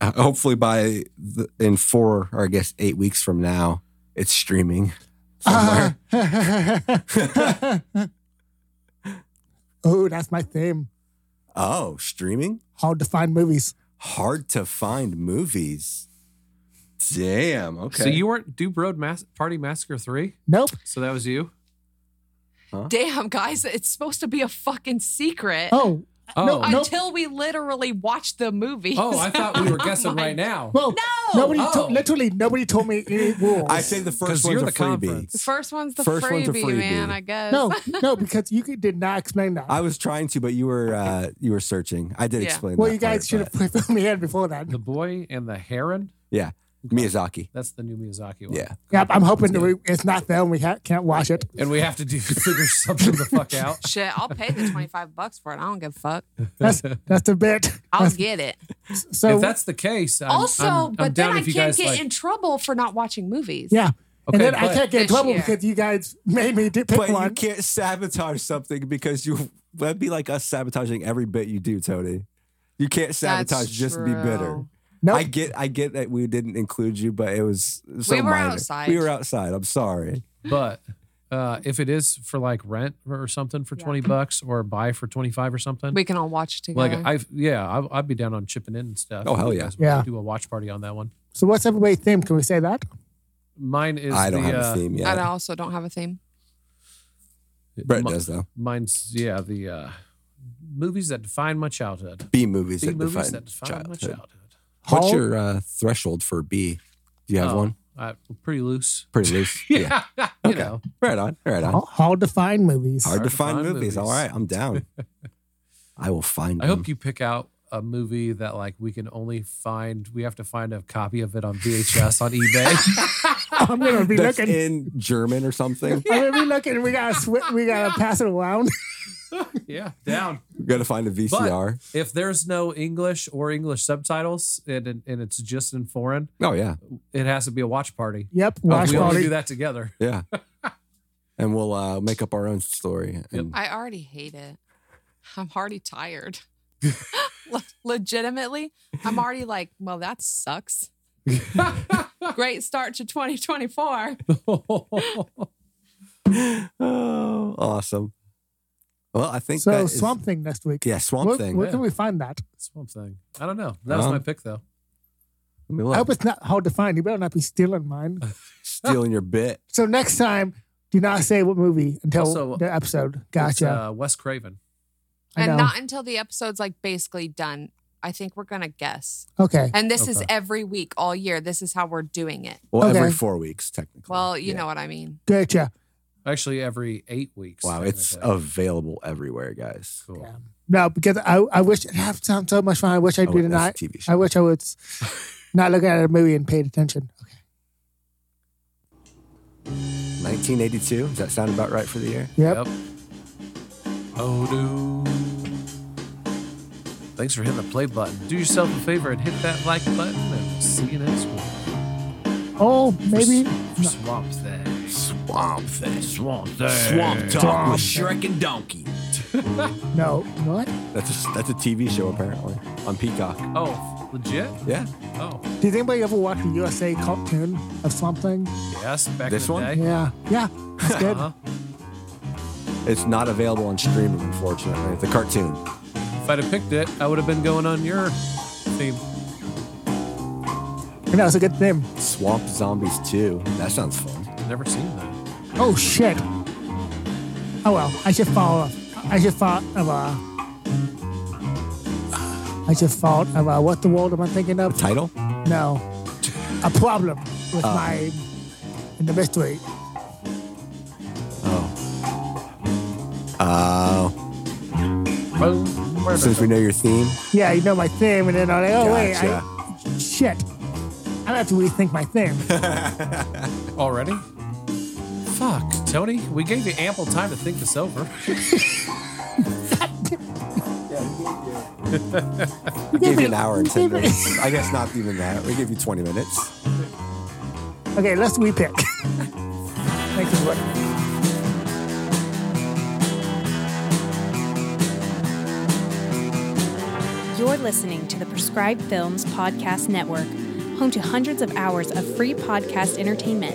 Speaker 5: that's-
Speaker 3: hopefully by the, in four or I guess eight weeks from now, it's streaming. (laughs)
Speaker 2: Ah.
Speaker 3: somewhere.
Speaker 2: (laughs)
Speaker 3: (laughs)
Speaker 2: oh, that's my theme.
Speaker 3: oh, streaming?
Speaker 2: Hard to find movies.
Speaker 3: Hard to find movies. Damn. Okay.
Speaker 5: So you weren't Dube Road Mass- Party Massacre 3?
Speaker 2: Nope.
Speaker 5: So that was you?
Speaker 4: Damn, guys, it's supposed to be a fucking secret
Speaker 2: Oh,
Speaker 5: Oh.
Speaker 2: no.
Speaker 4: until we literally watch the movie.
Speaker 5: Oh, I thought
Speaker 4: (laughs)
Speaker 5: we were guessing right now.
Speaker 2: well,
Speaker 4: No!
Speaker 2: nobody.
Speaker 5: Oh.
Speaker 2: To- literally, nobody told me
Speaker 3: (laughs)
Speaker 2: any rules.
Speaker 3: I say the first
Speaker 5: 'Cause
Speaker 3: one's
Speaker 5: you're
Speaker 3: a
Speaker 5: the
Speaker 3: freebie.
Speaker 5: conference.
Speaker 4: the first one's the
Speaker 3: First
Speaker 4: freebie,
Speaker 3: one's a freebie.
Speaker 4: man, I guess. (laughs)
Speaker 2: no, no, because you could- did not explain that.
Speaker 3: I was trying to, but you were uh, you were searching. I did
Speaker 4: Yeah.
Speaker 3: explain.
Speaker 2: well,
Speaker 3: that
Speaker 2: you guys should have
Speaker 3: part,
Speaker 2: (laughs) put me in before that.
Speaker 5: The Boy and the Heron?
Speaker 3: but- Miyazaki.
Speaker 5: That's the new Miyazaki one.
Speaker 3: Yeah.
Speaker 2: Yep, I'm hoping that we, it's not them. We ha- can't watch it.
Speaker 5: And we have to do (laughs) figure something the
Speaker 4: (laughs)
Speaker 5: fuck out.
Speaker 4: Shit, I'll pay the 25 bucks for it. I don't give a fuck.
Speaker 3: (laughs)
Speaker 2: That's that's the bit. (laughs)
Speaker 4: I'll get it.
Speaker 2: So
Speaker 5: if that's the case, I'm,
Speaker 4: also,
Speaker 5: I'm- I'm
Speaker 4: but
Speaker 5: down
Speaker 4: then I
Speaker 5: if you
Speaker 4: can't
Speaker 5: guys,
Speaker 4: get
Speaker 5: like-
Speaker 4: in trouble for not watching movies.
Speaker 2: yeah, and
Speaker 5: Okay,
Speaker 2: then I
Speaker 5: but-
Speaker 2: can't get in
Speaker 4: This
Speaker 2: trouble
Speaker 4: year.
Speaker 2: because you guys made me d- pick
Speaker 3: But you
Speaker 2: one.
Speaker 3: can't sabotage something because you that'd be like us sabotaging every bit you do, Tony. You can't
Speaker 4: That's
Speaker 3: sabotage just to be bitter.
Speaker 4: true.
Speaker 2: Nope.
Speaker 3: I get I get that we didn't include you, but it was so
Speaker 4: were
Speaker 3: minor.
Speaker 4: outside.
Speaker 3: We were outside. I'm sorry.
Speaker 5: But uh, if it is for like rent or something for
Speaker 4: Yeah.
Speaker 5: 20 bucks or buy for 25 or something,
Speaker 4: We can all watch
Speaker 5: like
Speaker 4: together.
Speaker 5: I've, yeah, I've, I'd be down on chipping in and stuff.
Speaker 3: Oh, hell
Speaker 5: If you
Speaker 3: yeah.
Speaker 5: guys wanna
Speaker 2: Yeah.
Speaker 5: Do a watch party on that one.
Speaker 2: so what's everybody's theme? Can we say that?
Speaker 5: Mine is
Speaker 3: I don't
Speaker 5: the,
Speaker 3: have
Speaker 5: uh,
Speaker 3: a theme
Speaker 4: I
Speaker 3: yet.
Speaker 4: also don't have a theme.
Speaker 3: Brett
Speaker 5: mi-
Speaker 3: does though.
Speaker 5: Mine's, yeah, the uh, movies that define my childhood.
Speaker 3: B movies
Speaker 5: B
Speaker 3: that
Speaker 5: movies
Speaker 3: define,
Speaker 5: that define my
Speaker 3: childhood.
Speaker 5: childhood.
Speaker 3: What's
Speaker 2: Hall?
Speaker 3: your uh, threshold for B? Do you have
Speaker 5: Oh,
Speaker 3: one?
Speaker 5: I, pretty loose. (laughs)
Speaker 3: Pretty loose.
Speaker 5: Yeah. you
Speaker 3: Okay.
Speaker 5: know.
Speaker 3: Right on. Right on.
Speaker 2: Hard, hard to find movies.
Speaker 3: Hard, to find, movies.
Speaker 5: movies.
Speaker 3: All right,
Speaker 5: (laughs)
Speaker 3: I'm down. I will find.
Speaker 5: I hope you pick out a movie that like we can only find we have to find a copy of it on VHS on
Speaker 3: (laughs)
Speaker 5: eBay.
Speaker 2: (laughs) I'm gonna be
Speaker 3: that's
Speaker 2: looking.
Speaker 3: in German or something.
Speaker 2: I'm gonna be looking. We gotta swi we gotta
Speaker 3: (laughs)
Speaker 2: pass it around. (laughs)
Speaker 5: yeah, down.
Speaker 3: We gotta find a VCR.
Speaker 5: If there's no English or English subtitles and and and it's just in foreign,
Speaker 3: oh yeah,
Speaker 5: it has to be a watch party.
Speaker 3: Oh,
Speaker 2: Yep, watch
Speaker 5: we only do
Speaker 2: party.
Speaker 5: that together.
Speaker 3: yeah. (laughs) and we'll uh, make up our own story. And
Speaker 4: I already hate it. I'm already tired. (laughs) Le- legitimately, I'm already like, well, that sucks. Great start to 2024.
Speaker 5: (laughs)
Speaker 3: (laughs) oh, awesome. Well, I think that
Speaker 2: So
Speaker 3: is-
Speaker 2: Swamp Thing next week.
Speaker 3: yeah, Swamp
Speaker 2: where,
Speaker 3: Thing.
Speaker 2: Where
Speaker 5: yeah.
Speaker 2: can we find that?
Speaker 5: Swamp Thing. I don't know. That was my
Speaker 3: Um,
Speaker 5: pick though.
Speaker 3: Let me
Speaker 2: I
Speaker 3: look.
Speaker 2: hope it's not hard to find. You better not be stealing mine.
Speaker 3: Stealing
Speaker 2: (laughs)
Speaker 3: your bit.
Speaker 2: So next time, do not say what movie until
Speaker 5: Also,
Speaker 2: the episode.
Speaker 5: It's,
Speaker 2: Gotcha.
Speaker 5: uh, Wes Craven.
Speaker 2: I
Speaker 4: And
Speaker 2: know.
Speaker 4: not until the episode's like basically done. I think we're going to guess.
Speaker 2: okay.
Speaker 4: And this is
Speaker 5: Okay.
Speaker 4: every week, all year. This is how we're doing it.
Speaker 3: Well, every
Speaker 2: Okay.
Speaker 3: four weeks technically.
Speaker 4: Well, you
Speaker 3: Yeah.
Speaker 4: know what I mean.
Speaker 2: Gotcha.
Speaker 5: Actually every eight weeks.
Speaker 3: Wow, it's oh,
Speaker 5: technically.
Speaker 3: available everywhere, guys.
Speaker 5: cool.
Speaker 2: Yeah. No, because I, I wish I have some, so much fun. I wish I
Speaker 3: Oh,
Speaker 2: did
Speaker 3: wait,
Speaker 2: not.
Speaker 3: that's a TV show.
Speaker 2: I wish I was
Speaker 3: (laughs)
Speaker 2: not looking at a movie and paid attention. Okay.
Speaker 3: 1982. Does that sound about right for the year?
Speaker 2: Yep.
Speaker 5: Yep. Oh, dude. Thanks for hitting the play button. Do yourself a favor and hit that like button, and we'll see you next week.
Speaker 2: Oh, maybe.
Speaker 5: For Swamp Thing.
Speaker 3: Swamp Thing.
Speaker 5: Swamp Thing.
Speaker 3: Swamp Talk
Speaker 2: Swamp
Speaker 3: with Shrek and Donkey.
Speaker 2: No. What?
Speaker 3: That's a, that's a TV show apparently on Peacock.
Speaker 5: Oh, legit?
Speaker 3: Yeah.
Speaker 5: Oh,
Speaker 2: Did anybody ever watch the USA cartoon of something?
Speaker 5: yes. Back
Speaker 3: This
Speaker 5: in the
Speaker 3: one?
Speaker 5: day.
Speaker 2: Yeah. Yeah. It's good.
Speaker 5: Uh-huh.
Speaker 3: It's not available on streaming, unfortunately. The cartoon.
Speaker 5: If I'd have picked it, I would have been going on your theme.
Speaker 2: It can also get them.
Speaker 3: Swamp Zombies 2. That sounds fun.
Speaker 5: Never seen that.
Speaker 2: Oh shit. Oh well, I should follow. I should follow. Uh, I just thought of uh, what the world am I thinking of?
Speaker 3: Title?
Speaker 2: No, a problem with my in the mystery.
Speaker 3: Uh, since we know your theme,
Speaker 2: Yeah, you know my theme, and then I'm like, oh wait, I,
Speaker 3: Gotcha.
Speaker 2: shit, I have to rethink my theme.
Speaker 5: Already? Fuck, Tony. We gave you ample time to think this over.
Speaker 3: we gave you an
Speaker 2: it-
Speaker 3: hour and
Speaker 2: you
Speaker 3: 10
Speaker 2: gave it-
Speaker 3: minutes. I guess not even that. We gave you 20 minutes.
Speaker 2: okay, let's repick. Thank you. What?
Speaker 1: You're listening to the Prescribed Films Podcast Network, home to hundreds of hours of free podcast entertainment.